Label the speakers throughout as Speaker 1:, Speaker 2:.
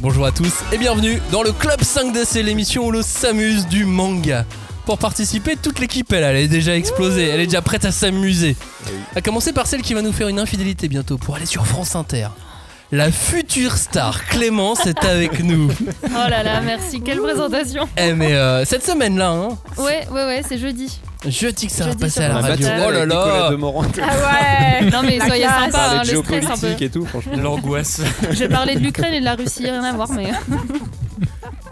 Speaker 1: bonjour à tous et bienvenue dans le Club 5DC, l'émission où l'on s'amuse du manga. Pour participer, toute l'équipe elle, elle est déjà explosée, elle est déjà prête à s'amuser. À commencer par celle qui va nous faire une infidélité bientôt pour aller sur France Inter. La future star Clémence est avec nous.
Speaker 2: Oh là là, merci, quelle présentation.
Speaker 1: Eh mais euh, cette semaine là, hein,
Speaker 2: Ouais, ouais, ouais, c'est jeudi.
Speaker 1: jeudi que ça
Speaker 2: Jeudi
Speaker 1: va passer
Speaker 2: sur
Speaker 1: à la
Speaker 3: Ah,
Speaker 2: France
Speaker 1: radio.
Speaker 2: Inter.
Speaker 1: Oh là là,
Speaker 4: Ah ouais
Speaker 2: Non mais
Speaker 4: La
Speaker 2: soyez
Speaker 4: classe.
Speaker 2: sympa, hein, le stress un peu.
Speaker 3: géopolitique et tout, franchement.
Speaker 5: L'angoisse.
Speaker 2: J'ai parlé de l'Ukraine et de la Russie, rien à voir, mais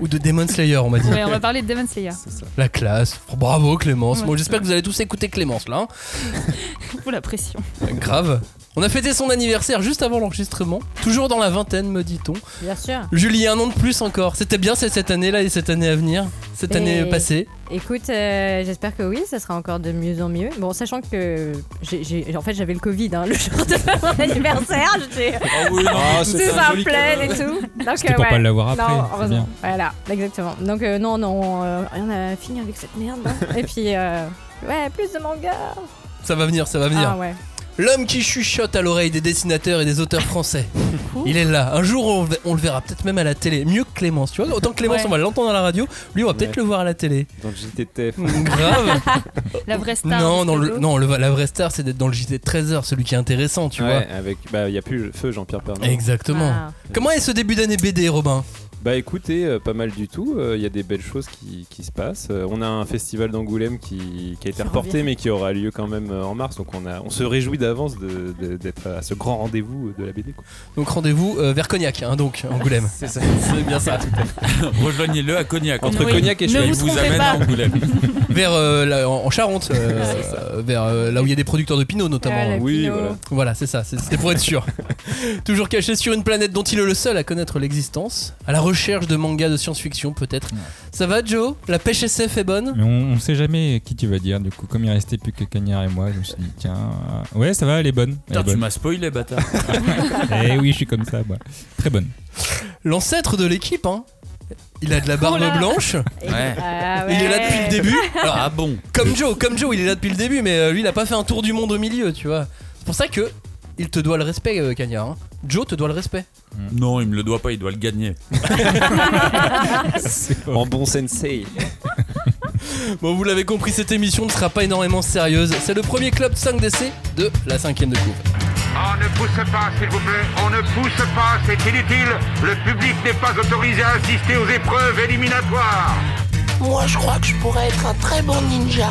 Speaker 1: ou de Demon Slayer on m'a dit.
Speaker 2: ouais, on va parler de Demon Slayer.
Speaker 1: La classe. Bravo Clémence.
Speaker 2: Ouais.
Speaker 1: Bon, j'espère que vous allez tous écouter Clémence là. hein.
Speaker 2: Pour la pression.
Speaker 1: Grave. On a fêté son anniversaire juste avant l'enregistrement. Toujours dans la vingtaine, me dit-on.
Speaker 4: Bien sûr.
Speaker 1: Julie, un an de plus encore. C'était bien c'est cette année-là et cette année à venir. Cette
Speaker 4: Et-
Speaker 1: année passée.
Speaker 4: Écoute, euh, j'espère que oui, ça sera encore de mieux en mieux. Bon, sachant que j'ai, j'ai- en fait j'avais le Covid hein, le jour de mon anniversaire, j'étais
Speaker 3: Ah
Speaker 4: sous un plaid et tout. Donc
Speaker 5: C'était
Speaker 4: euh,
Speaker 5: pour
Speaker 4: ouais.
Speaker 5: pas l'avoir après.
Speaker 4: non,
Speaker 5: c'est
Speaker 4: heureusement.
Speaker 5: bien.
Speaker 4: Voilà, exactement. Donc euh, non, non, euh, rien à finir avec cette merde. hein. et puis euh, ouais, plus de manga.
Speaker 1: Ça va venir, ça va venir.
Speaker 4: Ah ouais.
Speaker 1: L'homme qui chuchote à l'oreille des dessinateurs et des auteurs français. Il est là. Un jour, on, le- on le verra peut-être même à la télé. Mieux que Clémence, tu vois. Autant que Clémence,
Speaker 2: Ouais.
Speaker 1: on va l'entendre à la radio. Lui, on va peut-être
Speaker 3: Ouais.
Speaker 1: le voir à la télé.
Speaker 3: Dans le JTTF.
Speaker 4: Mmh.
Speaker 1: Grave.
Speaker 2: La vraie star.
Speaker 1: non,
Speaker 2: du
Speaker 1: dans le,
Speaker 2: tableau.
Speaker 1: non le- la vraie star, c'est d'être dans le JT de 13h, celui qui est intéressant, tu
Speaker 3: ouais, avec. Bah, il a plus le feu Jean-Pierre Pernaut.
Speaker 1: vois. Exactement.
Speaker 4: Ah.
Speaker 1: Comment est ce début d'année BD, Robin
Speaker 3: Bah, écoutez, euh, pas mal du tout. Il y a des belles choses qui, qui se passent. Euh, on a un festival d'Angoulême qui, qui a
Speaker 4: Qui
Speaker 3: été reporté,
Speaker 4: revient.
Speaker 3: mais qui aura lieu quand même euh, en mars. Donc, on, a, on se réjouit d'avance de- de- d'être à ce grand rendez-vous de la BD. quoi.
Speaker 1: Donc rendez-vous euh, vers Cognac, hein, donc, Angoulême.
Speaker 3: C'est ça.
Speaker 1: C'est bien ça.
Speaker 5: Rejoignez-le à Cognac.
Speaker 3: Entre
Speaker 2: Oui.
Speaker 3: Cognac et
Speaker 2: Ne
Speaker 3: Cheval.
Speaker 2: vous
Speaker 5: Il vous
Speaker 2: trompez
Speaker 5: amène
Speaker 2: pas.
Speaker 5: à Angoulême.
Speaker 1: vers euh, la- en en Charente, euh, euh, vers euh, là où il y a des producteurs de Pinot notamment.
Speaker 4: Ah, la
Speaker 3: Oui,
Speaker 4: Pinot.
Speaker 3: voilà.
Speaker 1: Voilà, c'est ça, c'est- c'était pour être sûr. Toujours caché sur une planète dont il est le seul à connaître l'existence, à la recherche de mangas de science-fiction peut-être.
Speaker 5: Ouais. Mm.
Speaker 1: Ça va Joe La pêche SF est bonne
Speaker 5: Mais on, on sait jamais qui tu vas dire. Du coup, comme il restait plus que Cagnard et moi, je me suis dit, tiens, euh, ouais, ça va, elle est bonne. Elle est
Speaker 6: Putain, tu
Speaker 5: bonne.
Speaker 6: m'as spoilé, bâtard.
Speaker 5: Eh oui, je suis comme ça, moi. Très bonne.
Speaker 1: L'ancêtre de l'équipe, hein il a de la barbe
Speaker 2: là
Speaker 1: blanche,
Speaker 6: Ouais.
Speaker 4: Ah
Speaker 1: il est là
Speaker 4: ouais.
Speaker 1: depuis le début. Alors,
Speaker 6: Ah bon
Speaker 1: comme Joe, comme Joe, il est là depuis le début, mais euh, lui, il a pas fait un tour du monde au milieu, tu vois. C'est pour ça que il te doit le respect, euh, Cagnard. hein. Joe te doit le respect.
Speaker 6: Non, il me le doit pas, il doit le gagner.
Speaker 3: En bon sensei.
Speaker 1: Bon, vous l'avez compris, cette émission ne sera pas énormément sérieuse. C'est le premier club 5DC de la cinquième de coupe.
Speaker 7: On Ah, ne pousse pas, s'il vous plaît. On ne pousse pas, c'est inutile. Le public n'est pas autorisé à assister aux épreuves éliminatoires.
Speaker 8: Moi, je crois que je pourrais être un très bon ninja.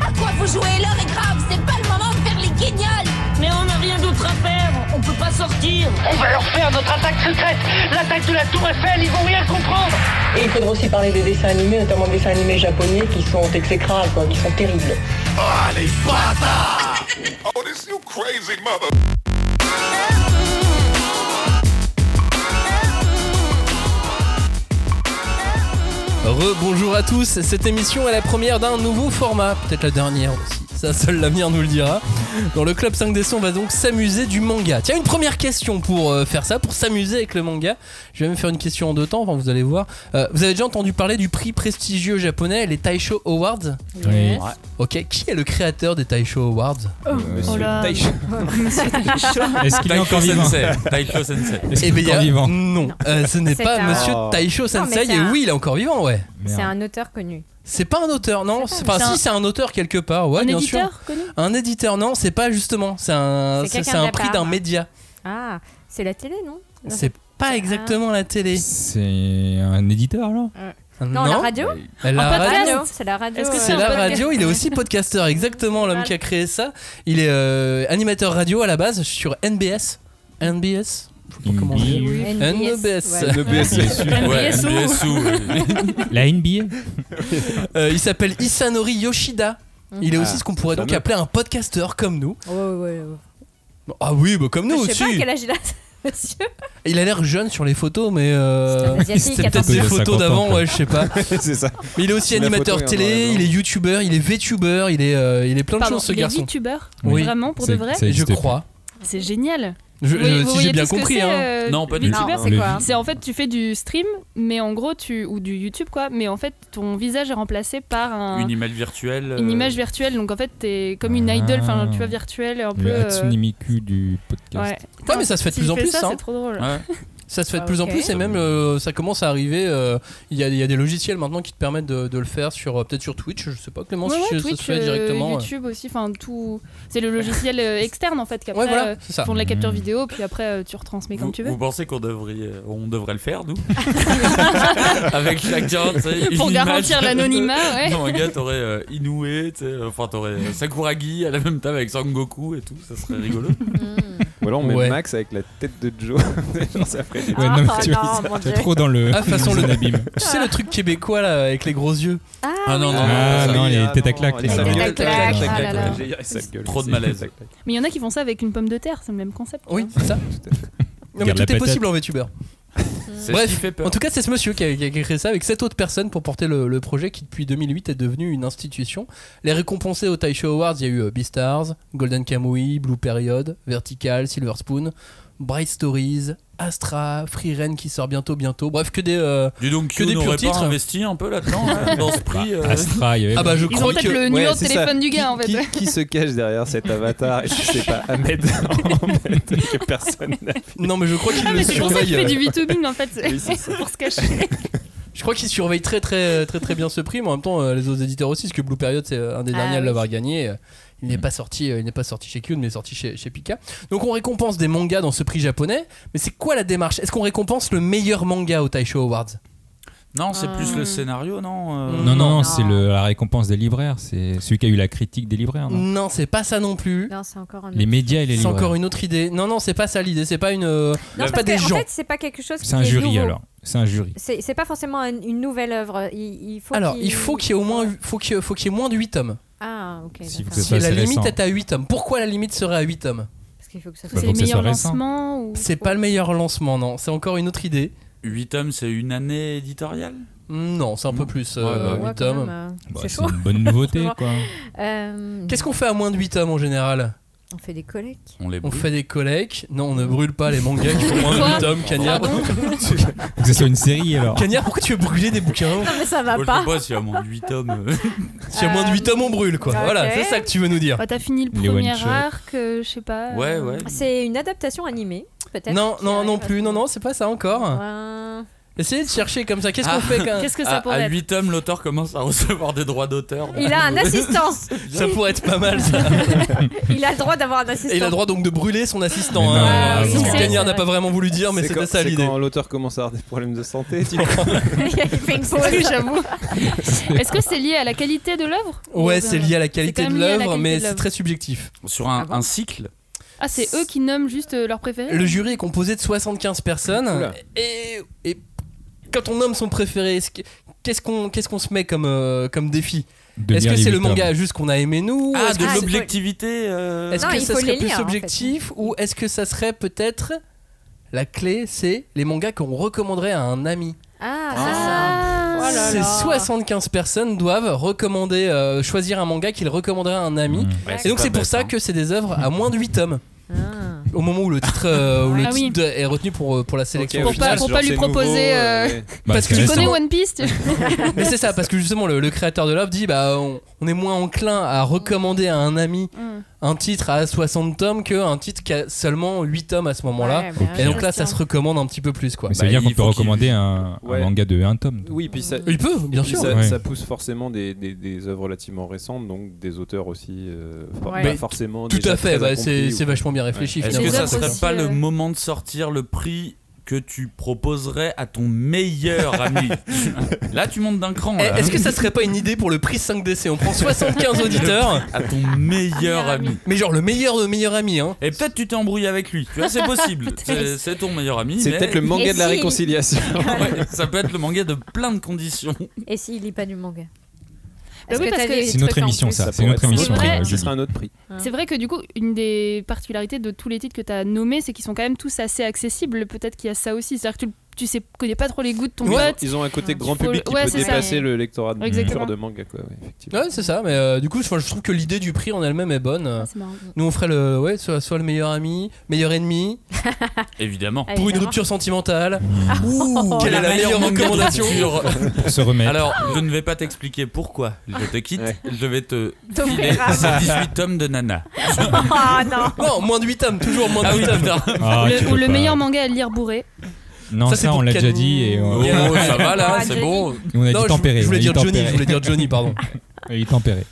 Speaker 9: À quoi vous jouez L'heure est grave, c'est pas le moment de faire les guignols Mais on n'a rien d'autre à faire, on peut pas sortir
Speaker 8: On va leur faire notre attaque secrète, l'attaque de la Tour Eiffel, ils vont rien comprendre. Et il faudra aussi parler des dessins animés, notamment des dessins animés japonais qui sont exécrables, quoi, qui sont terribles.
Speaker 1: Rebonjour à tous, cette émission est la première d'un nouveau format, peut-être la dernière aussi. Ça, seul l'avenir nous le dira. Dans le club 5DC, on va donc s'amuser du manga. Tiens, une première question pour euh, faire ça, pour s'amuser avec le manga. Je vais même faire une question en deux temps, enfin, vous allez voir. Euh, vous avez déjà entendu parler du prix prestigieux japonais, les Taisho Awards
Speaker 5: Oui.
Speaker 1: Ok, qui est le créateur des Taisho Awards
Speaker 2: Oh là.
Speaker 3: Taïcho.
Speaker 5: euh, Est-ce qu'il est
Speaker 6: Taiko
Speaker 5: encore vivant
Speaker 6: Sensei. Taiko Sensei.
Speaker 5: Est-ce qu'il
Speaker 1: ben,
Speaker 5: est
Speaker 1: il y
Speaker 5: encore
Speaker 1: a-
Speaker 5: vivant
Speaker 1: Non, euh, ce n'est
Speaker 4: C'est
Speaker 1: pas
Speaker 4: un-
Speaker 1: monsieur
Speaker 3: Oh.
Speaker 1: Taisho
Speaker 4: mais
Speaker 1: Sensei.
Speaker 4: c'est
Speaker 1: Et
Speaker 4: un-
Speaker 1: oui, il est encore vivant, ouais.
Speaker 5: Merde.
Speaker 4: C'est un auteur connu.
Speaker 1: C'est pas un auteur, non
Speaker 4: C'est
Speaker 1: c'est
Speaker 4: pas
Speaker 1: Enfin,
Speaker 2: un-
Speaker 1: si, c'est un auteur quelque part, ouais,
Speaker 2: Un
Speaker 1: bien
Speaker 2: éditeur
Speaker 1: sûr.
Speaker 2: connu
Speaker 1: Un éditeur, non, c'est pas justement. C'est un,
Speaker 4: C'est
Speaker 1: c'est-
Speaker 4: quelqu'un
Speaker 1: c'est
Speaker 4: de
Speaker 1: un
Speaker 4: la
Speaker 1: prix
Speaker 4: part.
Speaker 1: d'un média.
Speaker 4: Ah, c'est la télé, non Non,
Speaker 1: C'est pas exactement la télé.
Speaker 5: C'est un éditeur, alors
Speaker 4: Non, la radio
Speaker 1: elle a
Speaker 2: Un
Speaker 1: radio.
Speaker 2: podcast.
Speaker 4: Radio, c'est la radio. euh.
Speaker 2: Est-ce que
Speaker 1: C'est
Speaker 2: un
Speaker 1: la
Speaker 2: podcast.
Speaker 1: radio, il est aussi podcasteur, exactement l'homme
Speaker 2: Voilà.
Speaker 1: qui a créé ça. Il est euh, animateur radio à la base sur NBS. NBS Je sais pas comment on dit.
Speaker 5: NBA.
Speaker 1: NBS.
Speaker 4: Ouais.
Speaker 6: Ouais,
Speaker 2: NBSU.
Speaker 6: NBSU.
Speaker 5: La NBA
Speaker 1: Euh, il s'appelle Isanori Yoshida. Il est aussi
Speaker 3: Ah,
Speaker 1: ce qu'on pourrait donc
Speaker 3: fameux.
Speaker 1: appeler un podcasteur comme nous.
Speaker 4: Ouais, ouais, ouais.
Speaker 1: Ah oui, bah comme nous
Speaker 4: Je sais pas à
Speaker 1: aussi.
Speaker 4: quel âge il a, ce monsieur.
Speaker 1: Il a l'air jeune sur les photos, mais euh,
Speaker 4: C'est un Asiatique,
Speaker 1: c'est peut-être
Speaker 4: attention.
Speaker 1: des
Speaker 5: Il a
Speaker 1: photos
Speaker 5: 50 ans,
Speaker 1: d'avant,
Speaker 5: quoi.
Speaker 1: ouais, je sais pas.
Speaker 3: C'est ça.
Speaker 1: Mais il est aussi
Speaker 3: La
Speaker 1: animateur
Speaker 3: photo est en noir et
Speaker 1: télé,
Speaker 3: blanc.
Speaker 1: il est youtubeur, il est VTuber, il est, euh, il est plein de
Speaker 2: Pardon,
Speaker 1: choses ce
Speaker 2: il est
Speaker 1: garçon.
Speaker 2: youtubeur
Speaker 1: Oui.
Speaker 2: Vraiment, pour
Speaker 5: C'est-
Speaker 2: de vrai
Speaker 5: c'est-
Speaker 1: Je
Speaker 5: existait
Speaker 1: crois.
Speaker 2: C'est génial
Speaker 1: Je-
Speaker 2: Vous voyez-
Speaker 1: je-
Speaker 2: vous
Speaker 1: si
Speaker 2: voyez
Speaker 1: j'ai bien
Speaker 2: tout ce que
Speaker 1: compris.
Speaker 2: c'est,
Speaker 1: hein.
Speaker 2: euh,
Speaker 6: Non, pas du
Speaker 2: VTuber,
Speaker 5: tout.
Speaker 2: c'est
Speaker 5: Le
Speaker 2: quoi
Speaker 5: vi-
Speaker 2: C'est en fait, tu fais du stream, mais en gros, tu ou du YouTube, quoi, mais en fait, ton visage est remplacé par un-
Speaker 6: Une image virtuelle. euh,
Speaker 2: une image virtuelle. Donc en fait, t'es comme une
Speaker 5: Ah.
Speaker 2: idol, enfin, tu vois, virtuelle, un peu.
Speaker 5: Le
Speaker 2: euh,
Speaker 5: Hatsune Miku du podcast.
Speaker 2: Ouais.
Speaker 1: Ouais, mais ça se fait de
Speaker 2: Si
Speaker 1: plus
Speaker 2: je
Speaker 1: en
Speaker 2: fais
Speaker 1: plus,
Speaker 2: ça,
Speaker 1: hein.
Speaker 2: c'est trop drôle.
Speaker 6: Ouais.
Speaker 1: Ça se fait de
Speaker 4: Ah,
Speaker 1: plus
Speaker 4: ok.
Speaker 1: en plus et même euh, ça commence à arriver. euh, Il y, a- il y a des logiciels maintenant qui te permettent de, de le faire sur euh, peut-être sur Twitch. Je sais pas Clément
Speaker 2: Ouais,
Speaker 1: si
Speaker 2: ouais,
Speaker 1: ça
Speaker 2: Twitch,
Speaker 1: se fait
Speaker 2: euh,
Speaker 1: directement. ouais.
Speaker 2: YouTube aussi, enfin tout. C'est le logiciel euh, externe en fait qui
Speaker 1: Ouais,
Speaker 2: après
Speaker 1: voilà,
Speaker 2: euh,
Speaker 1: c'est ça.
Speaker 2: font de la capture
Speaker 5: Mmh.
Speaker 2: vidéo, puis après euh, tu retransmets comme
Speaker 6: vous,
Speaker 2: tu veux.
Speaker 6: vous pensez qu'on devrait, euh, on devrait le faire, nous Avec chacun, tu sais, une
Speaker 2: Pour
Speaker 6: image.
Speaker 2: garantir l'anonymat, ouais.
Speaker 6: Non, un gars, t'aurais euh, Inoue, tu sais, euh, enfin, t'aurais euh, Sakuragi à la même table avec Sangoku et tout, ça serait rigolo.
Speaker 3: Ou alors on met
Speaker 1: Ouais.
Speaker 3: Max avec la tête de Joe. Genre, ça ferait des-
Speaker 5: Ouais, non, mais tu vois,
Speaker 4: Ah, non, mon
Speaker 5: t'es
Speaker 4: dieu.
Speaker 5: trop dans le.
Speaker 1: Ah, façon le-
Speaker 5: dans abîme.
Speaker 1: Tu sais le truc québécois là avec les gros yeux.
Speaker 6: Ah non, non, non,
Speaker 5: Ah,
Speaker 6: ça-
Speaker 5: non, les têtes à claque,
Speaker 3: Les
Speaker 5: là.
Speaker 3: sales
Speaker 4: Les
Speaker 3: gueules,
Speaker 4: têtes à claque,
Speaker 3: têtes à
Speaker 4: ah
Speaker 3: claque,
Speaker 4: là là.
Speaker 3: j'ai- les sales gueules,
Speaker 6: Trop de
Speaker 3: c'est-
Speaker 6: malaise.
Speaker 3: têtes à claque.
Speaker 2: Mais il y en a qui font ça avec une pomme de terre, c'est le même concept.
Speaker 1: Oui,
Speaker 2: quoi.
Speaker 1: c'est ça. Non, mais tout
Speaker 5: Garde la
Speaker 1: est
Speaker 5: patate.
Speaker 1: possible en VTuber.
Speaker 6: c'est
Speaker 1: Bref,
Speaker 6: ce qui fait peur.
Speaker 1: En tout cas, c'est ce monsieur qui a, qui a créé ça avec sept autres personnes pour porter le, le projet qui, depuis 2008, est devenu une institution. Les récompensés au Taisho Awards, il y a eu euh, Beastars, Golden Kamui, Blue Period, Vertical, Silver Spoon, Bright Stories, Astra, Free Ren qui sort bientôt, bientôt. Bref, que des. euh,
Speaker 6: Dis donc,
Speaker 1: que
Speaker 6: que
Speaker 1: des
Speaker 6: des
Speaker 1: purs
Speaker 6: n'aurait pas
Speaker 1: titres. Bah,
Speaker 6: investi un peu là-dedans, hein, dans ce prix euh,
Speaker 5: Astra, il y avait-
Speaker 1: Ah bah, je
Speaker 2: Ils ont
Speaker 1: crois
Speaker 2: peut-être
Speaker 1: que.
Speaker 2: le numéro
Speaker 3: Ouais,
Speaker 2: de
Speaker 3: c'est ça.
Speaker 2: téléphone du
Speaker 3: Qui-
Speaker 2: gars en fait.
Speaker 3: qui, qui se cache derrière cet avatar Je sais pas, Ahmed, en fait, que personne n'a vu.
Speaker 1: Non, mais je crois qu'il
Speaker 2: Ah,
Speaker 1: le
Speaker 2: mais c'est pour ça qu'il
Speaker 1: surveille.
Speaker 2: fait
Speaker 1: euh,
Speaker 2: du VTubing en fait, c'est-
Speaker 3: Oui, c'est
Speaker 2: pour se
Speaker 1: Bah,
Speaker 2: cacher.
Speaker 1: Je crois qu'il surveille très, très, très, très bien ce prix, mais en même temps, euh, les autres éditeurs aussi, parce que Blue Period, c'est euh, un des
Speaker 4: Ah
Speaker 1: derniers à
Speaker 4: oui.
Speaker 1: l'avoir gagné. euh, Il n'est
Speaker 5: Mm.
Speaker 1: pas sorti, euh, il n'est pas sorti chez Cune, mais sorti chez, chez Pika. Donc on récompense des mangas dans ce prix japonais, mais c'est quoi la démarche Est-ce qu'on récompense le meilleur manga au Taisho Awards
Speaker 6: Non, c'est plus le scénario, non euh,
Speaker 5: Non, non,
Speaker 1: Non.
Speaker 5: non, c'est le- la récompense des libraires. C'est celui qui a eu la critique des libraires. non
Speaker 1: Non, c'est pas ça non plus.
Speaker 4: Non, c'est encore un.
Speaker 5: les médias et les
Speaker 1: C'est
Speaker 5: libraires.
Speaker 1: encore une autre idée. Non, non, c'est pas ça l'idée. C'est pas une. euh,
Speaker 4: Non,
Speaker 1: c'est
Speaker 4: parce
Speaker 1: pas des
Speaker 4: que,
Speaker 1: gens.
Speaker 4: En fait, c'est pas quelque chose.
Speaker 5: C'est un
Speaker 4: qui est
Speaker 5: jury
Speaker 4: nouveau.
Speaker 5: alors. C'est un jury.
Speaker 4: C'est c'est pas forcément un- une nouvelle œuvre. Il, il faut Oh.
Speaker 1: Alors, il faut qu'il y ait au moins, faut qu'il faut qu'il y ait moins de 8 tomes.
Speaker 4: Ah, ok.
Speaker 5: Si vous
Speaker 4: d'accord.
Speaker 5: C'est
Speaker 1: Si
Speaker 5: pas
Speaker 1: la
Speaker 5: assez
Speaker 1: limite
Speaker 5: récent.
Speaker 1: est à 8 tomes, pourquoi la limite serait à 8 tomes
Speaker 4: Parce qu'il faut que ça
Speaker 5: Bah,
Speaker 2: C'est
Speaker 4: soit.
Speaker 5: faut
Speaker 2: les
Speaker 5: que ça soit
Speaker 2: meilleurs
Speaker 5: récent.
Speaker 2: lancements ou...
Speaker 1: C'est pas le meilleur lancement, non. C'est encore une autre idée.
Speaker 6: 8 tomes, c'est une année éditoriale
Speaker 1: Non, c'est un
Speaker 5: Mm.
Speaker 1: peu plus. euh,
Speaker 6: Ouais,
Speaker 4: Ouais,
Speaker 1: 8
Speaker 4: quand
Speaker 1: tomes.
Speaker 4: même, euh,
Speaker 5: Bah,
Speaker 4: c'est
Speaker 5: c'est
Speaker 4: chaud.
Speaker 5: une bonne nouveauté,
Speaker 4: Franchement.
Speaker 5: quoi.
Speaker 4: Euh,
Speaker 1: Qu'est-ce qu'on fait à moins de 8 hommes en général
Speaker 4: on fait des collectes.
Speaker 6: On les
Speaker 1: On
Speaker 6: brûle.
Speaker 1: fait des collectes. Non, on ne brûle pas les mangas qui font moins de
Speaker 2: Quoi
Speaker 1: 8 hommes, Cagnard.
Speaker 5: Faut que ça soit une série, alors.
Speaker 1: Cagnard, pourquoi tu veux brûler des
Speaker 2: Euh,
Speaker 1: bouquins
Speaker 4: mais ça va
Speaker 6: Moi, je sais pas s'il y a moins de 8 tomes. euh,
Speaker 1: Si à moins de 8 hommes, on brûle, quoi.
Speaker 4: ok.
Speaker 1: Voilà, c'est ça que tu veux nous dire.
Speaker 2: Bah, T'as fini le
Speaker 5: Les
Speaker 2: premier
Speaker 5: one-shot.
Speaker 2: arc, euh, je sais pas.
Speaker 6: Ouais,
Speaker 2: euh,
Speaker 6: ouais.
Speaker 4: C'est une adaptation animée, peut-être.
Speaker 1: Non,
Speaker 4: qui
Speaker 1: non,
Speaker 4: arrive
Speaker 1: non
Speaker 4: à
Speaker 1: plus.
Speaker 4: ce
Speaker 1: Non,
Speaker 4: moment.
Speaker 1: non, c'est pas ça encore.
Speaker 4: Ouais.
Speaker 1: Essayez de chercher comme ça. Qu'est-ce qu'on
Speaker 6: Ah.
Speaker 1: fait quand...
Speaker 2: Qu'est-ce que
Speaker 6: à,
Speaker 2: ça pourrait
Speaker 6: à
Speaker 2: être
Speaker 6: 8 tomes, l'auteur commence à recevoir des droits d'auteur. euh,
Speaker 4: Il a un assistance.
Speaker 1: Ça pourrait être pas mal, ça.
Speaker 4: Il a le droit d'avoir un
Speaker 1: Et il a
Speaker 4: assistant.
Speaker 1: le droit donc de brûler son assistant.
Speaker 5: Mais non,
Speaker 1: hein.
Speaker 5: Ah,
Speaker 1: C'est
Speaker 5: oui,
Speaker 1: ce que
Speaker 5: c'est
Speaker 1: Cagnard
Speaker 4: vrai.
Speaker 1: n'a pas vraiment voulu dire, mais
Speaker 3: C'est
Speaker 1: c'était
Speaker 3: quand-
Speaker 1: ça
Speaker 3: c'est
Speaker 1: l'idée.
Speaker 3: quand l'auteur commence à avoir des problèmes de santé. tu vois.
Speaker 4: il fait une pause.
Speaker 2: Oui, j'avoue. Est-ce que c'est lié à la qualité de l'œuvre ou euh,
Speaker 1: Ouais,
Speaker 2: bien-
Speaker 1: c'est lié à la
Speaker 2: quand
Speaker 1: qualité de
Speaker 2: même lié à la
Speaker 1: l'œuvre,
Speaker 2: qualité
Speaker 1: mais
Speaker 2: de
Speaker 1: c'est
Speaker 2: l'œuvre.
Speaker 1: très subjectif.
Speaker 6: Sur un,
Speaker 4: Ah bon
Speaker 6: un cycle
Speaker 2: Ah, c'est eux qui nomment juste euh, leur préféré
Speaker 1: Le jury est composé de 75 personnes.
Speaker 3: Oula.
Speaker 1: Et, et quand on nomme son préféré, est-ce que- qu'est-ce qu'on qu'est-ce qu'on se met comme, euh, comme défi
Speaker 5: De
Speaker 1: Est-ce
Speaker 5: lire
Speaker 1: que
Speaker 5: les
Speaker 1: c'est le
Speaker 5: huit
Speaker 1: manga
Speaker 5: tomes. Bah,
Speaker 1: juste qu'on a aimé nous
Speaker 6: Ah,
Speaker 1: Est-ce que
Speaker 6: de
Speaker 4: Ah,
Speaker 1: c'est-
Speaker 6: l'objectivité. euh,
Speaker 1: Est-ce
Speaker 4: Non,
Speaker 1: que
Speaker 4: il
Speaker 1: ça
Speaker 4: faut
Speaker 1: serait
Speaker 4: les lire,
Speaker 1: plus
Speaker 4: en fait.
Speaker 1: objectif ou est-ce que ça serait peut-être la clé c'est les mangas qu'on recommanderait à un ami
Speaker 4: Ah,
Speaker 6: Ah.
Speaker 4: ça.
Speaker 1: Ces 75 personnes doivent recommander euh, choisir un manga qu'ils recommanderaient à un ami.
Speaker 5: Mmh.
Speaker 6: ouais,
Speaker 1: Et donc
Speaker 6: pas
Speaker 1: c'est pour
Speaker 6: bête,
Speaker 1: ça
Speaker 6: hein.
Speaker 1: que c'est des œuvres à moins de 8 tomes
Speaker 4: Ah.
Speaker 1: au moment où le titre, euh, où le
Speaker 2: Ah oui.
Speaker 1: titre est retenu pour, euh, pour la sélection
Speaker 3: Ok,
Speaker 2: Pour
Speaker 1: au
Speaker 3: au
Speaker 1: final.
Speaker 2: pas- pour
Speaker 3: genre,
Speaker 2: lui
Speaker 3: c'est
Speaker 2: proposer,
Speaker 3: nouveau,
Speaker 2: euh,
Speaker 3: ouais.
Speaker 5: Bah,
Speaker 1: Parce
Speaker 5: c'est
Speaker 1: que je
Speaker 2: Tu
Speaker 5: récent.
Speaker 2: connais One Piece tu-
Speaker 1: Mais c'est ça, parce que justement, le, le créateur de l'œuvre dit bah, on, on est moins enclin à recommander à un ami
Speaker 4: Mm.
Speaker 2: Hum.
Speaker 1: un titre à 60 tomes qu'un titre qui a seulement 8 tomes à ce moment-là.
Speaker 4: Ouais, bah,
Speaker 1: Et donc
Speaker 4: ouais.
Speaker 1: là, ça se recommande un petit peu plus, quoi.
Speaker 5: Mais ça veut
Speaker 6: Bah,
Speaker 5: dire
Speaker 6: il
Speaker 5: qu'on
Speaker 6: faut
Speaker 5: peut
Speaker 6: qu'il-
Speaker 5: recommander un, un
Speaker 3: Ouais.
Speaker 5: manga de un tome.
Speaker 3: Oui, puis ça,
Speaker 1: Bah, Il peut, bien
Speaker 3: puis
Speaker 1: sûr.
Speaker 3: ça,
Speaker 5: Ouais.
Speaker 3: ça pousse forcément des, des, des œuvres relativement récentes, donc des auteurs aussi. euh, for-
Speaker 4: Ouais.
Speaker 3: pas
Speaker 1: Mais
Speaker 3: forcément.
Speaker 1: Tout
Speaker 3: déjà
Speaker 1: à fait,
Speaker 3: très
Speaker 1: bah, c'est
Speaker 3: accomplis
Speaker 1: c'est
Speaker 3: ou-
Speaker 1: vachement bien réfléchi.
Speaker 6: Est-ce
Speaker 1: finalement.
Speaker 6: que
Speaker 2: Les
Speaker 6: ça
Speaker 2: œuvres
Speaker 6: serait
Speaker 2: aussi,
Speaker 6: pas
Speaker 2: euh,
Speaker 6: le moment de sortir le prix que tu proposerais à ton meilleur ami Là, tu montes d'un cran.
Speaker 1: Eh,
Speaker 6: là.
Speaker 1: Est-ce que ça serait pas une idée pour le prix 5DC On prend 75 auditeurs,
Speaker 6: À ton meilleur ami.
Speaker 1: mais genre le meilleur de meilleur ami, hein.
Speaker 6: Et peut-être tu t'es embrouillé avec lui. Tu vois, c'est possible. C'est c'est ton meilleur ami.
Speaker 3: C'est
Speaker 6: mais-
Speaker 3: peut-être le manga
Speaker 4: Et
Speaker 3: de la
Speaker 4: si-
Speaker 3: réconciliation.
Speaker 6: Ouais, ça peut être le manga de plein de conditions.
Speaker 4: Et s'il lit pas du manga
Speaker 2: Bah oui, parce que-
Speaker 5: C'est notre émission, ça. C'est notre émission.
Speaker 2: vrai.
Speaker 5: euh,
Speaker 3: Ce
Speaker 5: Julie.
Speaker 3: serait un autre prix.
Speaker 2: C'est vrai que du coup, une des particularités de tous les titres que tu as nommés, c'est qu'ils sont quand même tous assez accessibles. Peut-être qu'il y a ça aussi. C'est-à-dire que tu, tu sais, connais pas trop les goûts de ton
Speaker 1: Ouais.
Speaker 2: pote.
Speaker 3: Ils ont un côté
Speaker 4: Il
Speaker 3: grand
Speaker 2: faut le-
Speaker 3: public qui
Speaker 2: ouais,
Speaker 3: peut
Speaker 2: c'est ça.
Speaker 3: dépasser le lectorat de
Speaker 2: Exactement.
Speaker 3: pur de manga, quoi. ouais, effectivement.
Speaker 1: Ouais, c'est ça, mais euh, du coup, enfin, je trouve que l'idée du prix en elle-même est bonne. Euh,
Speaker 2: Ah, c'est marrant.
Speaker 1: Nous, on ferait le, ouais, soit, soit le meilleur ami, meilleur ennemi,
Speaker 6: Évidemment.
Speaker 4: Ah,
Speaker 1: pour une rupture sentimentale.
Speaker 4: Oh,
Speaker 1: Quelle est la meilleure
Speaker 6: manga de
Speaker 1: recommandation
Speaker 6: rupture
Speaker 5: Pour se remettre.
Speaker 6: Alors, je ne vais pas t'expliquer pourquoi je te quitte.
Speaker 3: Ouais.
Speaker 6: Je vais te filer
Speaker 4: T'offrir un-
Speaker 6: ces 18 tomes de Nana.
Speaker 4: Ah non
Speaker 1: Non, moins de 8 tomes, toujours moins de 8 tomes.
Speaker 6: putain.
Speaker 5: Ah,
Speaker 2: Le-
Speaker 5: tu
Speaker 2: ou
Speaker 5: peux
Speaker 2: le
Speaker 5: pas.
Speaker 2: meilleur manga à lire bourré.
Speaker 5: Non, ça,
Speaker 1: c'est pour
Speaker 5: on l'a
Speaker 1: Ken-
Speaker 5: déjà dit et
Speaker 6: Oh,
Speaker 5: on,
Speaker 6: ça va là,
Speaker 4: Ah,
Speaker 6: c'est
Speaker 4: Johnny.
Speaker 6: bon.
Speaker 5: on a
Speaker 1: Non,
Speaker 5: dit
Speaker 1: je,
Speaker 5: tempéré.
Speaker 1: je voulais
Speaker 5: on a
Speaker 1: dire
Speaker 5: dit
Speaker 1: Johnny,
Speaker 5: tempéré.
Speaker 1: je voulais dire Johnny, pardon.
Speaker 5: Il est tempéré.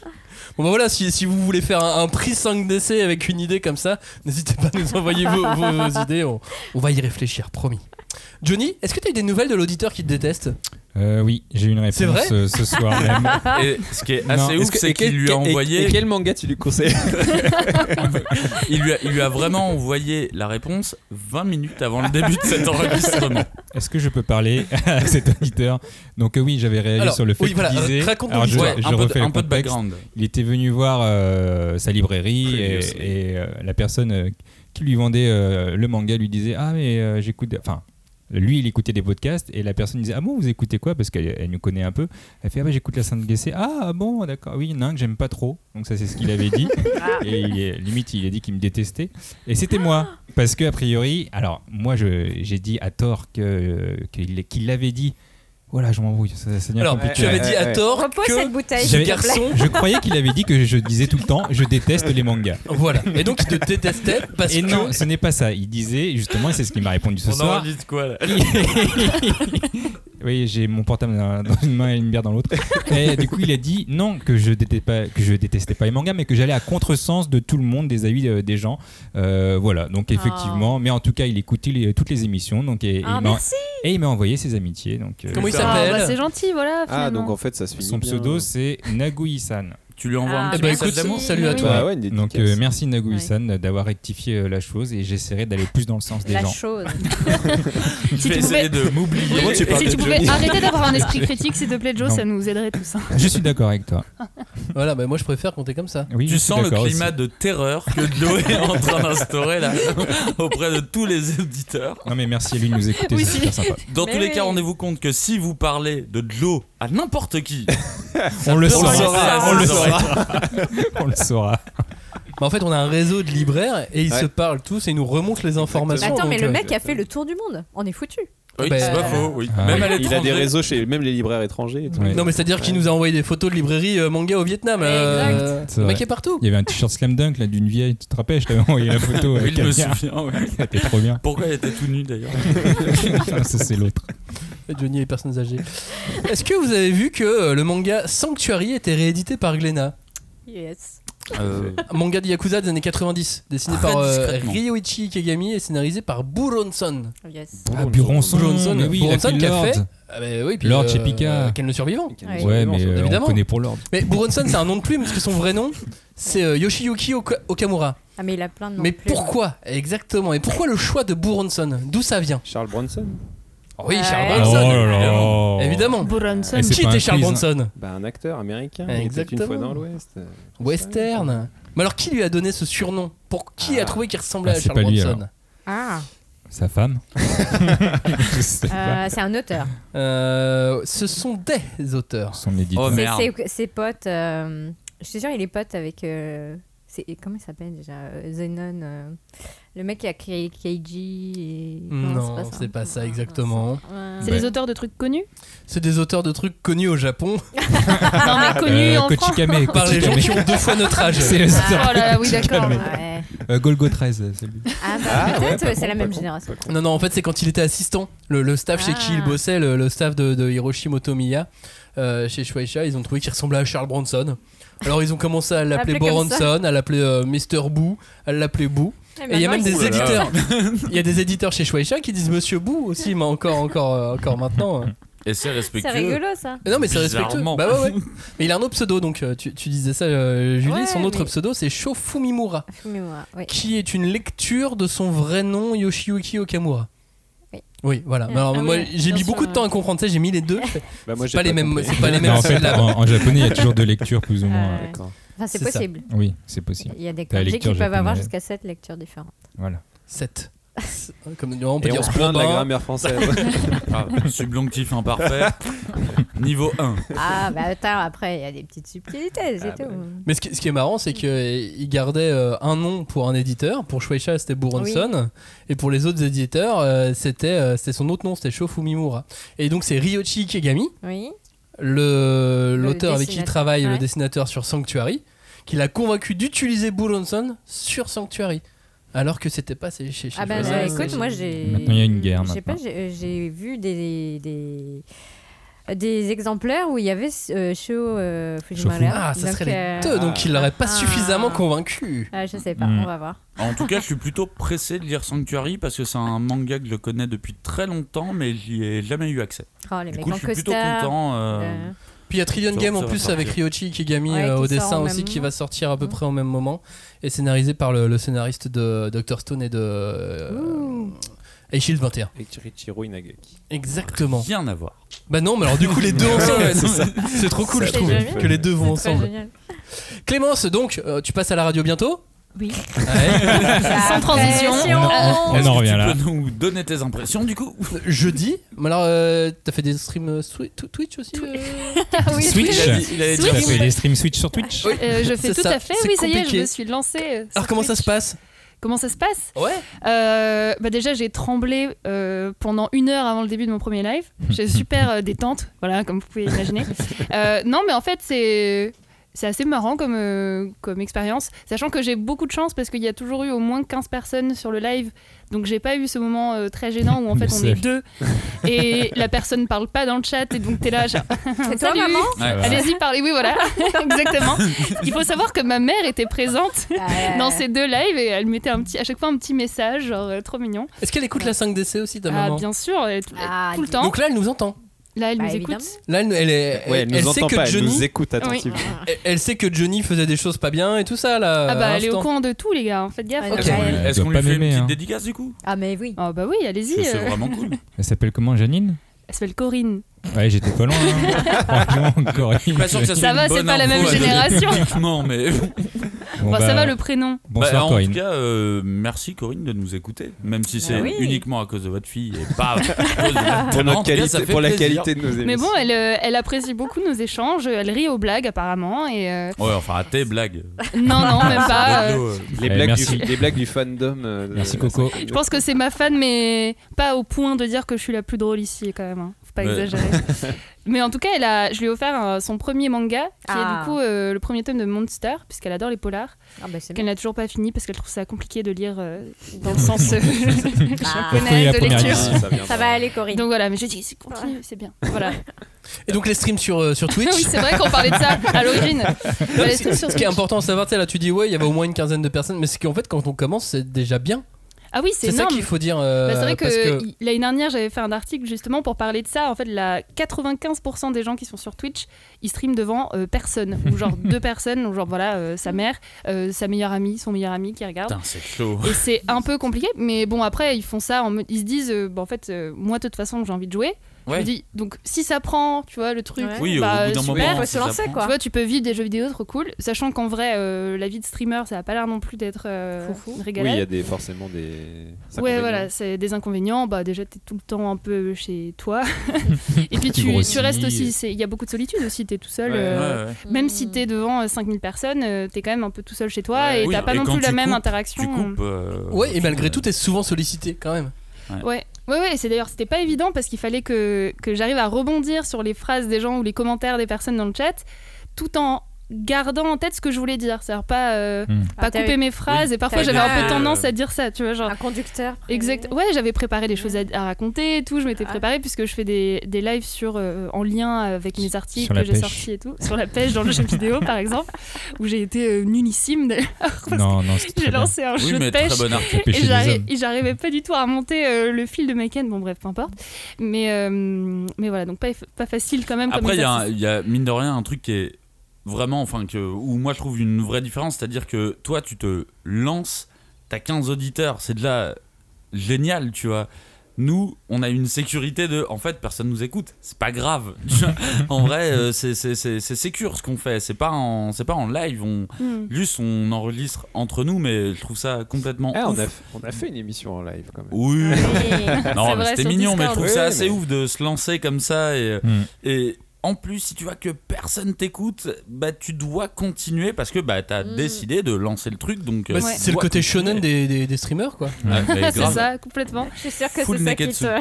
Speaker 1: Bon bah voilà, si, si vous voulez faire un, un prix 5DC avec une idée comme ça, n'hésitez pas à nous envoyer vos, vos- vos idées, on, on va y réfléchir, promis. Johnny, est-ce que t'as eu des nouvelles de l'auditeur qui te déteste
Speaker 5: Euh, oui, j'ai eu une
Speaker 1: C'est
Speaker 5: réponse
Speaker 1: vrai
Speaker 5: euh, ce soir même.
Speaker 2: Ah.
Speaker 6: Et ce qui est
Speaker 5: Non.
Speaker 6: assez
Speaker 5: Est-ce
Speaker 6: ouf, c'est qu'il lui a envoyé.
Speaker 3: Et quel manga tu lui conseilles
Speaker 6: Il lui a, il lui a vraiment envoyé la réponse 20 minutes avant le début de cet enregistrement.
Speaker 5: Est-ce que je peux parler à cet auditeur Donc euh, oui, j'avais réagi
Speaker 1: Alors,
Speaker 5: sur le fait
Speaker 1: oui,
Speaker 5: qu'il
Speaker 1: voilà,
Speaker 5: disait.
Speaker 1: raconte ton
Speaker 5: alors, je,
Speaker 1: histoire.
Speaker 5: je
Speaker 6: un, peu,
Speaker 5: refais
Speaker 6: de-
Speaker 5: le
Speaker 6: un peu de
Speaker 5: contexte.
Speaker 6: background.
Speaker 5: Il était venu voir euh, sa librairie
Speaker 6: Previously.
Speaker 5: et, et, euh, la personne euh, qui lui vendait euh, le manga lui disait ah mais euh, j'écoute enfin lui il écoutait des podcasts et la personne disait ah bon vous écoutez quoi parce qu'elle elle nous connaît un peu elle fait ah bah j'écoute la Sainte Gessé ah ah bon d'accord oui il y en a un que j'aime pas trop donc ça c'est ce qu'il avait dit et il est- limite il a dit qu'il me détestait et c'était moi parce que a priori alors moi je- j'ai dit à tort que euh, qu'il qu'il l'avait dit voilà je m'embrouille ça, ça devient
Speaker 1: Alors,
Speaker 5: compliqué.
Speaker 1: tu
Speaker 5: Euh,
Speaker 1: avais
Speaker 3: Ouais,
Speaker 1: dit
Speaker 3: ouais,
Speaker 1: à
Speaker 3: ouais.
Speaker 1: tort
Speaker 4: Repose
Speaker 1: que...
Speaker 4: cette bouteille,
Speaker 1: ce
Speaker 5: J'avais-
Speaker 4: Eh, s'il te plaît.
Speaker 1: garçon,
Speaker 5: Je croyais qu'il avait dit que je disais tout le temps, je déteste les mangas.
Speaker 1: voilà. Et donc il te détestait parce
Speaker 5: et
Speaker 1: que...
Speaker 5: non, ce n'est pas ça. Il disait, justement, et c'est ce qu'il m'a répondu ce
Speaker 6: On
Speaker 5: soir.
Speaker 6: enregistre quoi là
Speaker 5: Oui, j'ai mon portable dans dans une main et une bière dans l'autre. Et du coup, il a dit non, que je détestais pas, que je détestais pas les mangas, mais que j'allais à contresens de tout le monde, des avis euh, des gens. Euh, voilà, donc effectivement. Mais en tout cas, il écoutait les- toutes les émissions. Donc, et, et
Speaker 4: Ah,
Speaker 5: il m'a-
Speaker 4: merci.
Speaker 5: et il m'a envoyé ses amitiés. Donc, euh,
Speaker 1: Comment il
Speaker 6: Ah,
Speaker 2: Ah,
Speaker 1: s'appelle
Speaker 2: bah, c'est gentil, voilà.
Speaker 3: Ah, donc
Speaker 2: finalement.
Speaker 3: en fait, ça se finit.
Speaker 5: son
Speaker 3: bien.
Speaker 5: pseudo, c'est Nagui-san.
Speaker 6: Tu lui envoies un
Speaker 4: Ah,
Speaker 1: Eh
Speaker 6: petit
Speaker 1: ben
Speaker 6: message
Speaker 1: écoute,
Speaker 6: d'amour
Speaker 1: salut à toi.
Speaker 3: Bah ouais, une dédicace.
Speaker 5: Donc, euh, merci Nagui-san d'avoir rectifié euh, la chose et j'essaierai d'aller plus dans le sens des
Speaker 4: La
Speaker 5: gens.
Speaker 4: chose.
Speaker 6: Je
Speaker 2: Si
Speaker 6: vais
Speaker 2: tu
Speaker 6: essayer
Speaker 2: pouvais,
Speaker 6: de m'oublier.
Speaker 3: Comment tu parles
Speaker 2: si
Speaker 3: de
Speaker 2: tu pouvais
Speaker 3: Johnny
Speaker 2: arrêter d'avoir un esprit critique, s'il te plaît, Joe,
Speaker 5: Non.
Speaker 2: ça nous aiderait tous. hein.
Speaker 5: Je suis d'accord avec toi.
Speaker 1: Voilà, bah moi je préfère compter comme ça.
Speaker 5: Oui, je
Speaker 6: Tu
Speaker 5: suis
Speaker 6: sens le
Speaker 5: d'accord
Speaker 6: climat
Speaker 5: aussi.
Speaker 6: de terreur que Joe est en train d'instaurer là auprès de tous les auditeurs.
Speaker 5: Non mais merci à lui de nous écouter,
Speaker 2: Oui,
Speaker 5: c'est
Speaker 2: si.
Speaker 5: super sympa.
Speaker 6: Dans
Speaker 4: Mais
Speaker 6: tous les
Speaker 4: oui.
Speaker 6: cas, rendez-vous compte que si vous parlez de Joe à n'importe qui,
Speaker 5: On
Speaker 6: on
Speaker 5: le
Speaker 6: le saura, on le saura.
Speaker 5: on le saura.
Speaker 1: Bah, en fait on a un réseau de libraires et ils
Speaker 3: Ouais.
Speaker 1: se parlent tous et ils nous remontent les informations.
Speaker 4: Attends, mais
Speaker 1: donc,
Speaker 4: le
Speaker 1: euh,
Speaker 4: mec a fait le tour du monde. On est foutu.
Speaker 6: Oui,
Speaker 1: Ben,
Speaker 6: c'est pas
Speaker 1: euh,
Speaker 6: faux, oui.
Speaker 5: Ah.
Speaker 6: Même à
Speaker 3: Il a
Speaker 6: l'étranger.
Speaker 3: des réseaux chez même les libraires étrangers. et tout.
Speaker 5: Ouais.
Speaker 1: Non mais c'est-à-dire qu'il nous a envoyé des photos de librairies euh, manga au Vietnam. euh,
Speaker 5: C'est
Speaker 1: Le
Speaker 5: vrai.
Speaker 1: mec est partout.
Speaker 5: Il y avait un t-shirt slam dunk là d'une vieille, tu te rappelles, je t'avais envoyé la photo
Speaker 6: Oui,
Speaker 5: avec
Speaker 6: je me
Speaker 5: quelqu'un.
Speaker 6: souviens. ouais.
Speaker 5: C'était trop bien.
Speaker 6: Pourquoi elle était tout nue d'ailleurs
Speaker 5: Ah, Ça c'est l'autre.
Speaker 1: Johnny et les personnes âgées. Est-ce que vous avez vu que euh, le manga Sanctuary était réédité par Glénat
Speaker 4: Yes.
Speaker 1: Un manga de Yakuza des années 90, dessiné
Speaker 5: Ah,
Speaker 1: par
Speaker 6: Très
Speaker 1: euh,
Speaker 6: discrètement.
Speaker 1: Ryoichi Kagami et scénarisé par Buronson.
Speaker 4: Oh, Yes.
Speaker 5: Ah, Buronson,
Speaker 1: Buronson,
Speaker 5: mais oui,
Speaker 1: Buronson
Speaker 5: il
Speaker 1: qui a
Speaker 5: Lord.
Speaker 1: fait- Ah, bah oui, puis,
Speaker 5: Lord chez Pika.
Speaker 1: Ken le survivant.
Speaker 4: Ouais.
Speaker 5: Ouais, mais euh,
Speaker 1: évidemment.
Speaker 5: on connaît pour Lord.
Speaker 1: Mais Buronson, c'est un nom de plume, parce que son vrai nom, c'est euh, Yoshiyuki Oka- Okamura.
Speaker 4: Ah, mais il a plein de noms.
Speaker 1: mais
Speaker 4: plus.
Speaker 1: pourquoi Exactement. Et pourquoi le choix de Buronson D'où ça vient
Speaker 3: Charles Bronson
Speaker 5: Ah
Speaker 1: Oui,
Speaker 4: Ouais.
Speaker 1: Charles
Speaker 4: Oh
Speaker 1: Euh, Bronson,
Speaker 5: là là.
Speaker 1: évidemment.
Speaker 2: Buronson.
Speaker 5: Et c'est
Speaker 1: Qui
Speaker 5: pas un
Speaker 1: était Charles
Speaker 5: quiz, hein.
Speaker 1: Bronson
Speaker 3: Bah un acteur américain.
Speaker 1: Ouais,
Speaker 3: il était une
Speaker 1: exactement.
Speaker 3: fois dans l'Ouest. Bah,
Speaker 1: Western. Mais alors, qui lui a donné ce surnom Pour qui a
Speaker 3: Ah.
Speaker 1: trouvé qu'il ressemblait
Speaker 5: Ah,
Speaker 1: à
Speaker 5: c'est
Speaker 1: Charles
Speaker 5: pas lui,
Speaker 1: Bronson
Speaker 4: Ah,
Speaker 5: Sa femme. Je sais pas.
Speaker 4: euh, c'est un auteur.
Speaker 1: Euh, Ce sont des auteurs.
Speaker 5: Son éditeur.
Speaker 6: Oh,
Speaker 4: C'est-
Speaker 6: merde.
Speaker 4: c'est- Ses potes. euh, je suis sûre, il est pote avec. euh, c'est- et comment il s'appelle déjà euh, Zenon. euh, le mec qui a créé Keiji. Et...
Speaker 1: Non, c'est pas ça exactement.
Speaker 4: Ouais.
Speaker 2: C'est
Speaker 5: Ouais.
Speaker 2: les auteurs de trucs connus
Speaker 1: C'est des auteurs de trucs connus au Japon
Speaker 2: Non, mais connus
Speaker 5: Euh,
Speaker 2: en France.
Speaker 5: Kochikame,
Speaker 1: par les gens
Speaker 5: Kochikame.
Speaker 1: qui ont deux fois notre âge.
Speaker 5: C'est le
Speaker 4: Ah,
Speaker 2: Oh là là, oui, d'accord.
Speaker 5: Kochikame.
Speaker 4: ouais.
Speaker 5: Euh, Golgo 13, c'est lui.
Speaker 4: Ah, bah,
Speaker 3: Ah, ouais,
Speaker 4: peut-être
Speaker 3: pas
Speaker 4: euh, c'est
Speaker 3: con,
Speaker 4: la
Speaker 3: pas
Speaker 4: même
Speaker 3: con,
Speaker 4: génération.
Speaker 3: pas con.
Speaker 1: Non, non, en fait, c'est quand il était assistant. Le, le staff chez qui il
Speaker 4: Ah.
Speaker 1: bossait, le, le staff de, de Hiroshi Motomiya, euh, chez Shueisha, ils ont trouvé qu'il ressemblait à Charles Bronson. Alors, ils ont commencé à l'appeler
Speaker 4: Appelé comme ça.
Speaker 1: Bronson, à l'appeler euh, Mr. Boo, à l'appeler Boo. Et il y a même
Speaker 4: maintenant,
Speaker 1: des
Speaker 6: là là.
Speaker 1: éditeurs. Il y a des éditeurs chez Shueisha qui disent Monsieur Boo aussi, mais encore, encore, euh, encore maintenant. euh.
Speaker 6: Et c'est respectueux.
Speaker 4: C'est rigolo ça.
Speaker 1: Mais Non, mais c'est respectueux.
Speaker 6: Bizarrement.
Speaker 1: Bah ouais, ouais. Mais il a un autre pseudo, donc euh, tu, tu disais ça, euh, Julie.
Speaker 4: Ouais,
Speaker 1: Son autre
Speaker 4: mais-
Speaker 1: pseudo, c'est Shofumimura,
Speaker 4: Mais moi, oui.
Speaker 1: qui est une lecture de son vrai nom, Yoshiyuki Okamura.
Speaker 4: Oui.
Speaker 1: Oui, voilà. Mais alors,
Speaker 2: Ah
Speaker 1: moi,
Speaker 2: oui,
Speaker 1: j'ai
Speaker 2: bien
Speaker 1: mis
Speaker 2: sûr,
Speaker 1: beaucoup de
Speaker 2: ouais.
Speaker 1: temps à comprendre ça. J'ai mis les deux.
Speaker 3: Bah moi
Speaker 1: C'est
Speaker 3: j'ai
Speaker 1: pas les mêmes-
Speaker 3: compris.
Speaker 1: c'est pas les mêmes
Speaker 5: Non, en fait,
Speaker 1: syllabes.
Speaker 5: en, en japonais, il y a toujours deux lectures plus ou moins.
Speaker 4: Ouais.
Speaker 3: D'accord.
Speaker 4: Enfin, c'est
Speaker 1: C'est ça.
Speaker 4: possible.
Speaker 5: Oui, c'est possible.
Speaker 4: Il y a des
Speaker 5: T'as la
Speaker 4: congés qui
Speaker 5: lecture
Speaker 4: peuvent avoir
Speaker 5: japonaise.
Speaker 4: jusqu'à 7 lectures différentes.
Speaker 5: Voilà.
Speaker 1: 7. Comme on peut
Speaker 3: Et
Speaker 1: dire hein.
Speaker 3: on se plaint de la
Speaker 1: Robin.
Speaker 3: grammaire française.
Speaker 6: Ah, subjonctif imparfait. Niveau 1.
Speaker 4: Ah, bah attends, après, il y a des petites subtilités, c'est
Speaker 3: Ah,
Speaker 4: tout.
Speaker 3: bah
Speaker 1: Mais ce qui, ce qui est marrant, c'est qu'il gardait euh, un nom pour un éditeur. Pour Shueisha, c'était Buronson. Et pour les autres éditeurs, euh, c'était euh, c'était son autre nom, c'était Shofumimura. Et donc, c'est Ryochi Kegami,
Speaker 4: Oui.
Speaker 1: le- l'auteur avec qui il
Speaker 4: dessinateur,
Speaker 1: travaille, le
Speaker 4: ouais.
Speaker 1: dessinateur sur Sanctuary, qui l'a convaincu d'utiliser Buronson sur Sanctuary. alors que c'était pas chez chez
Speaker 4: Ah ben
Speaker 1: chez- Ouais,
Speaker 4: euh, écoute,
Speaker 1: ouais,
Speaker 4: moi j'ai.
Speaker 5: Maintenant, il y a une guerre,
Speaker 4: Je sais pas,
Speaker 5: maintenant.
Speaker 4: j'ai- euh, j'ai vu des. des... des exemplaires où il y avait euh, Sho euh, Fujimara.
Speaker 1: Ah, ça
Speaker 4: Donc,
Speaker 1: serait les
Speaker 4: euh,
Speaker 1: deux, donc il l'aurait pas
Speaker 4: ah.
Speaker 1: suffisamment convaincu.
Speaker 4: ah, je sais pas,
Speaker 5: Hmm.
Speaker 4: on va voir.
Speaker 6: En tout cas, je suis plutôt pressé de lire Sanctuary parce que c'est un manga que je connais depuis très longtemps, mais j'y ai jamais eu accès.
Speaker 4: Oh, les
Speaker 6: Du
Speaker 4: mecs
Speaker 6: coup,
Speaker 4: en
Speaker 6: je suis plutôt
Speaker 4: costard,
Speaker 6: content. euh,
Speaker 4: euh,
Speaker 1: Puis il y a Trillion
Speaker 6: Ça-
Speaker 1: Game
Speaker 6: ça
Speaker 1: en
Speaker 6: va
Speaker 1: plus
Speaker 6: sortir.
Speaker 1: avec Ryoichi Ikigami
Speaker 4: Ouais,
Speaker 1: euh,
Speaker 4: qui
Speaker 1: au
Speaker 4: sort
Speaker 1: dessin
Speaker 4: en
Speaker 1: aussi
Speaker 4: même
Speaker 1: qui
Speaker 4: moment.
Speaker 1: va sortir à peu
Speaker 4: Mhm.
Speaker 1: près au même moment et scénarisé par le, le scénariste de Doctor Stone et
Speaker 4: Mmh.
Speaker 1: de euh, et Shield 21.
Speaker 3: Et Richiro Inagaki.
Speaker 4: Mmh.
Speaker 1: Exactement.
Speaker 6: Rien à voir.
Speaker 1: Bah non, mais alors du coup les deux ensemble, ouais, c'est ça. C'est trop cool je
Speaker 4: C'est
Speaker 1: trouve
Speaker 4: génial.
Speaker 1: que les deux vont
Speaker 4: c'est très
Speaker 1: ensemble.
Speaker 4: génial.
Speaker 1: Clémence, donc euh, tu passes à la radio bientôt
Speaker 2: Oui.
Speaker 1: Ouais.
Speaker 2: Sans transition. Euh,
Speaker 5: On, on- on
Speaker 6: Est-ce
Speaker 5: en
Speaker 6: que
Speaker 5: revient
Speaker 6: tu
Speaker 5: là.
Speaker 6: peux nous donner tes impressions du coup
Speaker 1: Jeudi. Mais alors euh, t'as fait des streams euh, swi- tw- Twitch aussi euh
Speaker 2: Ah oui,
Speaker 5: Switch.
Speaker 2: oui.
Speaker 5: Il a
Speaker 6: dit- il a dit-
Speaker 5: Tu as
Speaker 2: Switch.
Speaker 5: fait des streams Switch sur Twitch
Speaker 1: Oui.
Speaker 2: Euh, je fais
Speaker 1: C'est
Speaker 2: tout
Speaker 1: ça,
Speaker 2: à fait,
Speaker 1: c'est
Speaker 2: oui, ça y est,
Speaker 1: compliqué.
Speaker 2: je me suis lancée. euh, sur
Speaker 1: Alors comment ça se
Speaker 2: Twitch.
Speaker 1: passe
Speaker 2: Comment ça se passe
Speaker 1: Ouais.
Speaker 2: Euh, bah Déjà, j'ai tremblé euh, pendant une heure avant le début de mon premier live. J'ai super euh, détente, voilà, comme vous pouvez imaginer. Euh, non, mais en fait, c'est. C'est assez marrant comme, euh, comme expérience, sachant que j'ai beaucoup de chance parce qu'il y a toujours eu au moins 15 personnes sur le live, donc j'ai pas eu ce moment euh, très gênant où en
Speaker 5: Le
Speaker 2: fait on est
Speaker 5: seul.
Speaker 2: deux et la personne parle pas dans le chat et donc t'es là genre
Speaker 4: C'est toi,
Speaker 2: Salut
Speaker 4: maman
Speaker 2: Allez-y, parlez. Oui, voilà, exactement. Il faut savoir que ma mère était présente
Speaker 4: Ah,
Speaker 2: dans ces deux lives et elle mettait un petit, à chaque fois un petit message, genre euh, trop mignon.
Speaker 1: Est-ce qu'elle écoute la 5DC aussi ta
Speaker 2: Ah,
Speaker 1: maman
Speaker 2: bien sûr, elle- tout,
Speaker 4: Ah,
Speaker 2: tout le
Speaker 4: dis-
Speaker 2: temps.
Speaker 1: Donc là elle nous entend.
Speaker 2: Là, elle
Speaker 4: Bah,
Speaker 2: nous
Speaker 4: évidemment.
Speaker 2: écoute.
Speaker 1: Là, elle, elle est-
Speaker 3: Ouais, elle nous
Speaker 1: elle sait
Speaker 3: entend
Speaker 1: que
Speaker 3: pas, elle
Speaker 1: Johnny,
Speaker 3: nous écoute attentivement.
Speaker 4: Ah,
Speaker 1: elle, elle sait que Johnny faisait des choses pas bien et tout ça là.
Speaker 2: Ah bah,
Speaker 1: à
Speaker 2: elle est au
Speaker 1: l'instant.
Speaker 2: courant de tout, les gars. hein, Faites gaffe.
Speaker 4: Ok.
Speaker 6: Est-ce qu'on-
Speaker 4: Elle
Speaker 6: Est-ce
Speaker 5: doit
Speaker 6: qu'on
Speaker 5: pas
Speaker 6: lui fait une
Speaker 5: m'aimer,
Speaker 6: petite
Speaker 5: hein.
Speaker 6: dédicace du coup
Speaker 4: Ah, mais oui.
Speaker 2: Ah bah oui,
Speaker 6: Parce
Speaker 2: allez-y.
Speaker 6: que C'est
Speaker 2: euh,
Speaker 6: vraiment cool.
Speaker 5: Elle s'appelle comment, Janine
Speaker 2: Elle s'appelle Corinne.
Speaker 5: Ouais, j'étais pas loin. hein. Franchement, encore.
Speaker 6: Je suis pas sûr que ça soit
Speaker 2: Ça
Speaker 6: une
Speaker 2: va, c'est
Speaker 6: bonne
Speaker 2: pas la
Speaker 6: info
Speaker 2: même
Speaker 6: à donner
Speaker 2: génération.
Speaker 6: publiquement, mais
Speaker 5: Bon,
Speaker 2: Enfin,
Speaker 5: bah,
Speaker 2: ça va le prénom.
Speaker 5: Bonsoir,
Speaker 6: Bah, en
Speaker 5: Corinne.
Speaker 6: tout cas, euh, merci Corinne de nous écouter, même si
Speaker 4: Bah
Speaker 6: c'est
Speaker 4: oui.
Speaker 6: uniquement à cause de votre fille et pas à cause de votre
Speaker 3: Pour,
Speaker 6: talent. Ah En
Speaker 3: notre
Speaker 6: tout cas,
Speaker 3: qualité,
Speaker 6: ça fait
Speaker 3: pour la
Speaker 6: plaisir.
Speaker 3: qualité de nos émissions.
Speaker 2: Mais bon, elle, euh, elle apprécie beaucoup nos échanges. Elle rit aux blagues apparemment. Et euh,
Speaker 6: Ouais, enfin, à tes blagues.
Speaker 2: non, non, même pas. euh,
Speaker 3: les,
Speaker 5: Eh,
Speaker 3: blagues
Speaker 5: merci.
Speaker 3: du, les blagues du fandom. euh, de-
Speaker 5: Merci, Coco.
Speaker 2: Je pense que c'est ma fan, mais pas au point de dire que je suis la plus drôle ici, quand même. hein. Faut pas
Speaker 6: Ouais.
Speaker 2: exagérer. mais en tout cas, elle a, je lui ai offert euh, son premier manga, qui
Speaker 4: Ah.
Speaker 2: est du coup euh, le premier tome de Monster, puisqu'elle adore les polars,
Speaker 4: Ah, bah, c'est
Speaker 2: qu'elle
Speaker 4: bien.
Speaker 2: n'a toujours pas fini, parce qu'elle trouve ça compliqué de lire euh, dans le sens euh,
Speaker 4: Ah.
Speaker 5: Pourquoi il y
Speaker 2: japonais
Speaker 5: a la
Speaker 2: de
Speaker 5: première
Speaker 2: lecture.
Speaker 5: liste
Speaker 3: vient
Speaker 4: Ça
Speaker 3: de-
Speaker 4: va aller, Corinne.
Speaker 2: Donc voilà, mais j'ai dit, c'est continue, c'est bien. Voilà.
Speaker 1: Et donc les streams sur, euh, sur Twitch.
Speaker 2: oui, c'est vrai qu'on parlait de ça à l'origine.
Speaker 1: Non, mais
Speaker 2: Elle est
Speaker 1: ce-
Speaker 2: sur
Speaker 1: ce qui est important à savoir, tu sais, là tu dis ouais, il y avait au moins une quinzaine de personnes, mais c'est qu'en fait quand on commence c'est déjà bien.
Speaker 2: Ah oui,
Speaker 1: C'est
Speaker 2: c'est
Speaker 1: ça
Speaker 2: énorme.
Speaker 1: qu'il faut dire. euh,
Speaker 2: Bah, c'est vrai
Speaker 1: parce
Speaker 2: que, il- l'année dernière, j'avais fait un article justement pour parler de ça. En fait, la 95% des gens qui sont sur Twitch, ils streament devant euh, personne, ou genre deux personnes, ou genre voilà, euh, sa mère, euh, sa meilleure amie, son meilleur ami qui regarde.
Speaker 6: Putain, c'est chaud.
Speaker 2: Et c'est un peu compliqué, mais bon, après, ils font ça, en mode- ils se disent, euh, Bon, en fait, euh, moi, de toute façon, j'ai envie de jouer. Je
Speaker 6: Ouais.
Speaker 2: me dis, donc, si ça prend, tu vois, le truc,
Speaker 4: Ouais.
Speaker 6: Oui,
Speaker 2: bah,
Speaker 6: au bout d'un
Speaker 2: super.
Speaker 6: moment. hein.
Speaker 4: Faut
Speaker 6: si
Speaker 4: se
Speaker 6: ça
Speaker 4: lancer,
Speaker 6: prend.
Speaker 4: quoi.
Speaker 2: Tu vois, tu peux vivre des jeux vidéo trop cool, sachant qu'en vrai, euh, la vie de streamer, ça a pas l'air non plus d'être euh,
Speaker 4: Foufou. Oui,
Speaker 3: Oui, il y
Speaker 2: régalade.
Speaker 3: a des, forcément des.
Speaker 2: Ouais,
Speaker 3: inconvénients.
Speaker 2: voilà, c'est des inconvénients. Bah, déjà, t'es tout le temps un peu chez toi. et puis,
Speaker 5: Tu
Speaker 2: tu,
Speaker 5: grossis.
Speaker 2: tu restes aussi. c'est- Il y a beaucoup de solitude aussi, t'es tout seul.
Speaker 3: Ouais,
Speaker 2: euh,
Speaker 6: Ouais, ouais.
Speaker 2: Même si t'es devant euh, 5000 personnes, euh, t'es quand même un peu tout seul chez toi
Speaker 6: Ouais.
Speaker 2: et
Speaker 6: Oui,
Speaker 2: t'as pas
Speaker 6: et
Speaker 2: non
Speaker 6: quand
Speaker 2: plus la
Speaker 6: tu
Speaker 2: même
Speaker 6: coupes,
Speaker 2: interaction.
Speaker 6: Tu coupes. euh,
Speaker 1: que- Ouais,
Speaker 6: tu-
Speaker 1: et malgré tout, t'es souvent sollicité quand même.
Speaker 2: Ouais. Ouais, ouais, c'est d'ailleurs, c'était pas évident parce qu'il fallait que, que j'arrive à rebondir sur les phrases des gens ou les commentaires des personnes dans le chat tout en gardant en tête ce que je voulais dire. C'est-à-dire pas, euh,
Speaker 5: Hmm.
Speaker 4: Ah,
Speaker 2: pas
Speaker 4: t'as
Speaker 2: couper
Speaker 4: eu
Speaker 2: mes phrases et parfois
Speaker 4: T'as
Speaker 2: j'avais un
Speaker 4: eu-
Speaker 2: peu tendance à dire ça, tu vois, genre.
Speaker 4: Un conducteur. prévu.
Speaker 2: Exact. Ouais, j'avais préparé des choses à, à raconter et tout. Je m'étais
Speaker 4: Ah.
Speaker 2: préparée puisque je fais des, des lives sur, euh, en lien avec mes articles
Speaker 5: Sur la
Speaker 2: que j'ai
Speaker 5: pêche.
Speaker 2: sortis et tout. Sur la pêche dans le jeu vidéo, par exemple, où j'ai été euh, nullissime. d'ailleurs.
Speaker 5: Non, non, c'est
Speaker 2: J'ai
Speaker 5: très bien.
Speaker 2: lancé un
Speaker 6: Oui,
Speaker 2: jeu de
Speaker 6: mais très
Speaker 2: pêche.
Speaker 6: bon article.
Speaker 5: Pêcher
Speaker 2: Et
Speaker 5: des
Speaker 2: j'arri-
Speaker 5: hommes.
Speaker 2: et j'arrivais pas du tout à remonter euh, le fil de ma canne. Bon, bref, peu importe. Mais, euh, mais voilà, donc pas, pas facile quand même. comme
Speaker 6: Après, il y, a un-
Speaker 2: exercice.
Speaker 6: il y a mine de rien un truc qui est vraiment, enfin, que, où moi je trouve une vraie différence, c'est-à-dire que toi tu te lances, t'as 15 auditeurs, c'est déjà génial, tu vois. Nous, on a une sécurité de, en fait, personne nous écoute, c'est pas grave. en vrai, euh, c'est c'est- c'est- c'est sécure ce qu'on fait, c'est pas en, c'est pas en live, on,
Speaker 2: Hmm.
Speaker 6: juste on enregistre entre nous, mais je trouve ça complètement.
Speaker 3: Ah, on,
Speaker 6: ouf.
Speaker 3: a, f- on a fait une émission en live quand même.
Speaker 6: Oui.
Speaker 4: Oui.
Speaker 6: Non, mais
Speaker 2: vrai,
Speaker 6: c'était
Speaker 2: sur
Speaker 6: mignon, mais je
Speaker 2: Discord.
Speaker 6: trouve ça
Speaker 3: Oui,
Speaker 6: assez
Speaker 3: mais-
Speaker 6: ouf de se lancer comme ça et,
Speaker 5: Hmm.
Speaker 6: et en plus, si tu vois que personne t'écoute, bah tu dois continuer parce que bah t'as
Speaker 2: Hmm.
Speaker 4: Mm.
Speaker 6: décidé de lancer le truc. Donc
Speaker 1: Bah,
Speaker 6: euh,
Speaker 1: c'est-
Speaker 6: tu
Speaker 1: C'est le
Speaker 6: dois
Speaker 1: côté
Speaker 6: continuer.
Speaker 1: shonen des, des- des streamers, quoi.
Speaker 6: Ah, mais
Speaker 2: C'est
Speaker 6: grave.
Speaker 2: ça, complètement.
Speaker 4: Je suis sûre que
Speaker 6: Full
Speaker 4: c'est ça qui
Speaker 6: Neketsu.
Speaker 4: te,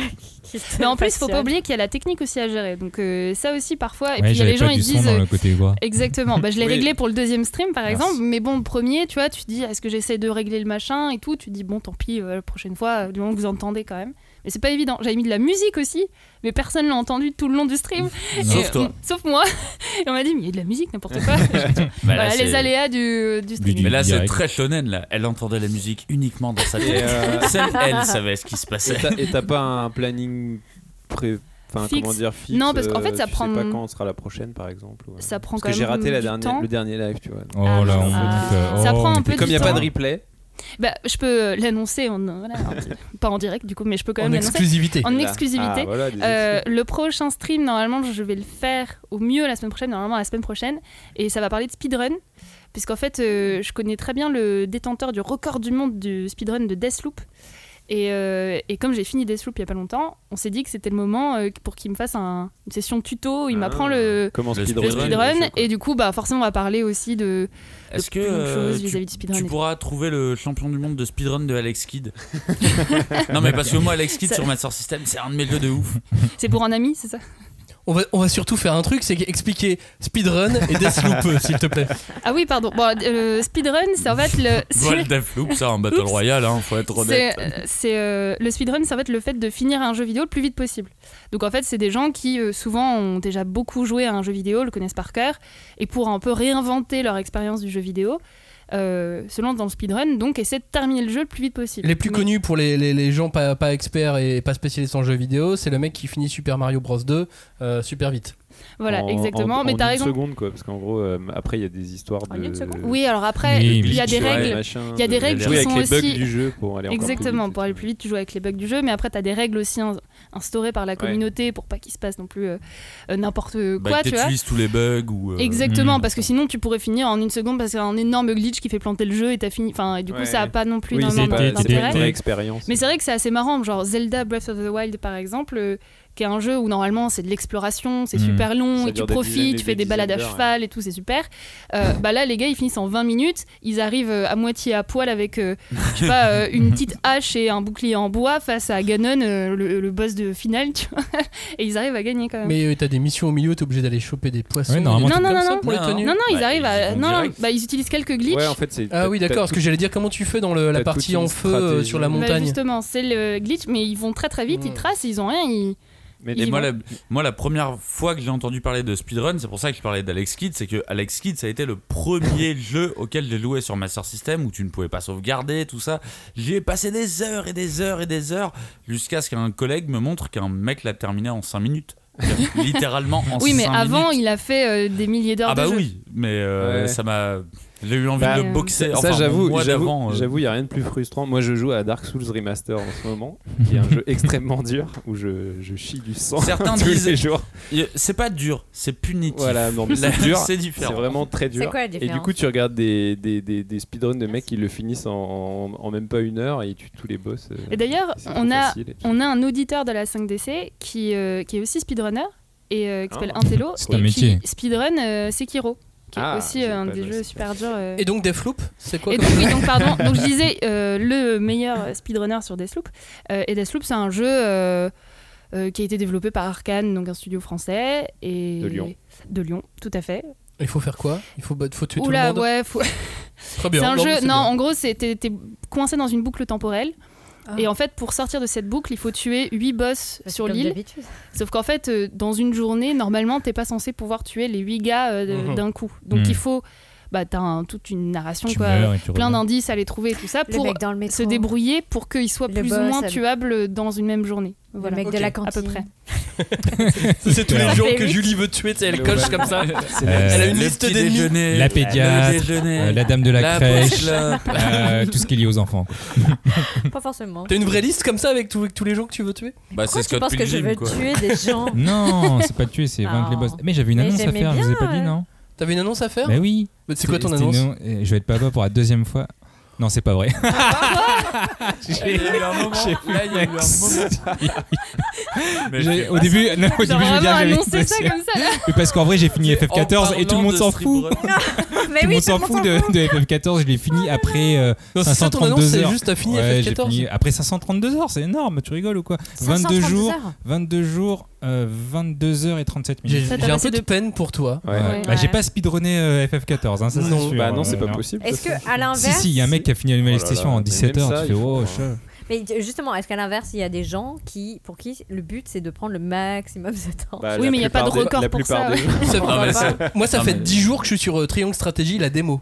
Speaker 4: qui te
Speaker 2: Mais en plus, faut pas
Speaker 4: passionne.
Speaker 2: oublier qu'il y a la technique aussi à gérer. Donc euh, ça aussi parfois. Et
Speaker 5: Ouais,
Speaker 2: puis il y a
Speaker 5: j'avais
Speaker 2: les gens
Speaker 5: pas
Speaker 2: ils
Speaker 5: du son
Speaker 2: disent. euh,
Speaker 5: dans le côté voix.
Speaker 2: Exactement. Bah, je l'ai
Speaker 6: Oui.
Speaker 2: réglé pour le deuxième stream, par
Speaker 5: Merci.
Speaker 2: exemple. Mais bon, le premier, tu vois, tu dis, est-ce que j'essaie de régler le machin et tout Tu dis, bon, tant pis, euh, la prochaine fois, euh, du moment que vous entendez quand même. Mais c'est pas évident. J'avais mis de la musique aussi, mais personne l'a entendu tout le long du stream.
Speaker 6: Sauf
Speaker 2: Et-
Speaker 6: toi.
Speaker 2: Sauf moi. Et on m'a dit, mais il y a de la musique, n'importe quoi.
Speaker 6: Bah, là,
Speaker 2: voilà, les
Speaker 6: c'est-
Speaker 2: aléas du, du stream.
Speaker 5: du-
Speaker 6: Mais là, c'est
Speaker 5: Direct.
Speaker 6: très shonen. Là, elle entendait la musique uniquement dans sa
Speaker 3: Et,
Speaker 6: tête.
Speaker 3: euh,
Speaker 6: Seule elle savait ce qui se
Speaker 3: et
Speaker 6: passait.
Speaker 3: t'as- et t'as pas un planning pré. Enfin,
Speaker 2: Fixe.
Speaker 3: comment dire fixe
Speaker 2: Non, parce qu'en fait,
Speaker 3: euh,
Speaker 2: ça
Speaker 3: tu
Speaker 2: prend-
Speaker 3: sais pas quand on sera la prochaine, par exemple. ou, euh,
Speaker 2: Ça prend
Speaker 3: Parce
Speaker 2: quand
Speaker 3: que
Speaker 2: même
Speaker 3: j'ai raté la
Speaker 2: du
Speaker 3: dernière,
Speaker 2: temps.
Speaker 3: le dernier live, tu vois.
Speaker 5: Oh
Speaker 2: Ah,
Speaker 5: là,
Speaker 2: ah.
Speaker 5: on vous dit que-
Speaker 2: Ça
Speaker 5: oh,
Speaker 2: prend un
Speaker 5: on
Speaker 2: peu
Speaker 5: était
Speaker 3: Comme il
Speaker 2: du
Speaker 3: n'y a pas de
Speaker 2: temps.
Speaker 3: replay,
Speaker 2: Bah, je peux l'annoncer, en- voilà, en- pas en direct du coup, mais je peux quand même
Speaker 1: en
Speaker 2: l'annoncer.
Speaker 1: exclusivité.
Speaker 2: En
Speaker 3: Là.
Speaker 2: exclusivité.
Speaker 3: Ah, voilà, des
Speaker 2: Euh,
Speaker 3: exclus.
Speaker 2: le prochain stream, normalement, je vais le faire au mieux la semaine prochaine, normalement la semaine prochaine, et ça va parler de speedrun, puisqu'en fait, euh, je connais très bien le détenteur du record du monde du speedrun de Deathloop. Et, euh, et comme j'ai fini Deathloop il y a pas longtemps, on s'est dit que c'était le moment euh, pour qu'il me fasse un- une session tuto où il
Speaker 3: Ah.
Speaker 2: m'apprend le,
Speaker 3: Comment
Speaker 6: le
Speaker 3: speedrun
Speaker 2: le
Speaker 6: speedrun,
Speaker 2: speedrun.
Speaker 6: bien sûr, quoi.
Speaker 2: Et du coup, bah, forcément, on va parler aussi de,
Speaker 6: Est-ce que
Speaker 2: plein de
Speaker 6: euh,
Speaker 2: choses
Speaker 6: tu-
Speaker 2: vis-à-vis du speedrun
Speaker 6: tu
Speaker 2: et tout.
Speaker 6: pourras trouver le champion du monde de speedrun de Alex Kidd Non, mais parce que moi, Alex Kidd
Speaker 2: Ça-
Speaker 6: sur Master System, c'est un de mes jeux de ouf.
Speaker 2: C'est pour un ami, c'est ça
Speaker 1: On va, on va surtout faire un truc, c'est expliquer speedrun et Deathloop, s'il te plaît.
Speaker 2: Ah oui, pardon. Bon, euh, speedrun, c'est en fait le.
Speaker 6: Voilà Deathloop, ça, en Battle
Speaker 2: Oups.
Speaker 6: Royale, hein, faut être honnête.
Speaker 2: C'est, euh, c'est, euh, le speedrun, c'est en fait le fait de finir un jeu vidéo le plus vite possible. Donc en fait, c'est des gens qui euh, souvent ont déjà beaucoup joué à un jeu vidéo, le connaissent par cœur, et pour un peu réinventer leur expérience du jeu vidéo, euh, se lancent dans le speedrun, donc essaient de terminer le jeu le plus vite possible.
Speaker 1: Les plus
Speaker 2: Mais-
Speaker 1: connus pour les, les- les gens pas, pas experts et pas spécialistes en jeux vidéo, c'est le mec qui finit Super Mario Bros 2 euh, super vite.
Speaker 2: Voilà,
Speaker 3: en-
Speaker 2: exactement.
Speaker 3: en-
Speaker 2: mais
Speaker 3: en
Speaker 2: t'as
Speaker 3: une
Speaker 2: raison.
Speaker 3: seconde, quoi, parce qu'en gros, euh, après, il y a des histoires de.
Speaker 2: Oui, alors après,
Speaker 5: Oui,
Speaker 2: il y a
Speaker 5: mais-
Speaker 2: des
Speaker 6: Ouais.
Speaker 2: règles.
Speaker 3: machin,
Speaker 2: il y a des
Speaker 3: de-
Speaker 2: règles
Speaker 3: jouer
Speaker 2: qui
Speaker 3: avec
Speaker 2: sont
Speaker 3: les bugs
Speaker 2: aussi-
Speaker 3: du jeu pour aller encore plus
Speaker 2: Exactement,
Speaker 3: vite,
Speaker 2: pour aller plus vite, tu joues avec les bugs du jeu, mais après, tu as des règles aussi ins- instaurées par la communauté pour pas qu'il se passe non plus euh, euh, n'importe
Speaker 6: Bah,
Speaker 2: quoi, tu
Speaker 6: que
Speaker 2: vois.
Speaker 6: t'utilises tous les bugs ou. euh,
Speaker 2: Exactement,
Speaker 5: Mm.
Speaker 2: parce que sinon, tu pourrais finir en une seconde parce qu'il y a un énorme glitch qui fait planter le jeu et t'as fini. Enfin, et du coup,
Speaker 3: Ouais.
Speaker 2: ça a pas non plus
Speaker 3: Oui, c'est
Speaker 2: énormément
Speaker 3: pas- c'est
Speaker 5: t'es-
Speaker 3: pas une
Speaker 2: d'intérêt.
Speaker 3: vraie expérience.
Speaker 2: Mais c'est vrai que c'est assez marrant, genre Zelda Breath of the Wild par exemple, euh, qui est un jeu où normalement c'est de l'exploration, c'est
Speaker 5: Mm.
Speaker 2: super long,
Speaker 3: Ça
Speaker 2: et tu
Speaker 3: dure des dizaines
Speaker 2: profites,
Speaker 3: et
Speaker 2: tu fais
Speaker 3: des
Speaker 2: des balades à
Speaker 3: dizaines d'heures,
Speaker 2: cheval et tout, c'est super. Euh, bah là, les gars, ils finissent en 20 minutes, ils arrivent euh, à moitié à poil avec, euh, je sais pas, euh, une petite hache et un bouclier en bois face à Ganon, euh, le, le boss de finale, tu vois, et ils arrivent à gagner quand même.
Speaker 1: Mais euh, t'as des missions au milieu, t'es obligé d'aller choper des poissons.
Speaker 5: Ouais, normalement,
Speaker 1: des trucs
Speaker 2: Non, non,
Speaker 1: comme
Speaker 2: non,
Speaker 1: ça
Speaker 2: non.
Speaker 1: pour les
Speaker 6: Non,
Speaker 1: tenues.
Speaker 2: Non, non, ils
Speaker 6: Bah,
Speaker 2: arrivent
Speaker 6: ils
Speaker 2: à.
Speaker 6: vont
Speaker 2: Non, non,
Speaker 6: direct.
Speaker 2: bah, ils utilisent quelques glitches.
Speaker 3: Ouais, en fait, c'est.
Speaker 1: Ah oui, d'accord, parce que j'allais dire comment tu fais dans le- la
Speaker 3: t'as
Speaker 1: partie
Speaker 3: toute
Speaker 1: en
Speaker 3: une
Speaker 1: feu euh,
Speaker 3: stratégie.
Speaker 1: sur la
Speaker 3: Bah,
Speaker 2: Bah,
Speaker 1: montagne.
Speaker 2: justement, c'est le glitch, mais ils vont très très vite, ils
Speaker 1: Mm.
Speaker 2: tracent, ils ont rien, ils.
Speaker 3: Mais
Speaker 6: Et
Speaker 2: Ils
Speaker 6: moi
Speaker 2: vont.
Speaker 6: la, moi, la première fois que j'ai entendu parler de speedrun, c'est pour ça que je parlais d'Alex Kidd, c'est que Alex Kidd, ça a été le premier jeu auquel j'ai loué sur Master System où tu ne pouvais pas sauvegarder, tout ça. J'y ai passé des heures et des heures et des heures jusqu'à ce qu'un collègue me montre qu'un mec l'a terminé en 5 minutes. C'est-à-dire, Littéralement en 5 minutes.
Speaker 2: Oui, mais avant, il a fait euh, des milliers d'heures
Speaker 6: Ah bah
Speaker 2: de jeu.
Speaker 6: oui, mais euh,
Speaker 3: Ouais.
Speaker 6: ça m'a. J'ai eu envie
Speaker 3: Bah,
Speaker 6: de le boxer.
Speaker 3: ça,
Speaker 6: Enfin,
Speaker 3: j'avoue,
Speaker 6: moi d'avant.
Speaker 3: j'avoue,
Speaker 6: euh,
Speaker 3: j'avoue, il n'y a rien de plus frustrant. Moi, je joue à Dark Souls Remaster en ce moment, qui est un jeu extrêmement dur où je, je chie du sang
Speaker 6: Certains
Speaker 3: tous
Speaker 6: disent-
Speaker 3: les jours.
Speaker 6: y- C'est pas dur, c'est punitif.
Speaker 3: Voilà, non, mais
Speaker 6: Là,
Speaker 3: c'est dur.
Speaker 6: c'est
Speaker 3: C'est
Speaker 6: différent.
Speaker 3: vraiment très dur.
Speaker 4: C'est quoi la
Speaker 3: et
Speaker 4: différence
Speaker 3: du coup, tu regardes des, des, des, des speedruns de mecs qui le finissent en, en, en même pas une heure et ils tuent tous les boss. euh,
Speaker 2: Et d'ailleurs,
Speaker 3: c'est trop
Speaker 2: on a,
Speaker 3: facile et tout.
Speaker 2: on a un auditeur de la 5DC qui, euh, qui est aussi speedrunner et euh, qui s'appelle
Speaker 3: Ah.
Speaker 2: Antelo
Speaker 5: C'est
Speaker 2: et
Speaker 5: un
Speaker 2: qui
Speaker 5: métier.
Speaker 2: speedrun euh, Sekiro, qui
Speaker 3: Ah,
Speaker 2: est aussi
Speaker 3: j'ai
Speaker 2: euh, un
Speaker 3: pas
Speaker 2: des
Speaker 3: joué à
Speaker 2: jeux
Speaker 3: Sekiro.
Speaker 2: super durs. euh.
Speaker 1: Et donc Deathloop, c'est quoi
Speaker 2: Et
Speaker 1: comme-
Speaker 2: donc, oui, donc, pardon, donc je disais euh, le meilleur speedrunner sur Deathloop. Euh, et Deathloop, c'est un jeu euh, euh, qui a été développé par Arkane, donc un studio français. Et
Speaker 3: De Lyon.
Speaker 2: De Lyon, tout à fait.
Speaker 1: Il faut faire quoi Il faut, bah, faut tuer tout le
Speaker 2: Oula,
Speaker 1: monde.
Speaker 2: ouais, faut-
Speaker 1: Très bien.
Speaker 2: c'est un
Speaker 1: Non,
Speaker 2: jeu.
Speaker 1: mais
Speaker 2: Non,
Speaker 1: c'est bien.
Speaker 2: en gros, c'est- t'es t'es coincé dans une boucle temporelle.
Speaker 4: Ah. Bah,
Speaker 2: Et en fait, pour sortir de cette boucle, il faut tuer 8 boss
Speaker 4: C'est
Speaker 2: sur
Speaker 4: comme
Speaker 2: l'île.
Speaker 4: d'habitude.
Speaker 2: Sauf qu'en fait, euh, dans une journée, normalement, t'es pas censé pouvoir tuer les 8 gars euh, de-
Speaker 1: Mhm.
Speaker 2: d'un coup. Donc
Speaker 5: Mhm.
Speaker 2: il faut. Bah, t'as un- toute une narration,
Speaker 5: Tu
Speaker 2: quoi.
Speaker 5: meurs et tu
Speaker 2: euh, plein
Speaker 5: reviens.
Speaker 2: d'indices à les trouver et tout ça
Speaker 4: Le
Speaker 2: pour
Speaker 4: mec dans le métro.
Speaker 2: se débrouiller pour qu'ils soient
Speaker 4: Le
Speaker 2: plus ou
Speaker 4: boss,
Speaker 2: moins
Speaker 4: elle-
Speaker 2: tuables dans une même journée.
Speaker 4: Le
Speaker 2: Voilà.
Speaker 4: mec
Speaker 1: Ok,
Speaker 4: de la
Speaker 1: à peu
Speaker 4: cantine.
Speaker 2: près.
Speaker 1: C'est tous les
Speaker 5: Ça
Speaker 1: jours
Speaker 4: fait
Speaker 1: que
Speaker 4: huit.
Speaker 1: Julie veut tuer, tu sais, elle
Speaker 3: Le
Speaker 1: coche
Speaker 3: bal.
Speaker 1: comme ça.
Speaker 5: Euh,
Speaker 1: Elle a une
Speaker 6: le
Speaker 1: liste
Speaker 6: petit
Speaker 1: d'ennemis.
Speaker 6: déjeuner,
Speaker 5: La
Speaker 6: le
Speaker 5: pédiatre,
Speaker 6: déjeuner,
Speaker 5: Euh, la dame de la, crèche,
Speaker 6: pochette,
Speaker 5: euh, tout ce qui est lié aux enfants.
Speaker 4: Pas forcément.
Speaker 1: T'as une vraie liste comme ça avec tous, tous les gens que tu veux tuer
Speaker 6: Bah,
Speaker 4: Pourquoi
Speaker 6: c'est
Speaker 4: tu
Speaker 6: Scott
Speaker 4: penses que je
Speaker 6: Pilgrim,
Speaker 4: veux
Speaker 6: quoi.
Speaker 4: tuer des gens
Speaker 5: Non, c'est pas tuer, c'est vaincre les
Speaker 2: Oh.
Speaker 5: boss. Mais j'avais une
Speaker 4: Mais
Speaker 5: annonce à
Speaker 4: j'aimais
Speaker 5: faire, je vous ai
Speaker 2: euh.
Speaker 4: bien,
Speaker 5: pas dit,
Speaker 4: ouais.
Speaker 5: non
Speaker 1: T'avais une annonce à faire
Speaker 5: Bah oui.
Speaker 1: Mais C'est quoi ton
Speaker 5: C'était une
Speaker 1: annonce
Speaker 5: annonce- euh, Je vais être papa pour la deuxième fois. Non, c'est pas vrai.
Speaker 6: Il y a eu un moment. Là, il y a eu un moment. Mais
Speaker 5: J'ai-
Speaker 6: c'est-
Speaker 5: au début, non, au
Speaker 2: Genre
Speaker 5: début, je veux
Speaker 2: vraiment
Speaker 5: dire, j'avais
Speaker 2: annoncer ça
Speaker 5: une
Speaker 2: comme ça là.
Speaker 5: Mais parce qu'en vrai, j'ai fini FF14 et tout le
Speaker 6: En
Speaker 5: monde s'en
Speaker 6: parlant de
Speaker 5: fout.
Speaker 6: Street
Speaker 4: Mais
Speaker 6: Bread,
Speaker 5: tout le
Speaker 4: Eh oui,
Speaker 5: monde s'en fout de, de FF14. Je l'ai fini après euh,
Speaker 1: Non, c'est ça ton annonce,
Speaker 5: 532
Speaker 1: c'est
Speaker 5: heures.
Speaker 1: juste t'as fini
Speaker 5: Ouais, j'ai
Speaker 1: FF14.
Speaker 5: fini après 532 heures. C'est énorme. Tu rigoles ou quoi 22 jours, 22 jours, euh, 22 heures et 37
Speaker 1: J'ai
Speaker 5: minutes.
Speaker 2: Ça t'a
Speaker 1: j'ai un
Speaker 2: passé
Speaker 1: peu de
Speaker 2: de-
Speaker 1: peine pour toi.
Speaker 3: Ouais.
Speaker 5: Ouais.
Speaker 2: Ouais.
Speaker 5: Bah, j'ai pas speedrunné euh, FF14, hein, ça c'est
Speaker 1: Non.
Speaker 5: sûr.
Speaker 3: Bah non,
Speaker 5: Euh,
Speaker 3: c'est pas possible.
Speaker 4: Est-ce
Speaker 3: ça.
Speaker 4: que à
Speaker 5: Si,
Speaker 4: l'inverse,
Speaker 5: si, il y a un mec qui a fini la nouvelle
Speaker 3: Oh là là,
Speaker 5: station en
Speaker 3: mais
Speaker 5: 17
Speaker 3: même
Speaker 5: heures.
Speaker 3: ça,
Speaker 5: tu fais,
Speaker 3: il faut
Speaker 5: oh,
Speaker 3: pas.
Speaker 5: chat.
Speaker 4: mais t- justement, est-ce qu'à l'inverse, il y a des gens qui, pour qui le but c'est de prendre le maximum de temps
Speaker 3: Bah,
Speaker 2: Oui,
Speaker 3: la
Speaker 2: mais y a pas de
Speaker 3: plupart des-
Speaker 2: record
Speaker 3: la
Speaker 2: pour
Speaker 3: plupart
Speaker 2: ça,
Speaker 3: des-
Speaker 1: Ça-
Speaker 6: Non, mais c'est-
Speaker 1: Moi, ça
Speaker 6: non,
Speaker 1: fait
Speaker 6: mais-
Speaker 1: 10 jours que je suis sur euh, Triangle Strategy, la démo.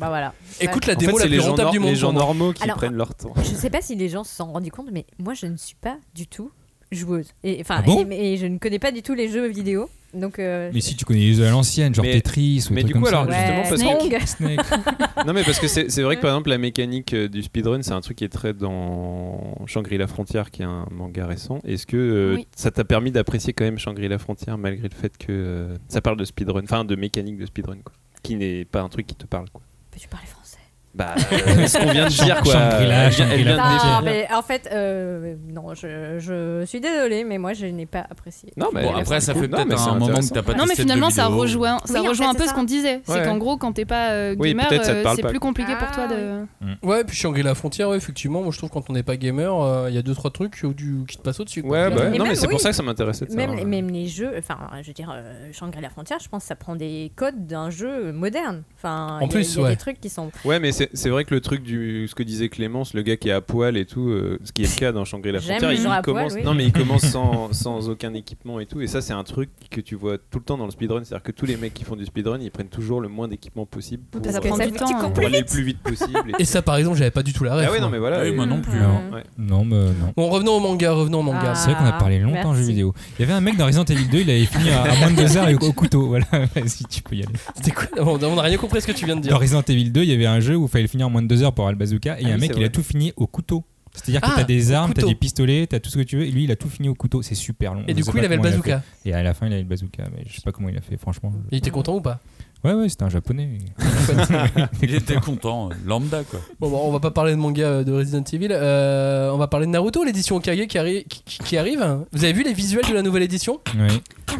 Speaker 4: Bah voilà.
Speaker 1: Écoute la
Speaker 3: En fait,
Speaker 1: démo
Speaker 3: c'est
Speaker 1: la
Speaker 3: les
Speaker 1: plus
Speaker 3: gens
Speaker 1: rentable
Speaker 3: nor-
Speaker 1: du monde.
Speaker 3: Les gens
Speaker 1: pour moi.
Speaker 3: normaux qui
Speaker 4: Alors-
Speaker 3: prennent leur temps.
Speaker 4: Je sais pas si les gens se sont rendus compte, mais moi je ne suis pas du tout joueuse. Et, enfin,
Speaker 5: Ah bon
Speaker 4: et, et je ne connais pas du tout les jeux vidéo. Donc, euh,
Speaker 5: Mais si tu connais les jeux à l'ancienne, genre
Speaker 3: Mais-
Speaker 5: Tetris ou des
Speaker 3: mais
Speaker 5: trucs
Speaker 3: du coup,
Speaker 5: comme ça.
Speaker 3: alors,
Speaker 5: genre
Speaker 3: justement,
Speaker 4: ouais,
Speaker 3: parce
Speaker 4: Snake.
Speaker 5: Snake.
Speaker 3: Non mais parce que c'est c'est vrai que par exemple la mécanique euh, du speedrun c'est un truc qui est très dans Shangri-La Frontière qui est un manga récent. Est-ce que euh,
Speaker 2: Oui.
Speaker 3: ça t'a permis d'apprécier quand même Shangri-La Frontière malgré le fait que euh, ça parle de speedrun, enfin de mécanique de speedrun quoi, qui n'est pas un truc qui te parle quoi.
Speaker 4: Peux-tu parler français
Speaker 3: Bah euh, ce qu'on vient de dire quoi.
Speaker 5: Shangri-La,
Speaker 3: Elle vient- elle vient de
Speaker 5: Shangri-La.
Speaker 3: définir.
Speaker 4: Ah, mais en fait, euh, non, je, je suis désolée, mais moi je n'ai pas apprécié.
Speaker 3: Non mais
Speaker 6: Bon, après, ça
Speaker 3: c'est
Speaker 6: fait
Speaker 3: cool. Non, mais
Speaker 6: peut-être
Speaker 3: c'est
Speaker 6: un moment que
Speaker 3: intéressant.
Speaker 6: t'as pas
Speaker 2: Non mais
Speaker 6: testé de
Speaker 2: finalement
Speaker 6: jeux
Speaker 2: ça
Speaker 6: vidéo.
Speaker 2: rejoint, ça
Speaker 4: Oui, en
Speaker 2: rejoint
Speaker 4: fait,
Speaker 2: un peu
Speaker 4: c'est
Speaker 2: ce
Speaker 4: ça.
Speaker 2: qu'on disait,
Speaker 3: Ouais.
Speaker 2: c'est qu'en gros quand t'es pas euh,
Speaker 3: Oui,
Speaker 2: gamer,
Speaker 3: peut-être ça te
Speaker 2: euh,
Speaker 3: parle
Speaker 2: c'est
Speaker 3: pas,
Speaker 2: plus compliqué pour
Speaker 4: Ah,
Speaker 2: toi de.
Speaker 1: Ouais, puis Shangri-La Frontière, ouais, effectivement, moi je trouve que quand on n'est pas gamer, euh, il y a 2-3 trucs où tu- qui te passent au-dessus. quoi.
Speaker 3: Ouais, bah,
Speaker 4: Et
Speaker 3: non mais
Speaker 4: même,
Speaker 3: c'est pour
Speaker 4: oui.
Speaker 3: ça que ça m'intéressait de
Speaker 4: Même,
Speaker 3: savoir. hein.
Speaker 4: même les jeux, enfin, je veux dire, euh, Shangri-La Frontière, je pense que ça prend des codes d'un jeu moderne.
Speaker 1: En
Speaker 4: Enfin, il y a-
Speaker 1: plus,
Speaker 4: il y a
Speaker 1: ouais.
Speaker 4: des trucs qui sont.
Speaker 3: Ouais, mais c'est c'est vrai que le truc du ce que disait Clémence, le gars qui est à poil et tout, euh, ce qui est le cas dans Shangri-La
Speaker 4: J'aime
Speaker 3: Frontière,
Speaker 4: les
Speaker 3: il
Speaker 4: gens à
Speaker 3: commence
Speaker 4: poil, oui.
Speaker 3: non mais il commence sans, sans aucun équipement et tout et ça c'est un truc que tu vois tout le temps dans le speedrun, c'est-à-dire que tous les mecs qui font du speedrun, ils prennent toujours le moins d'équipement possible pour,
Speaker 2: Parce
Speaker 3: euh,
Speaker 2: que
Speaker 3: pour
Speaker 2: ça
Speaker 4: fait
Speaker 2: prend du temps. hein.
Speaker 4: plus
Speaker 3: aller le plus vite possible. et-
Speaker 1: Et ça, par exemple, j'avais pas du tout la ref.
Speaker 3: ah ouais, non
Speaker 1: moi.
Speaker 3: mais voilà.
Speaker 6: hein. Oui,
Speaker 3: et-
Speaker 6: moi non plus.
Speaker 4: Euh,
Speaker 6: hein.
Speaker 3: Ouais.
Speaker 5: Non, mais non.
Speaker 1: Bon, revenons au manga, revenons au manga.
Speaker 4: Ah.
Speaker 5: C'est vrai qu'on a parlé longtemps en
Speaker 4: merci.
Speaker 5: jeux vidéo. Il y avait un mec dans Resident Evil 2, il avait fini à, à moins de 2 heures et au, au couteau. Voilà, vas-y, tu peux y aller.
Speaker 1: C'était quoi On on a rien compris à ce que tu viens de
Speaker 5: Dans
Speaker 1: dire.
Speaker 5: Resident Evil 2, il y avait un jeu où il fallait le finir en moins de 2 heures pour avoir le bazooka. Et il y a
Speaker 3: Ah
Speaker 5: un
Speaker 3: oui,
Speaker 5: mec,
Speaker 3: c'est
Speaker 5: il a
Speaker 3: vrai.
Speaker 5: tout fini au couteau. C'est-à-dire que
Speaker 1: Ah,
Speaker 5: t'as des armes, t'as
Speaker 1: couteau.
Speaker 5: des pistolets, t'as tout ce que tu veux. Et lui, il a tout fini au couteau. C'est super long.
Speaker 1: Et
Speaker 5: Je
Speaker 1: du
Speaker 5: sais
Speaker 1: coup,
Speaker 5: pas
Speaker 1: il avait le
Speaker 5: comment a
Speaker 1: bazooka.
Speaker 5: fait. Et à la fin, il avait le bazooka. Mais je sais pas comment il a fait, franchement.
Speaker 1: Il était content ou pas
Speaker 5: Ouais, ouais, c'était un japonais.
Speaker 6: Il était content, euh, lambda quoi.
Speaker 1: Bon, bon, on va pas parler de manga euh, de Resident Evil. euh, on va parler de Naruto, l'édition Okage qui, arri- qui- qui- qui arrive. Vous avez vu les visuels de la nouvelle édition
Speaker 5: Ouais.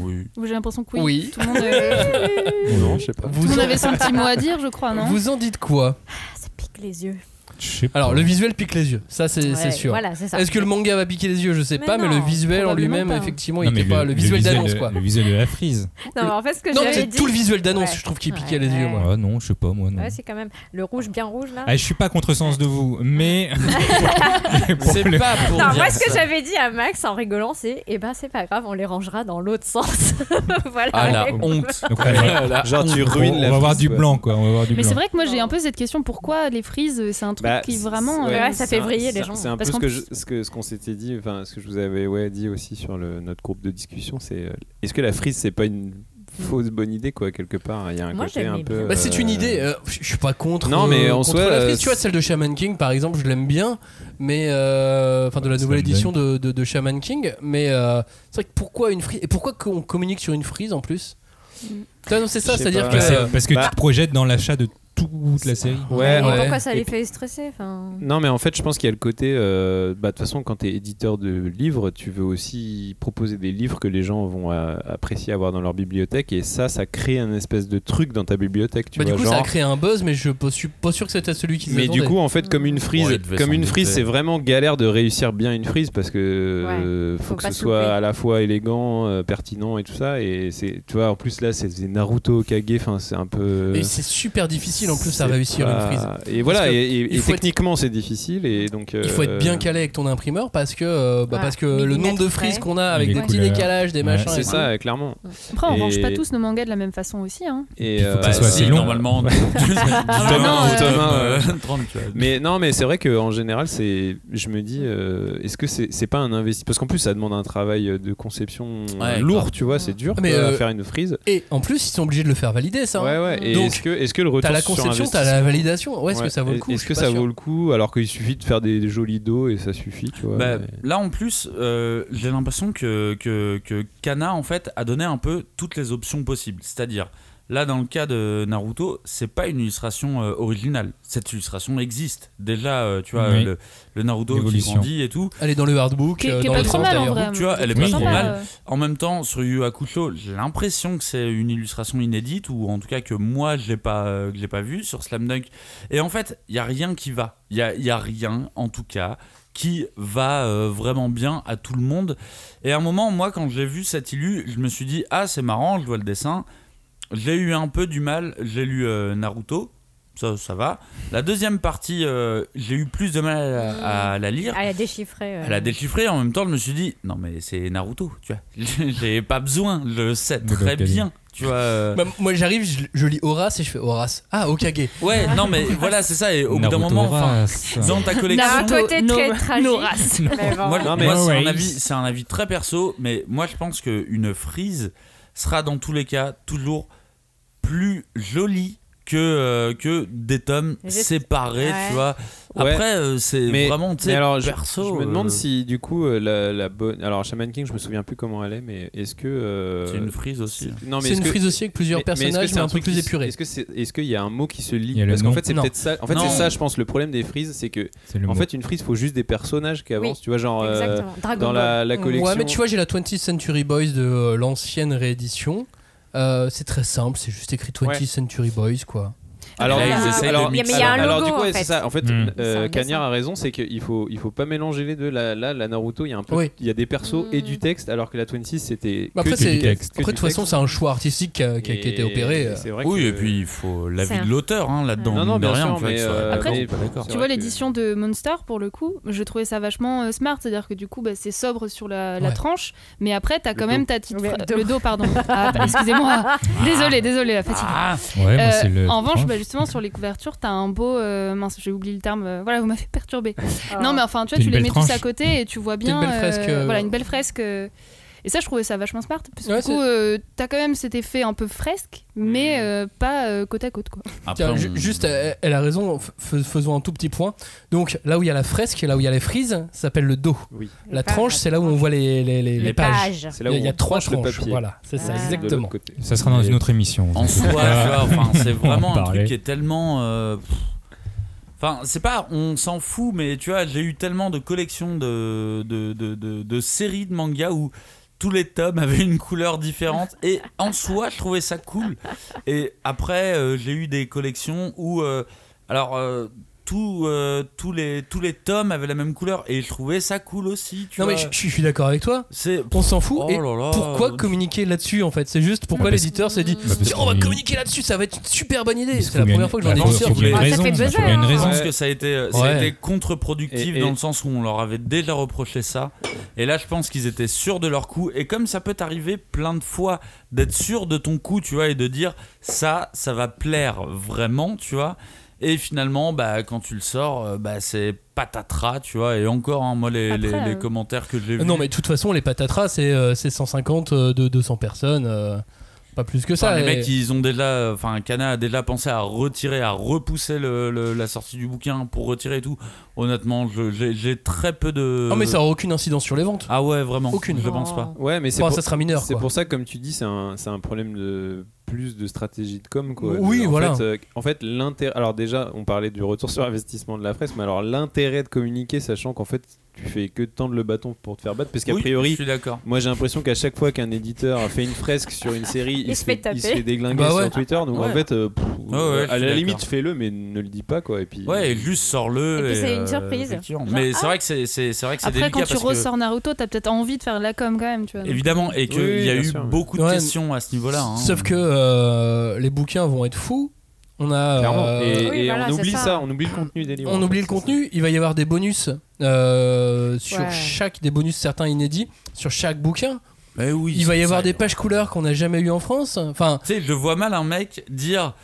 Speaker 6: Oui.
Speaker 2: J'ai l'impression que oui.
Speaker 1: Oui.
Speaker 2: Tout le monde, euh,
Speaker 3: Non, je sais pas.
Speaker 2: tout le
Speaker 1: Vous
Speaker 2: monde
Speaker 1: en,
Speaker 2: avait son petit mot à dire, je crois, non
Speaker 1: vous en dites quoi
Speaker 4: Ah, ça pique les yeux.
Speaker 5: Je sais pas.
Speaker 1: Alors, le visuel pique les yeux, ça c'est c'est
Speaker 4: Ouais,
Speaker 1: sûr.
Speaker 4: Voilà, c'est ça.
Speaker 1: Est-ce que le manga va piquer les yeux Je sais
Speaker 4: Mais
Speaker 1: pas, mais le
Speaker 4: non,
Speaker 1: visuel en lui-même,
Speaker 4: probablement pas.
Speaker 1: effectivement,
Speaker 5: Non,
Speaker 1: il
Speaker 5: mais
Speaker 1: était pas. Le, visuel d'annonce,
Speaker 5: de-
Speaker 1: quoi.
Speaker 5: Le visuel de la frise.
Speaker 4: Non, mais en fait, ce que
Speaker 1: Non,
Speaker 4: j'avais
Speaker 1: c'est
Speaker 4: dit.
Speaker 1: tout le visuel d'annonce,
Speaker 4: Ouais.
Speaker 1: je trouve, qui piquait
Speaker 4: Ouais,
Speaker 1: les yeux,
Speaker 4: ouais.
Speaker 1: moi.
Speaker 5: Ah non, je sais pas, moi. Non.
Speaker 4: Ouais, c'est quand même le rouge bien rouge là.
Speaker 5: Ah, je suis pas contre sens de vous, mais.
Speaker 1: C'est
Speaker 5: Pour le-
Speaker 1: pas pour
Speaker 4: Non,
Speaker 1: dire
Speaker 4: moi, ce que
Speaker 1: ça.
Speaker 4: j'avais dit à Max en rigolant, c'est eh ben, c'est pas grave, on les rangera dans l'autre sens. voilà.
Speaker 6: Ah la honte. Ah,
Speaker 5: Donc, on va-
Speaker 3: Genre tu ruines
Speaker 5: on
Speaker 3: la
Speaker 5: va avoir
Speaker 3: prise,
Speaker 5: du
Speaker 3: quoi.
Speaker 5: blanc, quoi. On va avoir du
Speaker 2: Mais
Speaker 5: blanc.
Speaker 2: c'est vrai que moi j'ai un peu cette question pourquoi les frises euh, c'est un truc
Speaker 3: Bah,
Speaker 2: qui
Speaker 3: c'est-
Speaker 2: vraiment.
Speaker 3: ouais.
Speaker 2: euh,
Speaker 4: Ouais, ça fait vriller les
Speaker 3: C'est-
Speaker 4: gens.
Speaker 3: C'est un peu
Speaker 2: Parce
Speaker 3: ce
Speaker 2: qu'en
Speaker 3: que, je,
Speaker 2: plus-
Speaker 3: ce que ce qu'on s'était dit, enfin ce que je vous avais ouais, dit aussi sur le, notre groupe de discussion, c'est euh, est-ce que la frise c'est pas une fausse bonne idée quoi quelque part Il y a un
Speaker 4: Moi,
Speaker 3: côté
Speaker 4: j'aimais
Speaker 3: un peu.
Speaker 4: bien.
Speaker 1: Bah, c'est une
Speaker 3: euh,
Speaker 1: idée, euh, je je suis pas contre.
Speaker 3: Non, mais en
Speaker 1: contre
Speaker 3: soi,
Speaker 1: la frise.
Speaker 3: euh,
Speaker 1: tu vois, celle de Shaman King par exemple, je l'aime bien, mais. euh, Enfin, de la
Speaker 5: Slam
Speaker 1: nouvelle
Speaker 5: Dunk.
Speaker 1: édition de, de, de Shaman King, mais euh, c'est vrai que pourquoi une frise Et pourquoi qu'on communique sur une frise en plus
Speaker 2: Mm.
Speaker 1: Non, non, c'est ça,
Speaker 3: Je sais
Speaker 1: c'est-à-dire que.
Speaker 3: pas.
Speaker 5: Bah, c'est
Speaker 1: euh,
Speaker 5: parce que
Speaker 3: bah-
Speaker 5: tu te projettes dans l'achat de toute la série.
Speaker 3: Ouais,
Speaker 4: Et
Speaker 3: ouais.
Speaker 4: pourquoi ça
Speaker 3: Et
Speaker 4: les
Speaker 3: puis-
Speaker 4: fait stresser enfin...
Speaker 3: Non, mais en fait, je pense qu'il y a le côté. euh, bah, De toute façon, quand tu es éditeur de livres, tu veux aussi proposer des livres que les gens vont euh, apprécier avoir dans leur bibliothèque. Et ça, ça crée un espèce de truc dans ta bibliothèque. Tu
Speaker 1: bah, du
Speaker 3: vois,
Speaker 1: coup, ça a
Speaker 3: genre...
Speaker 1: créé un buzz, mais je po- suis pas sûr que c'était celui qui
Speaker 3: Mais du coup, en fait, comme une frise,
Speaker 6: Ouais, il devait
Speaker 3: comme une
Speaker 6: s'endetter.
Speaker 3: frise, c'est vraiment galère de réussir bien une frise parce que euh, faut,
Speaker 4: Faut
Speaker 3: que
Speaker 4: pas
Speaker 3: ce
Speaker 4: se
Speaker 3: soit
Speaker 4: louper.
Speaker 3: à la fois élégant, euh, pertinent et tout ça. Et c'est, tu vois, en plus là, c'est c'est Naruto Kage. Enfin, c'est un peu.
Speaker 1: Et c'est super difficile en plus à
Speaker 3: euh, c'est
Speaker 1: réussir
Speaker 3: pas-
Speaker 1: une frise.
Speaker 3: Et voilà,
Speaker 1: que
Speaker 3: et, et-
Speaker 1: il
Speaker 3: et
Speaker 1: faut être-
Speaker 3: techniquement, c'est difficile. Et donc,
Speaker 1: Il faut être
Speaker 3: euh,
Speaker 1: bien calé avec ton imprimeur parce que, euh, bah,
Speaker 4: Ouais,
Speaker 1: parce que le nombre de
Speaker 4: millimètres
Speaker 1: frises
Speaker 4: près.
Speaker 1: qu'on a avec
Speaker 5: Les
Speaker 1: des petits
Speaker 5: couleurs.
Speaker 1: décalages, des
Speaker 5: Ouais,
Speaker 1: machins.
Speaker 3: C'est
Speaker 1: et tout.
Speaker 3: ça, euh, clairement.
Speaker 2: Après on
Speaker 3: Et-
Speaker 2: range pas tous nos mangas de la même façon aussi. Hein.
Speaker 3: Et
Speaker 5: Il faut que ça
Speaker 3: euh,
Speaker 5: soit assez
Speaker 6: Si,
Speaker 5: long.
Speaker 6: Normalement, du
Speaker 3: Ah Thomas,
Speaker 6: Thomas,
Speaker 3: du Thomas, euh.
Speaker 6: 30, tu vois.
Speaker 3: Mais non, mais c'est vrai qu'en général, c'est, je me dis, euh, est-ce que c'est, c'est pas un investissement Parce qu'en plus, ça demande un travail euh, de conception euh,
Speaker 6: Ouais,
Speaker 3: lourd,
Speaker 6: grave.
Speaker 3: tu vois, c'est dur
Speaker 1: Mais,
Speaker 3: quoi, à
Speaker 1: euh,
Speaker 3: faire une frise.
Speaker 1: Et en plus, ils sont obligés de le faire valider ça. hein.
Speaker 3: Ouais, ouais. Et
Speaker 1: Donc,
Speaker 3: est-ce que, est-ce que le retour
Speaker 1: T'as la
Speaker 3: sur
Speaker 1: conception, t'as
Speaker 3: investissement-
Speaker 1: la validation. Ouais, est-ce
Speaker 3: Ouais.
Speaker 1: que ça vaut le coup
Speaker 3: Est-ce
Speaker 1: Je
Speaker 3: que
Speaker 1: suis
Speaker 3: ça
Speaker 1: pas
Speaker 3: vaut
Speaker 1: sûr.
Speaker 3: le coup alors qu'il suffit de faire des jolis dos et ça suffit, tu vois
Speaker 6: Bah,
Speaker 3: mais-
Speaker 6: Là en plus, euh, j'ai l'impression que, que, que Kana en fait a donné un peu toutes les options possibles. C'est-à-dire, Là, dans le cas de Naruto, c'est pas une illustration euh, originale. Cette illustration existe déjà. euh, tu vois,
Speaker 5: Oui.
Speaker 6: le, le Naruto qui
Speaker 5: L'évolution.
Speaker 6: grandit et tout.
Speaker 1: Elle est dans le hardbook.
Speaker 2: Qui
Speaker 1: euh,
Speaker 2: qui est
Speaker 1: dans
Speaker 2: pas
Speaker 1: le
Speaker 2: trop mal en
Speaker 1: d'ailleurs.
Speaker 2: vrai.
Speaker 6: Tu vois, elle est
Speaker 5: pas
Speaker 2: C'est
Speaker 5: trop
Speaker 2: sympa,
Speaker 6: mal.
Speaker 2: euh,
Speaker 6: En même temps, sur Yu Hakusho, j'ai l'impression que c'est une illustration inédite ou en tout cas que moi je l'ai pas euh, que j'ai pas vu sur Slam Dunk. Et en fait, il y a rien qui va. Il y a, y a rien en tout cas qui va euh, vraiment bien à tout le monde. Et à un moment, moi quand j'ai vu cette illu, je me suis dit "Ah, c'est marrant, je vois le dessin." J'ai eu un peu du mal, j'ai lu euh, Naruto. Ça, ça va. La deuxième partie, euh, j'ai eu plus de mal à- à la lire.
Speaker 4: Elle a déchiffré. euh,
Speaker 6: Elle a déchiffré en même temps, je me suis dit, non mais c'est Naruto, tu vois. J'ai pas besoin, je le sais
Speaker 5: De
Speaker 6: très
Speaker 5: l'Okage.
Speaker 6: bien, tu vois. euh,
Speaker 1: Bah, moi j'arrive, je, je lis Horace et je fais Horace. Ah, Okage.
Speaker 6: Ouais, non mais voilà, c'est ça, et au bout d'un moment, enfin, dans ta collection...
Speaker 4: Naruto.
Speaker 2: Naruto,
Speaker 4: côté
Speaker 2: no-
Speaker 4: très tragique.
Speaker 2: no race.
Speaker 4: mais bon.
Speaker 6: Moi,
Speaker 3: Non,
Speaker 6: moi,
Speaker 3: mais-
Speaker 6: c'est un
Speaker 5: Ouais.
Speaker 6: avis, c'est un avis très perso, mais moi je pense qu'une frise sera dans tous les cas toujours plus jolie que, euh, que des tomes
Speaker 4: Juste-
Speaker 6: séparés,
Speaker 4: Ouais.
Speaker 6: tu vois.
Speaker 3: Ouais.
Speaker 6: Après, euh, c'est
Speaker 3: Mais-
Speaker 6: vraiment, tu
Speaker 3: mais
Speaker 6: sais,
Speaker 3: alors, je-
Speaker 6: perso.
Speaker 3: Je me demande
Speaker 6: euh,
Speaker 3: si du coup euh, la, la bonne. Alors Shaman King, je me souviens plus comment elle est, mais est-ce que. euh,
Speaker 6: C'est une frise aussi.
Speaker 3: Non, mais
Speaker 1: C'est
Speaker 3: est-ce
Speaker 1: une
Speaker 3: que-
Speaker 1: frise aussi avec plusieurs
Speaker 3: mais- mais est-ce que
Speaker 1: personnages, mais,
Speaker 3: c'est
Speaker 1: un peu
Speaker 3: truc
Speaker 1: plus
Speaker 3: qui-
Speaker 1: épuré.
Speaker 3: Est-ce que c'est, est-ce qu'il y a un mot qui se
Speaker 5: Il y
Speaker 3: lit
Speaker 5: a le
Speaker 3: Parce qu'en
Speaker 5: nom.
Speaker 3: fait, c'est
Speaker 1: Non.
Speaker 3: peut-être ça. En fait,
Speaker 6: Non.
Speaker 3: c'est ça, je pense, le problème des frises, c'est que en fait, une frise, faut juste des personnages qui avancent. Tu vois, genre euh,
Speaker 4: Exactement. Dragon
Speaker 3: dans la,
Speaker 4: Ball.
Speaker 3: la
Speaker 4: Mm.
Speaker 3: collection.
Speaker 1: Ouais, mais tu vois, j'ai la 20th Century Boys de euh, l'ancienne réédition. Euh, c'est très simple, c'est juste écrit 20th
Speaker 3: Ouais.
Speaker 1: Century Boys quoi.
Speaker 3: Alors,
Speaker 6: Là,
Speaker 4: ils
Speaker 6: essayent
Speaker 3: alors,
Speaker 6: de mixer.
Speaker 3: alors-
Speaker 6: Mais il y a un
Speaker 3: alors,
Speaker 4: logo,
Speaker 3: du coup,
Speaker 4: en
Speaker 3: ouais,
Speaker 4: fait.
Speaker 3: c'est ça. En fait,
Speaker 5: Mm.
Speaker 4: C'est
Speaker 3: euh,
Speaker 4: un
Speaker 3: Cagnard
Speaker 4: dessin.
Speaker 3: a raison, c'est qu'il faut, il faut pas mélanger les deux. Là, là, la Naruto, il y a un peu,
Speaker 1: Oui.
Speaker 3: il y a des persos et
Speaker 4: Mm.
Speaker 3: du texte, alors que la 26 c'était.
Speaker 1: Mais après,
Speaker 3: que du
Speaker 1: c'est-
Speaker 3: texte, que
Speaker 1: après, de
Speaker 3: du
Speaker 1: toute façon,
Speaker 3: texte.
Speaker 1: c'est un choix artistique qui a, qui a- qui a été
Speaker 3: Et
Speaker 1: opéré. euh.
Speaker 3: c'est vrai
Speaker 6: Oui,
Speaker 3: que-
Speaker 6: et puis il faut l'avis
Speaker 4: C'est un-
Speaker 6: de l'auteur hein, là-dedans.
Speaker 3: Non, non,
Speaker 6: mine de
Speaker 3: bien
Speaker 6: rien,
Speaker 3: sûr,
Speaker 6: en fait,
Speaker 3: mais,
Speaker 6: soit-
Speaker 3: euh,
Speaker 2: Après,
Speaker 3: mais-
Speaker 6: pas d'accord.
Speaker 3: c'est
Speaker 2: Tu
Speaker 3: vrai
Speaker 2: vois,
Speaker 3: que-
Speaker 2: l'édition de Monster, pour le coup, je trouvais ça vachement euh, smart. C'est-à-dire que du coup, bah, c'est sobre sur la, la
Speaker 1: Ouais.
Speaker 2: tranche, mais après, t'as
Speaker 3: Le
Speaker 2: quand même ta petite.
Speaker 4: Le
Speaker 2: fra-
Speaker 4: dos.
Speaker 2: Le dos, pardon. Ah, bah, excusez-moi. Désolé, désolé, la fatigue.
Speaker 6: Ah,
Speaker 5: Ouais, moi,
Speaker 2: Euh,
Speaker 5: c'est le.
Speaker 2: en revanche, bah, justement, sur les couvertures, t'as un beau. euh, mince, j'ai oublié le terme. euh, voilà, vous m'avez perturbé.
Speaker 4: Ah.
Speaker 2: Non, mais enfin, tu
Speaker 5: T'as
Speaker 2: vois, tu
Speaker 5: une
Speaker 2: les
Speaker 5: belle
Speaker 2: mets tous
Speaker 5: tranche.
Speaker 2: à côté et tu vois
Speaker 1: une
Speaker 2: bien.
Speaker 1: belle fresque, euh,
Speaker 2: Voilà, une belle fresque. euh, Et ça, je trouvais ça vachement smart. Parce que
Speaker 1: Ouais,
Speaker 2: du coup,
Speaker 1: c'est-
Speaker 2: euh, t'as quand même cet effet un peu fresque, mais euh, pas euh, côte à côte, quoi.
Speaker 6: après,
Speaker 1: Tiens,
Speaker 6: on-
Speaker 1: ju- juste, elle, elle a raison, f- f- faisons un tout petit point. Donc, là où il y a la fresque et là où il y a les frises, ça s'appelle le dos. La tranche, c'est là où on voit les, les, les- les pages.
Speaker 4: pages.
Speaker 3: C'est
Speaker 1: Il y a, il y a
Speaker 3: on
Speaker 1: trois
Speaker 3: tranche le
Speaker 1: tranches.
Speaker 3: papier.
Speaker 1: Voilà, c'est ça,
Speaker 4: Ah.
Speaker 3: De l'autre
Speaker 1: exactement.
Speaker 3: côté.
Speaker 5: Ça sera dans
Speaker 3: Et-
Speaker 5: une autre émission.
Speaker 6: En soi, tu vois, enfin, c'est vraiment
Speaker 5: On en
Speaker 6: un truc
Speaker 5: parlait.
Speaker 6: qui est tellement. euh, pff. Enfin, c'est pas, on s'en fout, mais tu vois, j'ai eu tellement de collections de, de, de, de- de séries de mangas où tous les tomes avaient une couleur différente. Et en soi, je trouvais ça cool. Et après, euh, j'ai eu des collections où. euh, alors. euh, tous, euh, tous, les, tous les tomes avaient la même couleur et je trouvais ça cool aussi. Tu
Speaker 1: Non, mais
Speaker 6: vois.
Speaker 1: je, je suis d'accord avec toi.
Speaker 6: c'est
Speaker 1: On s'en fout.
Speaker 6: Oh
Speaker 1: et
Speaker 6: là là.
Speaker 1: pourquoi communiquer là-dessus en fait C'est juste pourquoi
Speaker 5: Bah, parce-
Speaker 1: l'éditeur s'est dit
Speaker 5: parce
Speaker 1: on va
Speaker 5: qu'il-
Speaker 1: communiquer là-dessus, ça va être une super bonne idée.
Speaker 5: Parce
Speaker 1: C'est la
Speaker 5: qu'il y
Speaker 1: première
Speaker 5: a une-
Speaker 1: fois que j'en ai
Speaker 5: bah,
Speaker 6: non,
Speaker 1: une
Speaker 6: c'est
Speaker 1: sur-
Speaker 5: Il y a une
Speaker 4: Ah, ça
Speaker 5: raison.
Speaker 4: fait
Speaker 5: ça,
Speaker 4: buzzer,
Speaker 5: il y a une
Speaker 4: hein.
Speaker 6: Je
Speaker 5: raison.
Speaker 6: pense
Speaker 3: Ouais.
Speaker 6: que ça a été, euh,
Speaker 1: Ouais.
Speaker 6: ça a été contre-productif
Speaker 3: Et- et-
Speaker 6: dans le sens où on leur avait déjà reproché ça. Et là, je pense qu'ils étaient sûrs de leur coup. Et comme ça peut t'arriver plein de fois d'être sûr de ton coup, tu vois, et de dire ça, ça va plaire vraiment, tu vois. Et finalement, bah, quand tu le sors, euh, bah, c'est patatras, tu vois. Et encore, hein, moi, les,
Speaker 2: Après,
Speaker 6: les- les
Speaker 2: euh,
Speaker 6: commentaires que j'ai vus.
Speaker 1: Non, mais de toute façon, les patatras, c'est euh, c'est 150 euh, de 200 personnes, euh, pas plus que ça. euh,
Speaker 6: Enfin, les
Speaker 1: et-
Speaker 6: mecs, ils ont déjà, enfin, Kana a déjà pensé à retirer, à repousser le- le- la sortie du bouquin pour retirer et tout. Honnêtement, je- j'ai j'ai très peu de.
Speaker 1: Non, mais
Speaker 3: euh,
Speaker 1: ça aura aucune incidence sur les ventes.
Speaker 6: Ah ouais, vraiment.
Speaker 1: Aucune.
Speaker 6: Je pense pas.
Speaker 3: Ouais, mais c'est
Speaker 1: Enfin,
Speaker 3: pour-
Speaker 1: ça sera mineur.
Speaker 3: C'est
Speaker 1: quoi.
Speaker 3: pour ça, comme tu dis, c'est un, c'est un problème de plus de stratégie de com. Quoi.
Speaker 1: Oui,
Speaker 3: De- en
Speaker 1: voilà.
Speaker 3: Fait, euh, en fait, l'intérêt. Alors, déjà, on parlait du retour sur investissement de la presse, mais alors l'intérêt de communiquer, sachant qu'en fait, tu fais que tendre le bâton pour te faire battre, parce qu'a
Speaker 6: Oui, je
Speaker 3: priori.
Speaker 6: suis d'accord.
Speaker 3: Moi j'ai l'impression qu'à chaque fois qu'un éditeur fait une fresque sur une série, il,
Speaker 4: Il se fait taper.
Speaker 3: il se fait déglinguer
Speaker 1: Bah ouais.
Speaker 3: sur Twitter. Donc
Speaker 6: Ouais.
Speaker 3: en fait, euh, pff,
Speaker 6: ouais, je
Speaker 3: à
Speaker 6: suis
Speaker 3: la
Speaker 6: d'accord.
Speaker 3: limite fais-le, mais ne le dis pas quoi. Et puis
Speaker 6: Ouais, juste sors-le.
Speaker 4: Et puis, c'est une
Speaker 6: euh,
Speaker 4: surprise.
Speaker 6: effectivement.
Speaker 4: Genre,
Speaker 6: Mais c'est vrai que c'est c'est c'est vrai que c'est
Speaker 2: ah. Après,
Speaker 6: délicat
Speaker 2: quand tu
Speaker 6: parce que,
Speaker 2: ressors euh. Naruto, t'as peut-être envie de faire de la com quand même, tu vois. donc.
Speaker 6: évidemment et qu'il
Speaker 3: Oui, oui,
Speaker 6: y a
Speaker 3: bien
Speaker 6: eu
Speaker 3: sûr, mais-
Speaker 6: beaucoup de
Speaker 1: Ouais,
Speaker 6: questions à ce niveau-là. hein.
Speaker 1: Sauf que euh, les bouquins vont être fous. On a.
Speaker 3: clairement.
Speaker 1: euh,
Speaker 3: et
Speaker 4: Oui,
Speaker 3: et
Speaker 4: voilà,
Speaker 3: on
Speaker 4: c'est
Speaker 3: oublie
Speaker 4: ça.
Speaker 3: ça. on oublie le contenu des livres.
Speaker 1: On
Speaker 3: en
Speaker 1: oublie le
Speaker 3: fait, c'est ça.
Speaker 1: contenu, il va y avoir des bonus euh, sur
Speaker 4: Ouais.
Speaker 1: chaque des bonus certains inédits sur chaque bouquin.
Speaker 6: Mais oui,
Speaker 1: Il va y
Speaker 6: ça,
Speaker 1: avoir des
Speaker 6: il-
Speaker 1: pages couleurs qu'on n'a jamais eues en France. Enfin,
Speaker 6: Tu sais, je vois mal un mec dire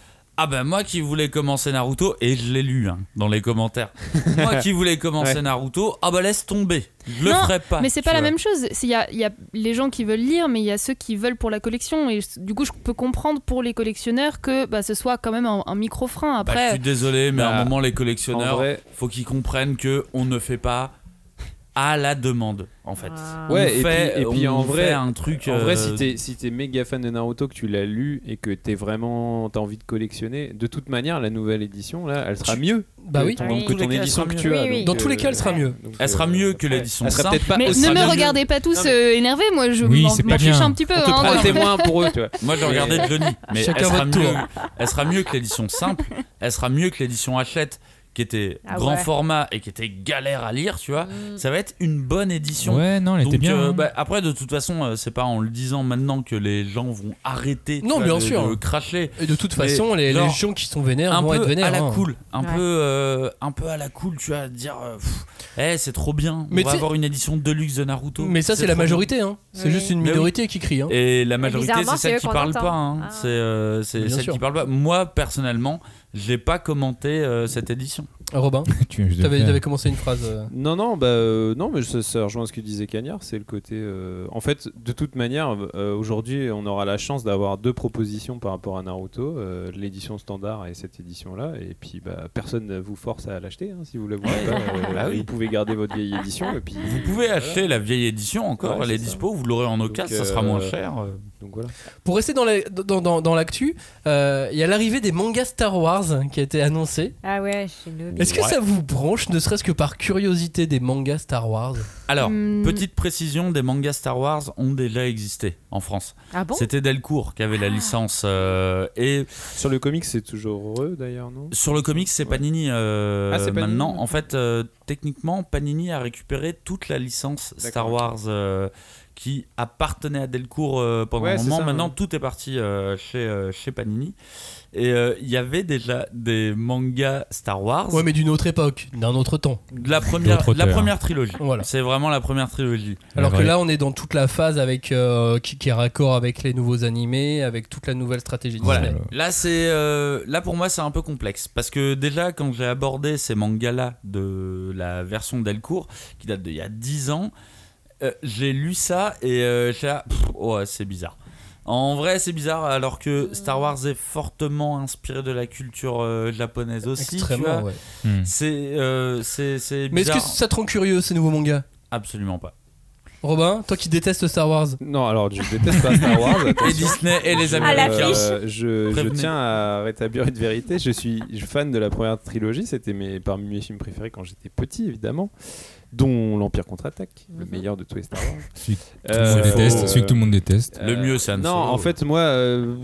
Speaker 6: Ah ben moi qui voulais commencer Naruto, et je l'ai lu hein, dans les commentaires. moi qui voulais commencer
Speaker 3: Ouais.
Speaker 6: Naruto, ah bah laisse tomber, je le
Speaker 2: Non,
Speaker 6: ferai pas.
Speaker 2: Mais c'est
Speaker 6: tu
Speaker 2: pas la
Speaker 6: vois.
Speaker 2: même chose. C'est- Il y a, il y a les gens qui veulent lire, mais il y a ceux qui veulent pour la collection. Et c- du coup, je peux comprendre pour les collectionneurs que bah, ce soit quand même un, un micro-frein.
Speaker 6: Bah, je
Speaker 2: Après,
Speaker 6: suis désolé, mais à
Speaker 3: Bah,
Speaker 6: un moment, les
Speaker 3: En
Speaker 6: collectionneurs,
Speaker 3: vrai,
Speaker 6: faut qu'ils comprennent que on ne fait pas à la demande, en fait.
Speaker 4: Ah.
Speaker 6: On
Speaker 3: Ouais, et
Speaker 6: fait-
Speaker 1: euh,
Speaker 3: puis- et puis
Speaker 6: on
Speaker 3: en vrai-
Speaker 6: fait un truc.
Speaker 3: En vrai,
Speaker 6: euh,
Speaker 3: si t'es si t'es méga fan de Naruto, que tu l'as lu et que t'es vraiment t'as envie de collectionner, de toute manière, la nouvelle édition là, elle sera mieux.
Speaker 1: Bah
Speaker 3: que
Speaker 1: oui.
Speaker 3: ton-
Speaker 4: Oui.
Speaker 3: que
Speaker 6: Dans tous les
Speaker 3: ton
Speaker 6: cas, elle
Speaker 3: édition
Speaker 6: sera
Speaker 3: que
Speaker 6: mieux.
Speaker 3: tu as. euh,
Speaker 4: Oui, oui.
Speaker 1: Dans tous les cas, elle
Speaker 6: Euh,
Speaker 1: sera mieux.
Speaker 3: donc,
Speaker 6: Elle sera mieux que
Speaker 3: ouais.
Speaker 6: l'édition
Speaker 3: Elle sera
Speaker 6: simple.
Speaker 3: peut-être pas
Speaker 2: Mais
Speaker 3: aussi
Speaker 2: ne me
Speaker 3: bien.
Speaker 2: regardez pas tous
Speaker 6: Non, mais-
Speaker 2: euh, énervés, moi je
Speaker 5: Oui,
Speaker 2: m'en
Speaker 5: c'est
Speaker 2: m'en
Speaker 5: pas
Speaker 2: fiche
Speaker 5: bien.
Speaker 2: un petit peu.
Speaker 3: On te
Speaker 2: hein,
Speaker 3: prend
Speaker 2: donc-
Speaker 3: témoin pour eux, tu vois.
Speaker 6: Moi, je regardais de Denis, mais
Speaker 1: Chacun
Speaker 6: elle sera,
Speaker 1: votre
Speaker 6: mieux,
Speaker 1: tour.
Speaker 6: elle sera mieux que l'édition simple. Elle sera mieux que l'édition Hachette, qui était
Speaker 4: Ah
Speaker 6: grand
Speaker 4: ouais. Mm.
Speaker 6: format et qui était galère à lire, tu vois. Ça va être une bonne édition.
Speaker 5: Ouais, non, elle était
Speaker 6: Donc,
Speaker 5: bien.
Speaker 6: euh,
Speaker 5: hein.
Speaker 6: bah, après, de toute façon, euh, c'est pas en le disant maintenant que les gens vont arrêter tu
Speaker 1: Non,
Speaker 6: vois,
Speaker 1: bien
Speaker 6: de,
Speaker 1: sûr.
Speaker 6: de cracher.
Speaker 1: Et de toute
Speaker 6: Mais
Speaker 1: façon, les, les
Speaker 6: genre,
Speaker 1: gens qui sont vénères
Speaker 6: Un
Speaker 1: vont être
Speaker 6: peu
Speaker 1: vénères.
Speaker 6: à la
Speaker 1: hein.
Speaker 6: cool, un
Speaker 4: Ouais.
Speaker 6: peu, euh, un peu à la cool, tu vois, de dire, euh, pff, eh, c'est trop bien.
Speaker 1: Mais
Speaker 6: on va
Speaker 1: tu sais-
Speaker 6: avoir une édition deluxe de Naruto.
Speaker 1: Mais ça, c'est la
Speaker 6: trop bien.
Speaker 1: majorité. Hein. C'est
Speaker 4: Oui.
Speaker 1: juste une
Speaker 6: Mais oui.
Speaker 1: minorité qui crie. Hein.
Speaker 6: Et la majorité,
Speaker 4: Oh. bizarrement,
Speaker 6: c'est
Speaker 4: c'est
Speaker 6: celle
Speaker 4: eux
Speaker 6: qui
Speaker 4: qu'on
Speaker 6: parle
Speaker 4: entend.
Speaker 6: pas. hein.
Speaker 4: Ah.
Speaker 6: C'est euh, c'est
Speaker 1: Bien
Speaker 6: celle
Speaker 1: sûr.
Speaker 6: qui parle pas. Moi, personnellement, j'ai pas commenté euh, cette édition.
Speaker 1: Ah, Robin,
Speaker 5: tu viens juste de
Speaker 1: t'avais
Speaker 5: le faire.
Speaker 1: avais commencé une phrase. euh,
Speaker 3: Non, non, bah, euh, non, mais ça, ça rejoint ce que disait Cagnard, c'est le côté. euh, en fait, de toute manière, euh, aujourd'hui, on aura la chance d'avoir deux propositions par rapport à Naruto, euh, l'édition standard et cette édition-là, et puis bah, personne ne vous force à l'acheter, hein, si vous la voulez pas. euh,
Speaker 6: Bah oui.
Speaker 3: Vous pouvez garder votre vieille édition, et puis.
Speaker 6: Vous pouvez acheter la vieille édition encore,
Speaker 3: Ouais,
Speaker 6: elle est
Speaker 3: c'est ça.
Speaker 6: dispo, vous l'aurez en
Speaker 3: Donc,
Speaker 6: occasion, ça sera
Speaker 3: euh,
Speaker 6: moins cher.
Speaker 3: Donc voilà.
Speaker 1: Pour rester dans l'actu, la, dans, dans, dans l'actu, euh, il y a l'arrivée des mangas Star Wars qui a été annoncée.
Speaker 4: Ah ouais, Shinobi.
Speaker 1: Est-ce que
Speaker 6: Ouais.
Speaker 1: ça vous branche, ne serait-ce que par curiosité, des mangas Star Wars
Speaker 4: Oh,
Speaker 6: Alors,
Speaker 2: Hmm.
Speaker 6: petite précision, des mangas Star Wars ont déjà existé en France.
Speaker 4: Ah bon Ah.
Speaker 6: C'était Delcourt qui avait la licence. euh, et
Speaker 3: Sur le comics, c'est toujours heureux d'ailleurs, non
Speaker 6: sur le comics, c'est
Speaker 3: Ouais.
Speaker 6: Panini euh,
Speaker 3: Ah, c'est Panini.
Speaker 6: maintenant. En fait, euh, techniquement, Panini a récupéré toute la licence Star
Speaker 3: D'accord.
Speaker 6: Wars euh, qui appartenait à Delcourt euh, pendant
Speaker 3: Ouais,
Speaker 6: un
Speaker 3: c'est
Speaker 6: moment.
Speaker 3: ça,
Speaker 6: maintenant,
Speaker 3: ouais.
Speaker 6: tout est parti euh, chez, euh, chez Panini. Et euh, il y avait déjà des mangas Star Wars.
Speaker 1: Ouais, mais d'une autre époque, d'un autre temps.
Speaker 6: De la première,
Speaker 5: D'autres
Speaker 6: de la
Speaker 5: auteurs.
Speaker 6: première trilogie.
Speaker 1: Voilà.
Speaker 6: C'est vraiment la première trilogie.
Speaker 1: Alors que
Speaker 5: Ouais.
Speaker 1: là, on est dans toute la phase avec euh, qui, qui est raccord avec les nouveaux animés, avec toute la nouvelle stratégie
Speaker 6: Voilà.
Speaker 1: Disney.
Speaker 6: Là, c'est euh, là pour moi, c'est un peu complexe parce que déjà, quand j'ai abordé ces mangas-là de la version Delcourt, qui date d'il y a 10 ans, euh, j'ai lu ça et euh, j'ai là, pff, ouais, c'est bizarre. En vrai, c'est bizarre alors que Star Wars est fortement inspiré de la culture euh, japonaise aussi. tu vois.
Speaker 1: Extrêmement, ouais.
Speaker 5: Hmm.
Speaker 6: C'est euh, c'est c'est
Speaker 1: Mais est-ce
Speaker 6: bizarre.
Speaker 1: que ça te rend curieux ces nouveaux mangas
Speaker 6: Absolument pas.
Speaker 1: Robin, toi qui détestes Star Wars,
Speaker 3: Non, alors je déteste pas Star Wars.
Speaker 6: Et
Speaker 3: attention.
Speaker 6: Disney et les
Speaker 3: Je-
Speaker 4: À l'affiche.
Speaker 6: Américains.
Speaker 3: euh, je, je
Speaker 6: Prévenez.
Speaker 3: tiens à rétablir une vérité. Je suis fan de la première trilogie. C'était mes, parmi mes films préférés quand j'étais petit, évidemment. Dont l'Empire contre-attaque, le meilleur de tous les Star Wars. Euh,
Speaker 5: Celui que Celui que je déteste, celui que tout le monde déteste.
Speaker 6: Le mieux, c'est Han
Speaker 3: Non,
Speaker 6: Solo.
Speaker 3: en fait, moi, euh,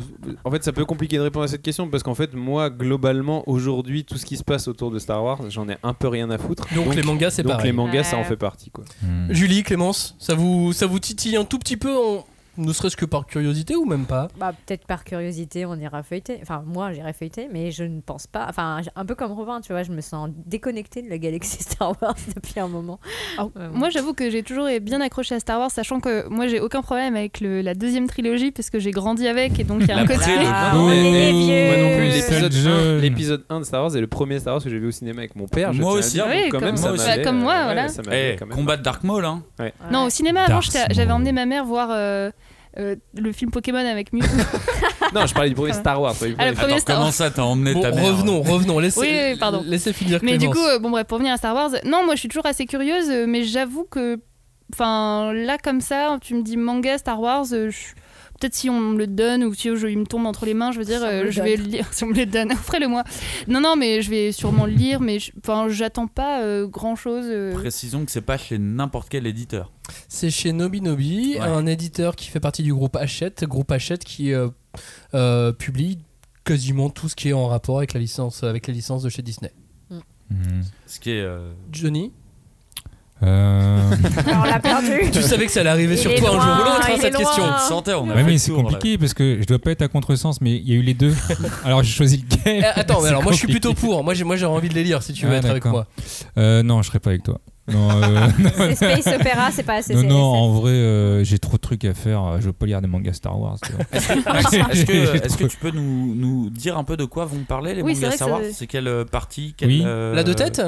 Speaker 3: en fait, ça peut compliquer de répondre à cette question parce qu'en fait, moi, globalement, aujourd'hui, tout ce qui se passe autour de Star Wars, j'en ai un peu rien à foutre.
Speaker 1: donc, les mangas c'est
Speaker 3: donc
Speaker 1: pareil.
Speaker 3: les mangas, ça en
Speaker 4: Ouais.
Speaker 3: fait partie, quoi.
Speaker 6: Euh,
Speaker 5: Hmm.
Speaker 1: Julie, Clémence, ça vous, ça vous titille un tout petit peu, en- ne serait-ce que par curiosité ou même pas
Speaker 4: Bah, peut-être par curiosité, on ira feuilleter. Enfin, moi, j'irai feuilleter, mais je ne pense pas. Enfin, j- un peu comme Robin, tu vois, je me sens déconnectée de la galaxie Star Wars depuis un moment. Euh,
Speaker 2: Alors,
Speaker 4: Ouais, ouais.
Speaker 2: Ah, Moi, j'avoue que j'ai toujours bien accroché à Star Wars, sachant que moi, j'ai aucun problème avec le- la deuxième trilogie, parce que j'ai grandi avec, et donc il y a
Speaker 6: La
Speaker 2: un côté.
Speaker 6: prélogie.
Speaker 4: Ah,
Speaker 5: Bouh.
Speaker 4: on est des vieux.
Speaker 3: Moi non plus,
Speaker 5: Seul
Speaker 3: l'épisode
Speaker 5: jeune.
Speaker 3: 1, l'épisode 1 de Star Wars est le premier Star Wars que j'ai vu au cinéma avec mon père. je tiens à
Speaker 6: Moi aussi.
Speaker 3: dire, donc
Speaker 2: Oui,
Speaker 3: quand même,
Speaker 6: comme
Speaker 3: ça
Speaker 6: moi aussi.
Speaker 3: m'avait-
Speaker 2: Comme moi,
Speaker 3: ouais,
Speaker 2: voilà.
Speaker 3: ça m'avait
Speaker 6: Eh,
Speaker 3: quand même-
Speaker 6: combat de Dark Maul, hein.
Speaker 4: Ouais.
Speaker 2: Non, au cinéma, avant,
Speaker 5: Dark
Speaker 2: j'étais-
Speaker 5: Maul.
Speaker 2: j'avais emmené ma mère voir euh, euh, le film Pokémon avec Mewtwo.
Speaker 3: Non, je parlais du premier Star Wars. pas du
Speaker 2: Ah, le
Speaker 3: premier.
Speaker 2: premier
Speaker 6: Attends,
Speaker 2: Star
Speaker 6: comment
Speaker 2: Wars.
Speaker 6: ça t'as emmené
Speaker 1: Bon,
Speaker 6: ta mère hein.
Speaker 1: revenons, revenons, laissez,
Speaker 2: Oui, oui, pardon.
Speaker 1: laissez finir
Speaker 2: Mais du
Speaker 1: Clémence.
Speaker 2: coup, euh, bon, bref, pour revenir à Star Wars, non, moi, je suis toujours assez curieuse, euh, mais j'avoue que, enfin, là, comme ça, tu me dis manga Star Wars, euh, je- Peut-être si on me le donne ou si oh, je- il me tombe entre les mains, je veux dire,
Speaker 4: Si on me
Speaker 2: euh,
Speaker 4: le
Speaker 2: je vais le lire. Si on me le donne, offrez-le moi. Non, non, mais je vais sûrement le lire, mais je- enfin, j'attends pas euh, grand-chose.
Speaker 6: euh, Précisons que c'est pas chez n'importe quel éditeur.
Speaker 1: C'est chez Nobinobi,
Speaker 6: Ouais.
Speaker 1: un éditeur qui fait partie du groupe Hachette, groupe Hachette qui euh, euh, publie quasiment tout ce qui est en rapport avec la licence avec les licences de chez Disney.
Speaker 5: Hmm.
Speaker 6: Ce qui est. euh,
Speaker 1: Johnny,
Speaker 5: Euh,
Speaker 4: Alors, on l'a perdu.
Speaker 1: tu savais que ça allait arriver
Speaker 4: Il
Speaker 1: sur
Speaker 4: est
Speaker 1: toi un jour ou
Speaker 4: loin,
Speaker 1: l'autre, hein,
Speaker 4: il est
Speaker 1: cette
Speaker 4: loin.
Speaker 1: question.
Speaker 4: Ah.
Speaker 6: Santé, on a
Speaker 5: ouais,
Speaker 6: fait
Speaker 5: mais
Speaker 6: le
Speaker 5: c'est
Speaker 6: tour, là.
Speaker 5: compliqué parce que je dois pas être à contresens, mais il y a eu les deux. Alors j'ai choisi lequel
Speaker 1: Eh,
Speaker 6: Euh,
Speaker 1: Attends, mais
Speaker 5: C'est
Speaker 1: alors moi je suis
Speaker 5: compliqué.
Speaker 1: plutôt pour. Moi j'ai moi, j'aurais envie de les lire si tu veux
Speaker 5: Ah,
Speaker 1: être avec
Speaker 5: d'accord.
Speaker 1: moi.
Speaker 5: Euh, non, je serai pas avec toi. Non, euh,
Speaker 4: C'est Space Opera, c'est pas assez.
Speaker 5: non, non, en vrai, euh, j'ai trop de trucs à faire. Euh, Je veux pas lire des mangas Star Wars. tu vois.
Speaker 6: Max, Est-ce que,
Speaker 5: J'ai
Speaker 6: est-ce que
Speaker 5: trop-
Speaker 6: tu peux nous, nous dire un peu de quoi vont parler les
Speaker 2: Oui, c'est
Speaker 6: mangas
Speaker 2: vrai
Speaker 6: Star
Speaker 2: que
Speaker 6: Wars
Speaker 2: ça-
Speaker 6: C'est quelle euh, partie quelle,
Speaker 5: Oui.
Speaker 6: euh,
Speaker 1: La deux têtes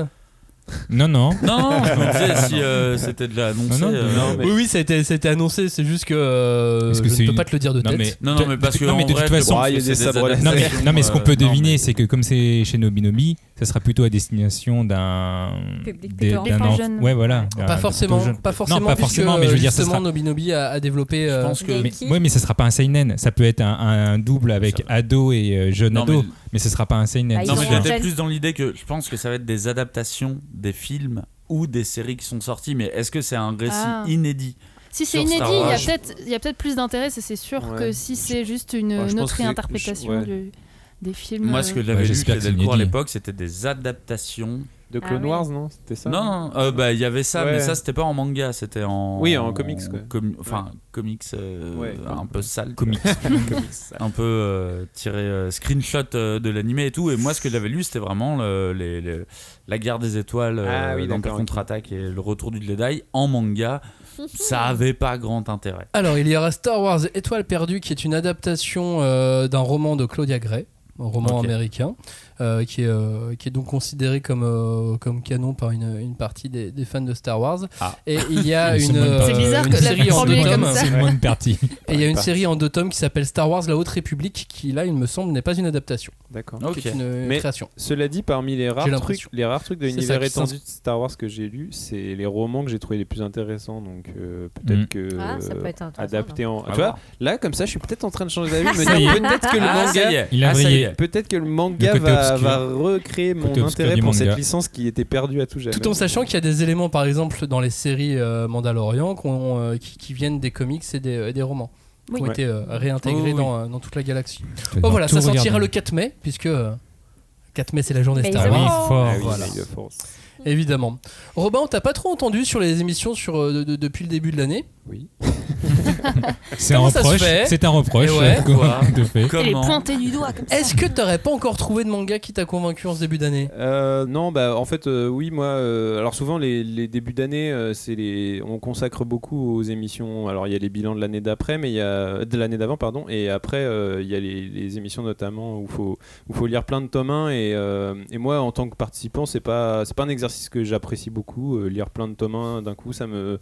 Speaker 5: Non, non.
Speaker 6: Non, non, je me disais si euh, c'était de l'annoncer.
Speaker 5: Ah Non, non,
Speaker 6: euh,
Speaker 3: non, mais-
Speaker 1: Oui, oui, ça a été, ça a été annoncé, c'est juste que, euh,
Speaker 5: Est-ce que
Speaker 1: je
Speaker 5: c'est
Speaker 1: ne peux
Speaker 5: une-
Speaker 1: pas te le dire de
Speaker 5: Non,
Speaker 1: tête.
Speaker 5: mais-
Speaker 6: Non, non, mais parce que
Speaker 5: Non, mais
Speaker 6: en
Speaker 5: de
Speaker 6: vrai,
Speaker 5: toute façon-
Speaker 6: Braille,
Speaker 3: Il y a des
Speaker 6: c'est
Speaker 3: sabres
Speaker 5: Non mais,
Speaker 6: adaptations,
Speaker 5: non, mais ce qu'on
Speaker 6: euh,
Speaker 5: peut
Speaker 6: non,
Speaker 5: deviner,
Speaker 6: mais-
Speaker 5: c'est que comme c'est chez Nobinobi, ça sera plutôt à destination d'un
Speaker 4: Public
Speaker 5: des-
Speaker 4: plutôt
Speaker 5: d'un
Speaker 2: enfant.
Speaker 5: enfant.
Speaker 2: jeune.
Speaker 5: Ouais, voilà. d'un-
Speaker 1: Pas
Speaker 5: euh, plutôt
Speaker 1: forcément,
Speaker 5: jeune.
Speaker 1: pas forcément,
Speaker 5: Non, pas forcément,
Speaker 1: puisque,
Speaker 5: mais je veux dire, ça
Speaker 1: justement,
Speaker 5: sera-
Speaker 1: Nobinobi a, a développé.
Speaker 6: Je
Speaker 1: euh,
Speaker 6: pense que.
Speaker 5: Mais, ouais, mais ça sera pas un seinen. Ça peut être un, un- un double avec
Speaker 6: Ça
Speaker 5: ado et euh, jeune
Speaker 6: Non,
Speaker 5: ado,
Speaker 6: mais-
Speaker 5: mais... ce sera pas un seinen.
Speaker 4: Bah,
Speaker 6: Non,
Speaker 4: Ils
Speaker 6: mais
Speaker 4: ont-
Speaker 6: j'étais
Speaker 4: Angel.
Speaker 6: plus dans l'idée que je pense que ça va être des adaptations des films ou des séries qui sont sorties, mais est-ce que c'est un récit
Speaker 2: Ah.
Speaker 6: inédit
Speaker 2: Si c'est
Speaker 6: Sur
Speaker 2: inédit,
Speaker 6: Star
Speaker 2: il y a
Speaker 6: Wars.
Speaker 2: peut-être il y a peut-être plus d'intérêt, ça c'est sûr,
Speaker 3: Ouais.
Speaker 2: que si c'est juste une,
Speaker 3: Ouais, je
Speaker 2: une
Speaker 3: pense
Speaker 2: autre
Speaker 3: que c'est-
Speaker 2: réinterprétation
Speaker 3: ouais.
Speaker 2: du- des films.
Speaker 6: Moi, ce que
Speaker 2: euh,
Speaker 6: j'avais
Speaker 5: Ouais,
Speaker 6: lu
Speaker 5: j'espère
Speaker 6: chez
Speaker 5: que c'est
Speaker 6: Delcourt à
Speaker 5: inédit.
Speaker 6: l'époque, c'était des adaptations.
Speaker 3: De
Speaker 2: Ah
Speaker 3: Clone
Speaker 2: oui.
Speaker 3: Wars, non C'était ça
Speaker 6: Non, non, euh, bah, il y avait ça, mais
Speaker 3: Ouais.
Speaker 6: ça, c'était pas en manga, c'était en.
Speaker 3: Oui, en comics, quoi.
Speaker 6: com- Enfin, comics euh,
Speaker 3: Ouais.
Speaker 6: un peu sale.
Speaker 5: Comics.
Speaker 6: un peu euh, tiré euh, screenshot euh, de l'animé et tout. Et moi, ce que j'avais lu, c'était vraiment le- les- les- la guerre des étoiles, euh,
Speaker 3: Ah oui,
Speaker 6: l'Empire
Speaker 3: d'accord, ok.
Speaker 6: contre-attaque et le retour du Jedi en manga. ça avait pas grand intérêt.
Speaker 1: Alors, il y aura Star Wars Étoile perdue, qui est une adaptation euh, d'un roman de Claudia Gray, un roman
Speaker 6: Ok.
Speaker 1: américain, euh, qui, est, euh, qui est donc considéré comme, euh, comme canon par une, une partie des, des fans de Star Wars.
Speaker 6: Ah.
Speaker 1: Et il y a
Speaker 5: Ils sont
Speaker 1: une, euh,
Speaker 5: même pas-
Speaker 2: C'est bizarre
Speaker 1: une
Speaker 2: que la
Speaker 1: série en deux
Speaker 2: formule est comme
Speaker 1: tomes.
Speaker 2: ça.
Speaker 5: C'est moins une partie.
Speaker 1: Et il y a une
Speaker 3: Pareil.
Speaker 1: série en deux tomes qui s'appelle Star Wars La Haute République, qui là, il me semble, n'est pas une adaptation,
Speaker 3: D'accord.
Speaker 6: Ok.
Speaker 1: qui est une
Speaker 3: Mais-
Speaker 1: création.
Speaker 3: Cela dit, parmi les rares
Speaker 1: J'ai
Speaker 3: trucs,
Speaker 1: l'impression.
Speaker 3: les rares trucs de
Speaker 1: C'est ça
Speaker 3: l'univers
Speaker 1: qui
Speaker 3: étendu de Star Wars que j'ai lu, c'est les romans que j'ai trouvé les plus intéressants. Donc euh, peut-être
Speaker 5: Mm.
Speaker 3: que
Speaker 4: Ah, ça
Speaker 3: euh,
Speaker 4: peut être intéressant.
Speaker 3: adapté en.
Speaker 6: À
Speaker 3: tu vois,
Speaker 6: voir.
Speaker 3: là comme ça, je suis peut-être en train de changer d'avis. me
Speaker 5: Ça y
Speaker 3: dire
Speaker 5: est.
Speaker 3: peut-être que le
Speaker 6: Ah, ça y
Speaker 3: manga,
Speaker 6: est.
Speaker 5: Il a
Speaker 6: Ah, ça y
Speaker 5: brillé.
Speaker 6: est.
Speaker 3: peut-être que le manga
Speaker 5: Le côté
Speaker 3: va,
Speaker 5: obscur.
Speaker 3: va recréer mon
Speaker 5: Côté obscur
Speaker 3: intérêt
Speaker 5: du
Speaker 3: pour
Speaker 5: manga.
Speaker 3: cette licence qui était perdue à tout jamais.
Speaker 1: Tout en sachant qu'il y a des éléments, par exemple, dans les séries euh, Mandalorian qu'on, euh, qui, qui viennent des comics et des, et des romans, qui ont
Speaker 3: Ouais.
Speaker 1: été euh, réintégrés
Speaker 6: Oh, oui.
Speaker 1: dans, euh, dans toute la galaxie.
Speaker 5: Je vais
Speaker 1: Oh
Speaker 5: devoir
Speaker 1: voilà,
Speaker 5: tout
Speaker 1: ça sortira
Speaker 5: regarder.
Speaker 1: le 4 mai, puisque euh, 4 mai c'est la journée
Speaker 4: Mais
Speaker 1: Star
Speaker 5: Ah oui,
Speaker 1: Wars,
Speaker 5: fort.
Speaker 3: Ah oui,
Speaker 1: Voilà.
Speaker 3: May the Force.
Speaker 1: évidemment. Robin, on t'a pas trop entendu sur les émissions sur, euh, de- de- depuis le début de l'année
Speaker 5: C'est un
Speaker 1: Comment ça se
Speaker 5: reproche.
Speaker 1: fait
Speaker 5: C'est un reproche.
Speaker 1: Eh ouais.
Speaker 5: euh, qu'on-
Speaker 6: Quoi
Speaker 5: de fait.
Speaker 2: Elle
Speaker 3: hein.
Speaker 2: est
Speaker 6: Comment
Speaker 2: pointée du doigt comme ça.
Speaker 1: Est-ce que t'aurais pas encore trouvé de manga qui t'a convaincu en ce début d'année
Speaker 3: Euh, non, bah en fait, euh, oui, moi. euh, alors souvent, les, les débuts d'année, euh, c'est les, on consacre beaucoup aux émissions. Alors il y a les bilans de l'année d'après, mais il y a de l'année d'avant, pardon. Et après, euh, il y a les, les émissions notamment où faut où faut lire plein de tomes 1 et, euh, et moi, en tant que participant, c'est pas c'est pas un exercice que j'apprécie beaucoup. euh, lire plein de tomes 1 d'un coup, ça me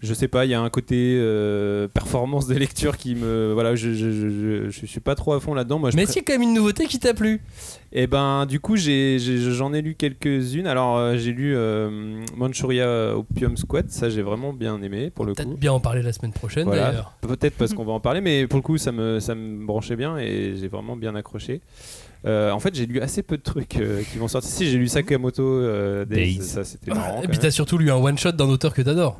Speaker 3: je sais pas, il y a un côté euh, performance de lecture qui me. Voilà, je, je, je, je- je suis pas trop à fond là-dedans. Moi, je
Speaker 1: Mais
Speaker 3: pré-
Speaker 1: si, quand même une nouveauté qui t'a plu.
Speaker 3: et ben, du coup, j'ai- j'ai- j'en ai, lu quelques-unes. Alors, euh, j'ai lu euh, Manchuria Opium Squad, ça j'ai vraiment bien aimé pour le
Speaker 1: Peut-être
Speaker 3: coup.
Speaker 1: bien en parler la semaine prochaine
Speaker 3: Voilà.
Speaker 1: d'ailleurs.
Speaker 3: Peut-être parce qu'on va en parler, mais pour le coup, ça me, ça me branchait bien et j'ai vraiment bien accroché. Euh, en fait, j'ai lu assez peu de trucs euh, qui vont sortir. Si, j'ai lu Sakamoto euh, Days,
Speaker 5: Days.
Speaker 3: ça c'était marrant.
Speaker 1: Et
Speaker 3: quand
Speaker 1: puis
Speaker 3: même.
Speaker 1: Ah, t'as surtout lu un one-shot d'un auteur que t'adores.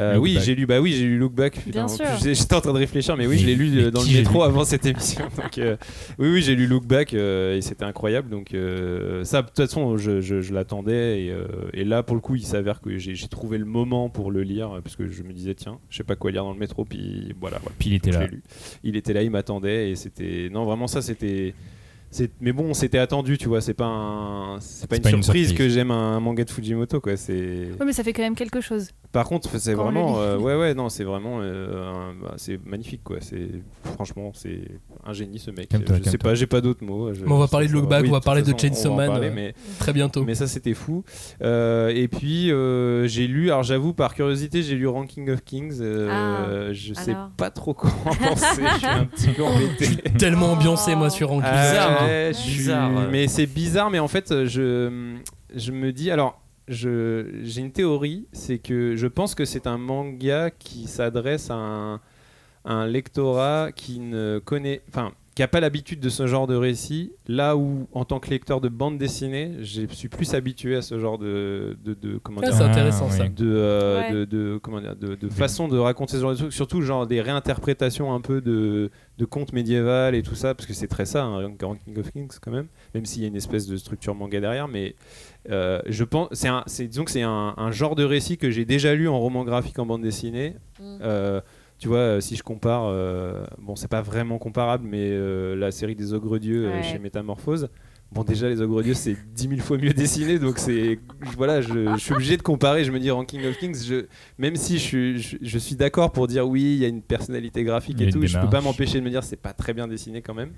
Speaker 3: Euh,
Speaker 5: Look
Speaker 3: oui,
Speaker 5: Back.
Speaker 3: j'ai lu, bah oui, j'ai lu Look Back. putain,
Speaker 2: Bien
Speaker 3: en
Speaker 2: sûr.
Speaker 3: plus, j'ai- J'étais en train de réfléchir, mais oui,
Speaker 5: Mais-
Speaker 3: je l'ai lu euh,
Speaker 5: mais
Speaker 3: dans le
Speaker 5: qui j'ai
Speaker 3: métro
Speaker 5: lu
Speaker 3: avant cette émission. Donc, euh, oui, oui, j'ai lu Look Back euh, et c'était incroyable. Donc, euh, ça, de toute façon, je, je- je l'attendais et, euh, et là, pour le coup, il s'avère que j'ai j'ai trouvé le moment pour le lire euh, parce que je me disais, tiens, je sais pas quoi lire dans le métro, puis voilà. voilà.
Speaker 5: Puis il était
Speaker 3: Je
Speaker 5: là.
Speaker 3: l'ai lu. Il était là, il m'attendait et c'était non vraiment ça c'était c'est- mais bon, c'était attendu, tu vois, c'est pas un c'est pas,
Speaker 5: C'est
Speaker 3: une,
Speaker 5: pas une
Speaker 3: surprise,
Speaker 5: surprise.
Speaker 3: que j'aime un, un manga de Fujimoto quoi, c'est
Speaker 2: Ouais, mais ça fait quand même quelque chose.
Speaker 3: par contre, c'est
Speaker 2: Quand on
Speaker 3: vraiment,
Speaker 2: le lit.
Speaker 3: euh, ouais, ouais, non, c'est vraiment, euh, un- bah, c'est magnifique, quoi. C'est franchement, c'est un génie ce mec.
Speaker 5: Calme-toi,
Speaker 3: je sais
Speaker 5: calme-toi.
Speaker 3: pas, j'ai pas d'autres mots. je-
Speaker 1: Mais on va
Speaker 3: je-
Speaker 1: parler de
Speaker 3: ça
Speaker 1: Look Back, on va
Speaker 3: toute
Speaker 1: parler de
Speaker 3: façon,
Speaker 1: Chainsaw
Speaker 3: on va en
Speaker 1: Man, euh,
Speaker 3: parler,
Speaker 1: ouais.
Speaker 3: mais,
Speaker 1: Très bientôt.
Speaker 3: mais ça, c'était fou. Euh, et puis, euh, j'ai lu, alors j'avoue, par curiosité, j'ai lu Ranking of Kings. euh,
Speaker 1: Ah,
Speaker 3: je sais
Speaker 4: alors.
Speaker 3: pas trop quoi en penser. Je suis un petit peu embêté.
Speaker 1: Tellement ambiancé moi sur Anki.
Speaker 6: Ah. Bizarre, hein.
Speaker 3: Ouais, Euh, je suis-
Speaker 6: Bizarre.
Speaker 3: Mais c'est bizarre, mais en fait, je, je me dis. Alors, je- j'ai une théorie, c'est que je pense que c'est un manga qui s'adresse à un, un lectorat qui ne connaît. Enfin, qui n'a pas l'habitude de ce genre de récit, là où, en tant que lecteur de bande dessinée, je suis plus habitué à ce genre de. de, de- comment
Speaker 1: Ah,
Speaker 3: dire,
Speaker 1: c'est intéressant
Speaker 5: Ah,
Speaker 1: ça.
Speaker 5: oui.
Speaker 3: de, euh,
Speaker 4: Ouais.
Speaker 3: de, de- comment dire, de, de façon de raconter ce genre de trucs, surtout genre des réinterprétations un peu de, de contes médiévales et tout ça, parce que c'est très ça, hein, Ranking of Kings quand même, même s'il y a une espèce de structure manga derrière, mais euh, je pense, c'est un, c'est, disons que c'est un, un genre de récit que j'ai déjà lu en roman graphique en bande dessinée.
Speaker 4: Mm.
Speaker 3: Euh, tu vois, euh, si je compare, euh, bon, c'est pas vraiment comparable, mais euh, la série des Ogres Dieux euh,
Speaker 4: Ouais.
Speaker 3: chez Métamorphose, Bon, déjà, les Ogres Dieux, c'est 10 000 fois mieux dessiné, donc c'est. Voilà, je, je suis obligé de comparer. Je me dis, Ranking of Kings, je, même si je, suis- je, je suis d'accord pour dire oui, il y a une personnalité graphique
Speaker 5: Il y a
Speaker 3: et
Speaker 5: une
Speaker 3: tout, je peux
Speaker 5: démarche.
Speaker 3: pas m'empêcher de me dire, c'est pas très bien dessiné quand même.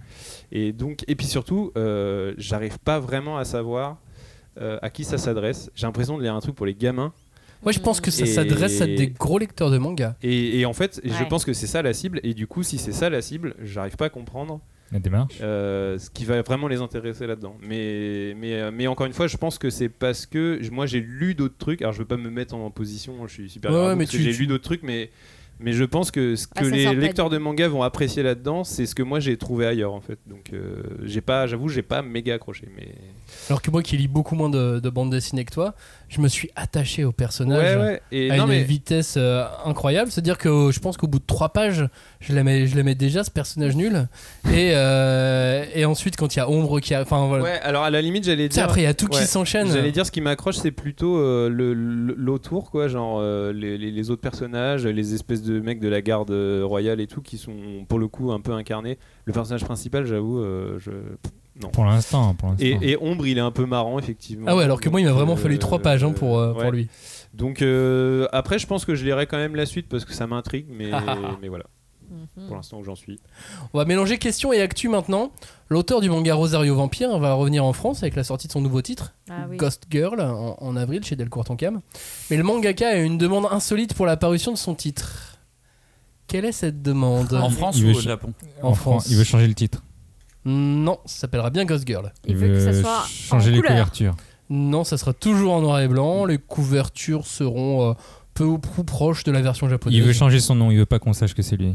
Speaker 3: Et donc, et puis surtout, euh, j'arrive pas vraiment à savoir euh, à qui ça s'adresse. J'ai l'impression de lire un truc pour les gamins.
Speaker 1: Moi, je pense que ça
Speaker 3: Et-
Speaker 1: s'adresse à des gros lecteurs de manga.
Speaker 3: Et, et en fait, je
Speaker 4: Ouais.
Speaker 3: pense que c'est ça la cible. Et du coup, si c'est ça la cible, j'arrive pas à comprendre
Speaker 5: La démarche.
Speaker 3: euh, ce qui va vraiment les intéresser là-dedans. Mais, mais, euh, mais encore une fois, je pense que c'est parce que j- moi j'ai lu d'autres trucs. Alors je veux pas me mettre en position, je suis super
Speaker 1: Ouais,
Speaker 3: grave,
Speaker 1: ouais, mais
Speaker 3: parce que
Speaker 1: tu-
Speaker 3: j'ai
Speaker 1: tu-
Speaker 3: lu d'autres trucs, mais, mais je pense que ce que
Speaker 4: Ah, ça sort
Speaker 3: les
Speaker 4: pas
Speaker 3: lecteurs de manga vont apprécier là-dedans, c'est ce que moi j'ai trouvé ailleurs en fait. Donc euh, j'ai pas, j'avoue, j'ai pas méga accroché. Mais
Speaker 1: Alors que moi, qui lis beaucoup moins de, de bandes dessinées que toi, je me suis attaché au personnage.
Speaker 3: ouais, ouais. Et
Speaker 1: à
Speaker 3: non
Speaker 1: une
Speaker 3: mais
Speaker 1: vitesse euh, incroyable. C'est-à-dire que euh, je pense qu'au bout de trois pages, je l'aimais, je l'aimais déjà, ce personnage nul. Et, euh, et ensuite, quand il y a Ombre qui a. Enfin, voilà.
Speaker 3: ouais. Alors à la limite, j'allais
Speaker 1: Tu sais,
Speaker 3: dire.
Speaker 1: après, il y a tout
Speaker 3: Ouais.
Speaker 1: qui s'enchaîne.
Speaker 3: J'allais dire ce qui m'accroche, c'est plutôt euh, le- le- l'autour, quoi, genre euh, les, les- les autres personnages, les espèces de mecs de la garde euh, royale et tout, qui sont pour le coup un peu incarnés. Le personnage principal, j'avoue, euh, je. Non.
Speaker 5: Pour l'instant. pour l'instant.
Speaker 3: Et, et Ombre, il est un peu marrant, effectivement.
Speaker 1: Ah ouais, alors que moi, il m'a
Speaker 3: Donc,
Speaker 1: vraiment
Speaker 3: euh,
Speaker 1: fallu trois pages hein, pour, euh,
Speaker 3: ouais.
Speaker 1: pour lui.
Speaker 3: Donc euh, après, je pense que je lirai quand même la suite parce que ça m'intrigue, mais, mais voilà, pour l'instant où j'en suis.
Speaker 1: On va mélanger questions et actu maintenant. L'auteur du manga Rosario Vampire va revenir en France avec la sortie de son nouveau titre,
Speaker 4: Ah oui.
Speaker 1: Ghost Girl en, en avril chez Delcourt Tonkam. Mais le mangaka a une demande insolite pour la parution de son titre. Quelle est cette demande
Speaker 6: En France
Speaker 5: Il
Speaker 6: ou
Speaker 5: veut
Speaker 6: au
Speaker 5: ch-
Speaker 6: Japon
Speaker 1: en France.
Speaker 5: Il veut changer le titre.
Speaker 1: Non, ça s'appellera bien Ghost Girl.
Speaker 4: Il veut que ça soit en
Speaker 5: Euh, changer les
Speaker 4: couleur.
Speaker 5: couvertures.
Speaker 1: Non, ça sera toujours en noir et blanc. Les couvertures seront euh, peu ou prou proches de la version japonaise.
Speaker 5: Il veut changer son nom. Il veut pas qu'on sache que c'est lui.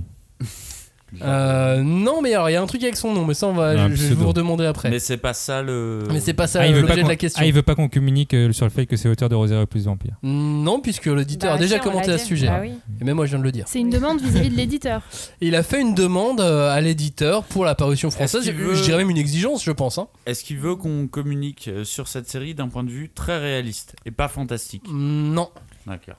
Speaker 1: Euh, non, mais alors il y a un truc avec son nom, mais ça on va,
Speaker 5: Un
Speaker 1: je, je vais
Speaker 5: pseudo.
Speaker 1: vous redemander après.
Speaker 6: Mais c'est pas ça le.
Speaker 1: Mais c'est pas ça
Speaker 5: Ah, il veut pas
Speaker 1: l'objet de
Speaker 5: qu'on-
Speaker 1: la question.
Speaker 5: ah, il veut pas qu'on communique euh, sur le fait que c'est auteur de Rosario plus Vampire.
Speaker 1: Non, puisque l'auditeur
Speaker 4: Bah,
Speaker 1: a déjà
Speaker 4: si, on
Speaker 1: commenté
Speaker 4: l'a
Speaker 1: à
Speaker 4: dit.
Speaker 1: ce sujet.
Speaker 4: Bah oui.
Speaker 1: Et même moi je viens de le dire.
Speaker 2: C'est une demande vis-à-vis de l'éditeur.
Speaker 1: Et il a fait une demande euh, à l'éditeur pour la parution française. Je,
Speaker 6: Est-ce qu'il veut-
Speaker 1: je dirais même une exigence, je pense. hein.
Speaker 6: Est-ce qu'il veut qu'on communique euh, sur cette série d'un point de vue très réaliste et pas fantastique
Speaker 1: Mm, Non.
Speaker 6: D'accord.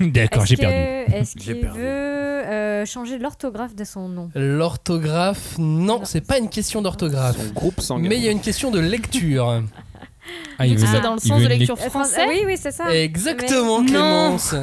Speaker 5: D'accord,
Speaker 4: Est-ce
Speaker 5: j'ai
Speaker 4: que-
Speaker 5: perdu.
Speaker 4: Est-ce
Speaker 6: J'ai
Speaker 4: qu'il
Speaker 6: perdu.
Speaker 4: veut euh, changer l'orthographe de son nom Euh,
Speaker 1: L'orthographe, non, c'est pas une question d'orthographe.
Speaker 3: Son groupe s'engage.
Speaker 1: Mais il y a une question de lecture.
Speaker 5: Ah, il
Speaker 2: Vu que
Speaker 5: veut
Speaker 2: c'est
Speaker 5: la-
Speaker 2: dans le
Speaker 5: il
Speaker 2: sens
Speaker 5: veut
Speaker 2: de
Speaker 5: une
Speaker 2: lecture
Speaker 4: Euh, Fran-
Speaker 2: française.
Speaker 4: euh, Oui, oui, c'est ça.
Speaker 1: Exactement,
Speaker 2: Ah, Mais-
Speaker 1: Clémence.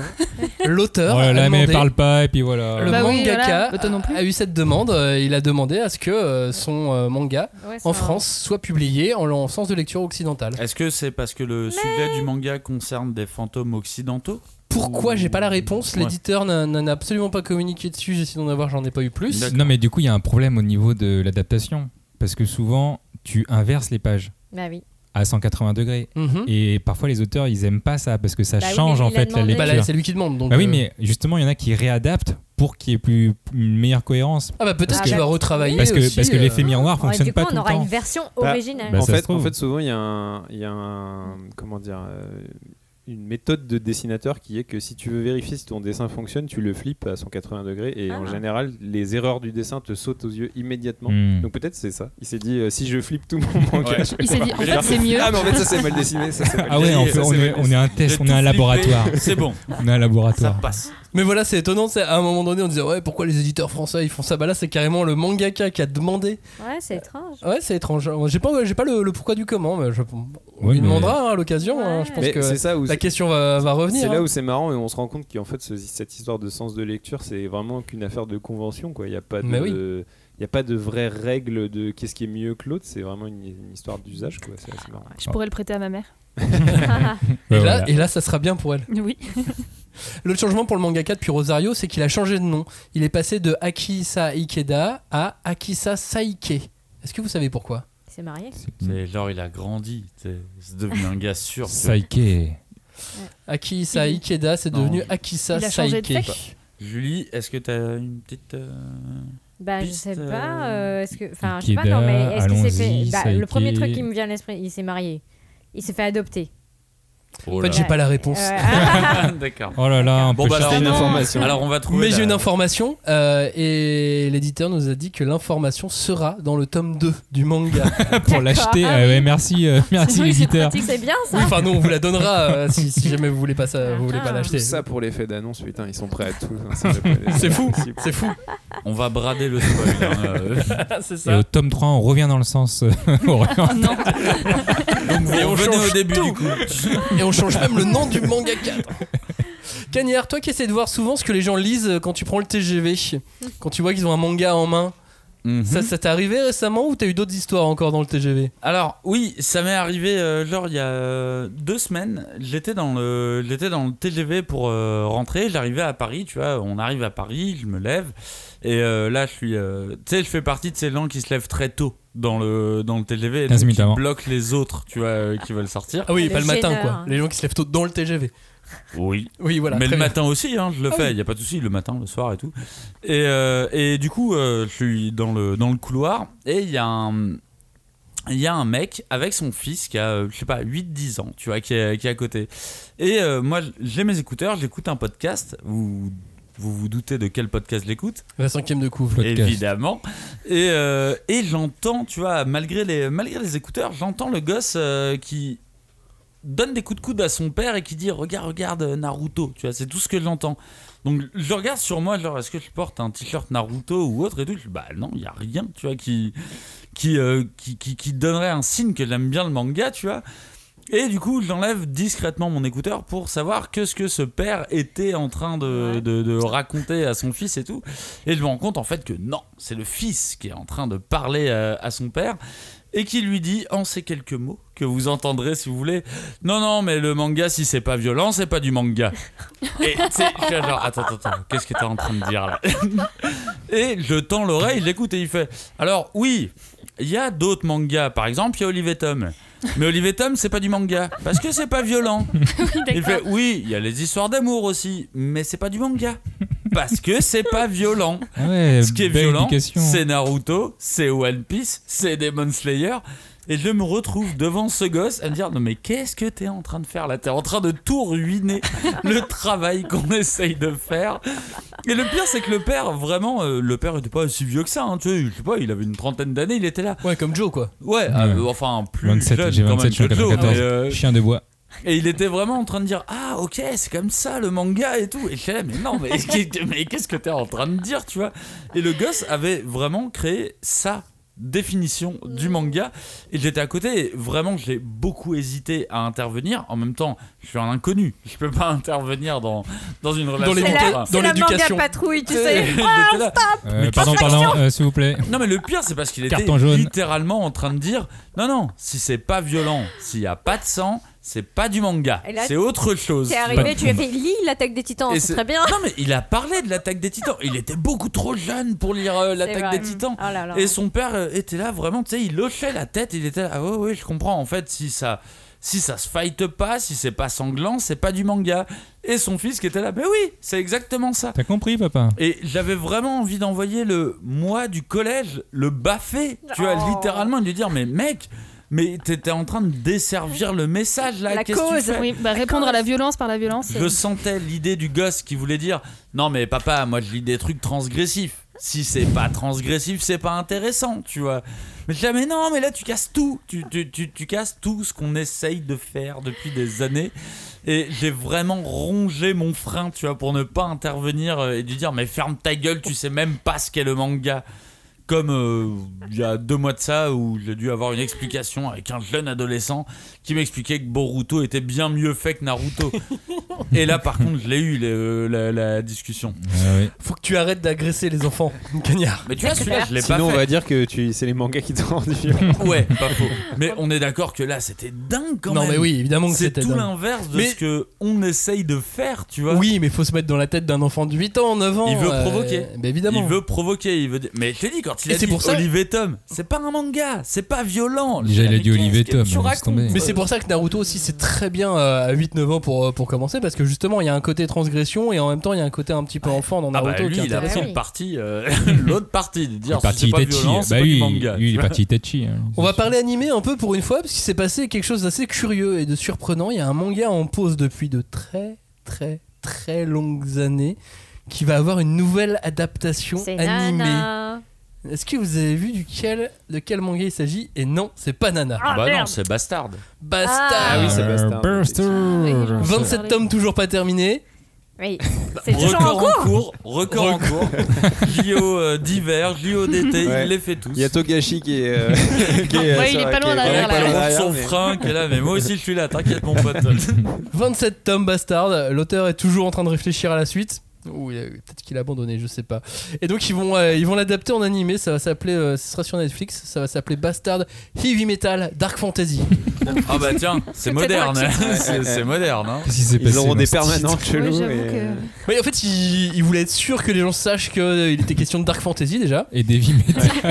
Speaker 1: L'auteur.
Speaker 5: Oh là
Speaker 1: a
Speaker 5: là, mais
Speaker 1: demandé-
Speaker 5: parle pas, et puis voilà.
Speaker 1: Le
Speaker 2: Bah oui,
Speaker 1: mangaka
Speaker 2: voilà. Bah, toi non plus.
Speaker 1: a eu cette demande. euh, Il a demandé à ce que euh, son euh, manga
Speaker 4: Ouais, c'est
Speaker 1: en
Speaker 4: un-
Speaker 1: France soit publié en, en sens de lecture occidentale.
Speaker 6: Est-ce que c'est parce que le sujet du manga concerne des fantômes occidentaux
Speaker 1: Pourquoi j'ai pas la réponse
Speaker 6: Ouais.
Speaker 1: L'éditeur n'a- n'en a absolument pas communiqué dessus. J'ai essayé d'en avoir, j'en ai pas eu plus.
Speaker 6: D'accord.
Speaker 5: Non, mais du coup, il y a un problème au niveau de l'adaptation. Parce que souvent, tu inverses les pages
Speaker 4: Bah oui.
Speaker 5: à 180 degrés.
Speaker 1: Mhm.
Speaker 5: Et parfois, les auteurs, ils aiment pas ça parce que ça
Speaker 4: Bah oui,
Speaker 5: change
Speaker 4: mais
Speaker 5: en
Speaker 4: il l'a
Speaker 5: fait la
Speaker 4: demandé.
Speaker 5: lecture.
Speaker 1: Bah là, c'est lui qui demande. Donc,
Speaker 5: Bah oui,
Speaker 1: euh,
Speaker 5: mais justement, il y en a qui réadaptent pour qu'il y ait plus, une meilleure cohérence.
Speaker 1: Ah bah peut-être
Speaker 4: Ah
Speaker 1: qu'il
Speaker 4: bah,
Speaker 1: va retravailler.
Speaker 5: Parce que,
Speaker 1: aussi,
Speaker 5: parce que
Speaker 1: euh,
Speaker 5: l'effet miroir
Speaker 4: Ouais,
Speaker 5: fonctionne
Speaker 4: du coup,
Speaker 5: pas tout
Speaker 4: on
Speaker 5: le
Speaker 4: aura
Speaker 5: temps.
Speaker 4: une version
Speaker 3: Bah,
Speaker 4: originale.
Speaker 5: bah,
Speaker 3: en,
Speaker 5: ça se
Speaker 3: fait,
Speaker 5: trouve.
Speaker 3: en fait, souvent, il y a, un, il y a un- comment dire, euh, une méthode de dessinateur qui est que si tu veux vérifier si ton dessin fonctionne, tu le flippes à 180 degrés et en général, les erreurs du dessin te sautent aux yeux immédiatement.
Speaker 5: Hmm.
Speaker 3: Donc peut-être c'est ça. Il s'est dit, euh, si je flippe tout mon manga,
Speaker 6: Ouais.
Speaker 3: je vais
Speaker 2: Il s'est
Speaker 3: voir.
Speaker 2: dit, en fait, c'est mieux.
Speaker 3: Ah mais en fait, ça c'est mal dessiné. Ça, c'est mal
Speaker 5: Ah ouais, en
Speaker 3: dessiné,
Speaker 5: fait,
Speaker 3: ça,
Speaker 5: on
Speaker 3: c'est
Speaker 5: est,
Speaker 3: mal
Speaker 5: on est un test,
Speaker 6: J'ai
Speaker 5: on
Speaker 6: tout
Speaker 5: est un
Speaker 6: flippé.
Speaker 5: laboratoire.
Speaker 6: C'est bon,
Speaker 5: On est un
Speaker 6: ça
Speaker 5: laboratoire.
Speaker 6: passe.
Speaker 1: Mais voilà, c'est étonnant. c'est À un moment donné, on disait ouais, pourquoi les éditeurs français ils font ça Bah là, c'est carrément le mangaka qui a demandé.
Speaker 5: bah.
Speaker 4: Ouais, c'est étrange.
Speaker 1: Ouais, c'est étrange. J'ai pas, j'ai pas le, le pourquoi du comment. Mais je, on
Speaker 5: Ouais,
Speaker 1: lui
Speaker 5: mais-
Speaker 1: demandera hein, à l'occasion. hein, je pense
Speaker 3: Mais
Speaker 1: que
Speaker 3: c'est ça où
Speaker 1: la question va, va revenir.
Speaker 3: c'est
Speaker 1: hein.
Speaker 3: là où c'est marrant et on se rend compte qu'en fait ce- cette histoire de sens de lecture c'est vraiment qu'une affaire de convention quoi. Il n'y a pas de,
Speaker 1: Mais oui.
Speaker 3: il y a pas de vraie règle de qu'est-ce qui est mieux que l'autre. C'est vraiment une, une histoire d'usage quoi. C'est assez marrant.
Speaker 2: Je pourrais le prêter à ma mère.
Speaker 1: et,
Speaker 5: Ouais,
Speaker 1: là,
Speaker 5: voilà.
Speaker 1: et là, ça sera bien pour elle.
Speaker 2: Oui.
Speaker 1: L'autre changement pour le mangaka depuis Rosario, c'est qu'il a changé de nom. Il est passé de Akisa Ikeda à Akisa Saike. Est-ce que vous savez pourquoi
Speaker 4: C'est marié.
Speaker 5: Mm.
Speaker 6: C'est genre il a grandi, tu sais. c'est devenu un gars sûr. tu vois.
Speaker 5: Saïké.
Speaker 1: Akisa
Speaker 2: Il-
Speaker 1: Ikeda, c'est
Speaker 6: Non.
Speaker 1: devenu Akisa
Speaker 2: Il a
Speaker 1: Saike.
Speaker 2: changé de sexe.
Speaker 6: Julie, est-ce que t'as une petite euh,
Speaker 4: Bah, je
Speaker 6: Piste,
Speaker 4: sais pas.
Speaker 6: euh,
Speaker 4: euh, est-ce que, enfin, je sais pas.
Speaker 5: Ikeda,
Speaker 4: Non, mais est-ce qu'il s'est
Speaker 5: allons-y,
Speaker 4: fait bah,
Speaker 5: Saïké.
Speaker 4: Le premier truc qui me vient à l'esprit, il s'est marié. Il s'est fait adopter.
Speaker 1: En
Speaker 6: oh
Speaker 1: fait,
Speaker 6: là.
Speaker 1: j'ai pas la réponse.
Speaker 4: Euh, ah,
Speaker 6: D'accord.
Speaker 5: Oh là là, on peut
Speaker 6: Bon bah
Speaker 5: chercher-
Speaker 6: alors,
Speaker 3: une
Speaker 6: on-
Speaker 3: information.
Speaker 6: alors on va trouver.
Speaker 1: Mais j'ai
Speaker 6: la-
Speaker 1: une information euh, et l'éditeur nous a dit que l'information sera dans pour le tome 2 du manga.
Speaker 5: pour l'acheter.
Speaker 4: Ah
Speaker 5: Ah
Speaker 4: oui.
Speaker 5: ouais, merci, euh, merci
Speaker 2: Oui, c'est
Speaker 5: l'éditeur.
Speaker 2: pratique.
Speaker 4: c'est bien
Speaker 1: oui,
Speaker 4: ça.
Speaker 1: enfin non, on vous la donnera euh, si, si jamais vous voulez pas ça, vous voulez pas
Speaker 4: Ah.
Speaker 1: l'acheter.
Speaker 3: Tout ça pour l'effet d'annonce, putain, ils sont prêts à tout. hein, c'est pas-
Speaker 1: C'est fou,
Speaker 3: possible.
Speaker 1: c'est fou.
Speaker 6: On va brader le spoil. hein, euh.
Speaker 1: c'est
Speaker 5: Et au tome 3, on revient dans le sens euh, oriental.
Speaker 2: Non.
Speaker 6: Donc vous
Speaker 1: Et on
Speaker 6: revenez
Speaker 1: change
Speaker 6: au début
Speaker 1: tout.
Speaker 6: du coup.
Speaker 1: Et on change même le nom du manga 4. Cagnard, toi qui essaies de voir souvent ce que les gens lisent quand tu prends le TGV, quand tu vois qu'ils ont un manga en main,
Speaker 6: Mhm.
Speaker 1: Ça, ça t'est arrivé récemment ou t'as eu d'autres histoires encore dans le TGV
Speaker 6: Alors oui, ça m'est arrivé euh, genre il y a euh, deux semaines. J'étais dans le, j'étais dans le TGV pour euh, rentrer. J'arrivais à Paris, tu vois. On arrive à Paris, je me lève et euh, là je suis, euh, tu sais, je fais partie de ces gens qui se lèvent très tôt dans le dans le TGV et
Speaker 5: 15
Speaker 6: donc
Speaker 5: minutes
Speaker 6: qui
Speaker 5: avant.
Speaker 6: bloquent les autres, tu vois, euh, qui veulent sortir.
Speaker 1: Ah oui,
Speaker 4: Le
Speaker 1: pas le matin
Speaker 4: gêneur.
Speaker 1: quoi. Les gens qui se lèvent tôt dans le TGV.
Speaker 6: Oui.
Speaker 1: Oui, voilà.
Speaker 6: Mais
Speaker 1: très
Speaker 6: le
Speaker 1: bien.
Speaker 6: matin aussi, hein, je le
Speaker 1: Ah
Speaker 6: fais, il
Speaker 1: oui.
Speaker 6: n'y a pas de souci, le matin, le soir et tout. Et, euh, et du coup, euh, je suis dans le, dans le couloir et il y a un. Il y a un mec avec son fils qui a, euh, je sais pas, 8-10 ans, tu vois, qui est, qui est à côté. Et euh, moi, j'ai mes écouteurs, j'écoute un podcast. Vous, vous vous doutez de quel podcast j'écoute
Speaker 1: La cinquième de couvre.
Speaker 5: Podcast.
Speaker 6: Évidemment. Et, euh, et j'entends, tu vois, malgré les, malgré les écouteurs, j'entends le gosse euh, qui donne des coups de coude à son père et qui dit Regarde, regarde euh, Naruto. Tu vois, c'est tout ce que j'entends. Donc je regarde sur moi, genre, est-ce que je porte un t-shirt Naruto ou autre et tout Je dis, Bah non, il n'y a rien, tu vois, qui, qui, euh, qui, qui, qui donnerait un signe que j'aime bien le manga, tu vois. Et du coup, j'enlève discrètement mon écouteur pour savoir que ce que ce père était en train de, de- de raconter à son fils et tout. Et je me rends compte en fait que non, c'est le fils qui est en train de parler euh, à son père et qui lui dit en ces quelques mots que vous entendrez si vous voulez. Non, non, mais le manga, si c'est pas violent, c'est pas du manga. Et tu sais, je suis là, genre, attends, attends, attends, qu'est-ce que t'es en train de dire là Et je tends l'oreille, je l'écoute et il fait Alors, oui, il y a d'autres mangas. Par exemple, il y a Olive et Tom. Mais Olive et Tom, c'est pas du manga parce que c'est pas violent. Il fait Oui, il y a les histoires d'amour aussi, mais c'est pas du manga parce que c'est pas violent.
Speaker 5: Ah ouais,
Speaker 6: Ce qui est
Speaker 5: belle
Speaker 6: violent,
Speaker 5: éducation. hein.
Speaker 6: c'est Naruto, c'est One Piece, c'est Demon Slayer. Et je me retrouve devant ce gosse à me dire Non, mais qu'est-ce que t'es en train de faire là T'es en train de tout ruiner le travail qu'on essaye de faire. Et le pire, c'est que le père, vraiment, euh, le père était pas si vieux que ça. hein, tu sais, je sais pas, il avait une trentaine d'années, il était là.
Speaker 1: Ouais, comme Joe quoi.
Speaker 6: Ouais, euh, enfin, plus
Speaker 5: 27,
Speaker 6: jeune
Speaker 5: j'ai
Speaker 6: quand
Speaker 5: 27,
Speaker 6: même
Speaker 5: je suis
Speaker 6: que Joe,
Speaker 5: 94.
Speaker 6: mais, euh,
Speaker 5: Chien de bois.
Speaker 6: et il était vraiment en train de dire Ah, ok, c'est comme ça le manga et tout. Et j'étais là, mais non, mais, qu'est- mais qu'est-ce que t'es en train de dire, tu vois Et le gosse avait vraiment créé sa définition du
Speaker 4: Mm.
Speaker 6: manga. Et j'étais à côté et vraiment, j'ai beaucoup hésité à intervenir. En même temps, je suis un inconnu. Je peux pas intervenir dans, dans une relation.
Speaker 1: les
Speaker 4: C'est
Speaker 1: montées,
Speaker 6: Enfin,
Speaker 1: hein.
Speaker 4: la, c'est la manga
Speaker 1: l'éducation.
Speaker 4: patrouille, tu
Speaker 6: j'étais
Speaker 4: sais.
Speaker 6: là,
Speaker 5: Euh,
Speaker 6: Mais
Speaker 5: pardon, pardon, euh, s'il vous plaît.
Speaker 6: non mais le pire c'est parce qu'il était
Speaker 5: Carton jaune.
Speaker 6: littéralement en train de dire non non si c'est pas violent s'il y a pas de sang c'est pas du manga
Speaker 4: Et là,
Speaker 6: c'est autre chose.
Speaker 4: T'es
Speaker 5: Pas
Speaker 4: arrivé,
Speaker 5: de
Speaker 4: tu lui as fait lis l'attaque des titans,
Speaker 6: Et
Speaker 4: c'est
Speaker 6: c'est-
Speaker 4: très bien.
Speaker 6: Non mais il a parlé de l'attaque des titans. Il était beaucoup trop jeune pour lire euh, l'attaque
Speaker 4: vrai.
Speaker 6: des titans.
Speaker 4: Oh là là.
Speaker 6: Et son père euh, était là vraiment, tu sais, il hochait la tête, il était là, ah ouais, ouais, je comprends, en fait, si ça, si ça se fight pas, si c'est pas sanglant, c'est pas du manga. Et son fils qui était là, mais oui, c'est exactement ça.
Speaker 5: T'as compris, papa
Speaker 6: Et j'avais vraiment envie d'envoyer le moi du collège, le baffer, tu vois,
Speaker 4: Oh.
Speaker 6: littéralement, et de lui dire, mais mec, mais t'étais en train de desservir le message là,
Speaker 4: La
Speaker 6: qu'est-ce que tu
Speaker 4: cause,
Speaker 6: fais
Speaker 2: Oui, bah répondre à la violence par la violence. euh,
Speaker 6: je sentais l'idée du gosse qui voulait dire Non, mais papa, moi je lis des trucs transgressifs. Si c'est pas transgressif, c'est pas intéressant, tu vois. Mais je dis, ah, mais non, mais là tu casses tout. Tu, tu, tu, tu casses tout ce qu'on essaye de faire depuis des années. Et j'ai vraiment rongé mon frein, tu vois, pour ne pas intervenir euh, et lui dire Mais ferme ta gueule, tu sais même pas ce qu'est le manga. Comme euh, il y a deux mois de ça, où j'ai dû avoir une explication avec un jeune adolescent qui m'expliquait que Boruto était bien mieux fait que Naruto. Et là, par contre, je l'ai eu, le- la, la discussion.
Speaker 5: Ah oui.
Speaker 1: Faut que tu arrêtes d'agresser les enfants, Cagnard.
Speaker 6: Mais tu vois, celui-là, je l'ai pas
Speaker 3: Sinon, on
Speaker 6: fait.
Speaker 3: va dire que tu... c'est les mangas qui te rendent violent.
Speaker 6: Ouais, pas faux. Mais on est d'accord que là, c'était dingue quand
Speaker 1: non
Speaker 6: même.
Speaker 1: mais oui, évidemment que
Speaker 6: C'est
Speaker 1: c'était
Speaker 6: tout
Speaker 1: dingue.
Speaker 6: l'inverse de
Speaker 1: Mais-
Speaker 6: ce que on essaye de faire, tu vois.
Speaker 1: Oui, mais faut se mettre dans la tête d'un enfant de 8 ans, 9 ans.
Speaker 6: Il veut
Speaker 1: euh,
Speaker 6: provoquer.
Speaker 1: bah, évidemment.
Speaker 6: Il veut provoquer, il veut dire. Mais je t'ai dit, quand il
Speaker 1: Et
Speaker 6: a
Speaker 1: c'est
Speaker 6: dit
Speaker 1: pour ça-
Speaker 6: Olive et Tom, c'est pas un manga, c'est pas violent.
Speaker 5: Déjà, il a
Speaker 6: Mais
Speaker 5: dit Olive et
Speaker 6: qu'est-ce que
Speaker 5: Tom,
Speaker 6: tu
Speaker 5: laisse
Speaker 6: racontes
Speaker 5: tomber.
Speaker 1: Mais c'est pour ça que Naruto aussi c'est très bien euh, à 8-9 ans pour, euh, pour commencer parce que justement il y a un côté transgression et en même temps il y a un côté un petit peu enfant dans
Speaker 6: Ah
Speaker 1: Naruto
Speaker 6: bah lui,
Speaker 1: qui est
Speaker 6: il a
Speaker 1: intéressant.
Speaker 6: pris
Speaker 4: oui.
Speaker 6: partie, euh, l'autre partie, de dire
Speaker 5: Il est parti
Speaker 6: c'est pas
Speaker 5: Itachi.
Speaker 6: violent, c'est
Speaker 5: Bah
Speaker 6: pas du
Speaker 5: lui,
Speaker 6: manga.
Speaker 5: lui,
Speaker 6: tu
Speaker 5: il est
Speaker 6: vois.
Speaker 5: parti Itachi. hein.
Speaker 1: On va parler animé un peu pour une fois parce qu'il s'est passé quelque chose d'assez curieux et de surprenant. Il y a un manga en pause depuis de très très très longues années qui va avoir une nouvelle adaptation
Speaker 4: C'est
Speaker 1: animée.
Speaker 4: Nana.
Speaker 1: Est-ce que vous avez vu duquel, de quel manga il s'agit Et non, c'est pas Nana.
Speaker 6: Bah non, c'est bastard.
Speaker 1: Basta
Speaker 4: Ah
Speaker 3: oui, c'est
Speaker 5: Euh,
Speaker 3: Bastard.
Speaker 5: Buster.
Speaker 2: Ah oui.
Speaker 1: 27 tomes toujours pas terminés.
Speaker 4: Oui,
Speaker 1: Bah,
Speaker 4: c'est toujours en
Speaker 6: Record
Speaker 4: cours.
Speaker 6: en cours, record en cours, JO euh, d'hiver, JO d'été,
Speaker 3: Ouais.
Speaker 6: il les fait tous.
Speaker 3: Il y a Togashi qui est. euh, qui est,
Speaker 2: Ouais, il
Speaker 3: sur-
Speaker 2: est pas
Speaker 3: qui
Speaker 2: loin
Speaker 6: Ouais,
Speaker 2: derrière, là.
Speaker 3: vraiment pas loin
Speaker 6: il monte son
Speaker 3: derrière, mais-
Speaker 6: frein qui est là, mais moi aussi je suis là, t'inquiète mon pote.
Speaker 1: 27 tomes Bastard. L'auteur est toujours en train de réfléchir à la suite. Ou il a- peut-être qu'il a abandonné, je sais pas. Et donc ils vont euh, ils vont l'adapter en animé, ça va s'appeler euh, ce sera sur Netflix, ça va s'appeler Bastard Heavy Metal Dark Fantasy.
Speaker 6: Ah bah tiens, c'est moderne. hein. c'est c'est moderne. hein.
Speaker 5: Qu'est-ce qui s'est passé
Speaker 3: Ils auront
Speaker 5: dans
Speaker 3: des
Speaker 5: ce titre
Speaker 3: permanents chez
Speaker 2: Ouais,
Speaker 3: nous.
Speaker 2: j'avoue
Speaker 3: et-
Speaker 2: que-
Speaker 1: Oui, en fait, ils ils voulaient être sûrs que les gens sachent qu'il était question de Dark Fantasy déjà.
Speaker 5: Et des vies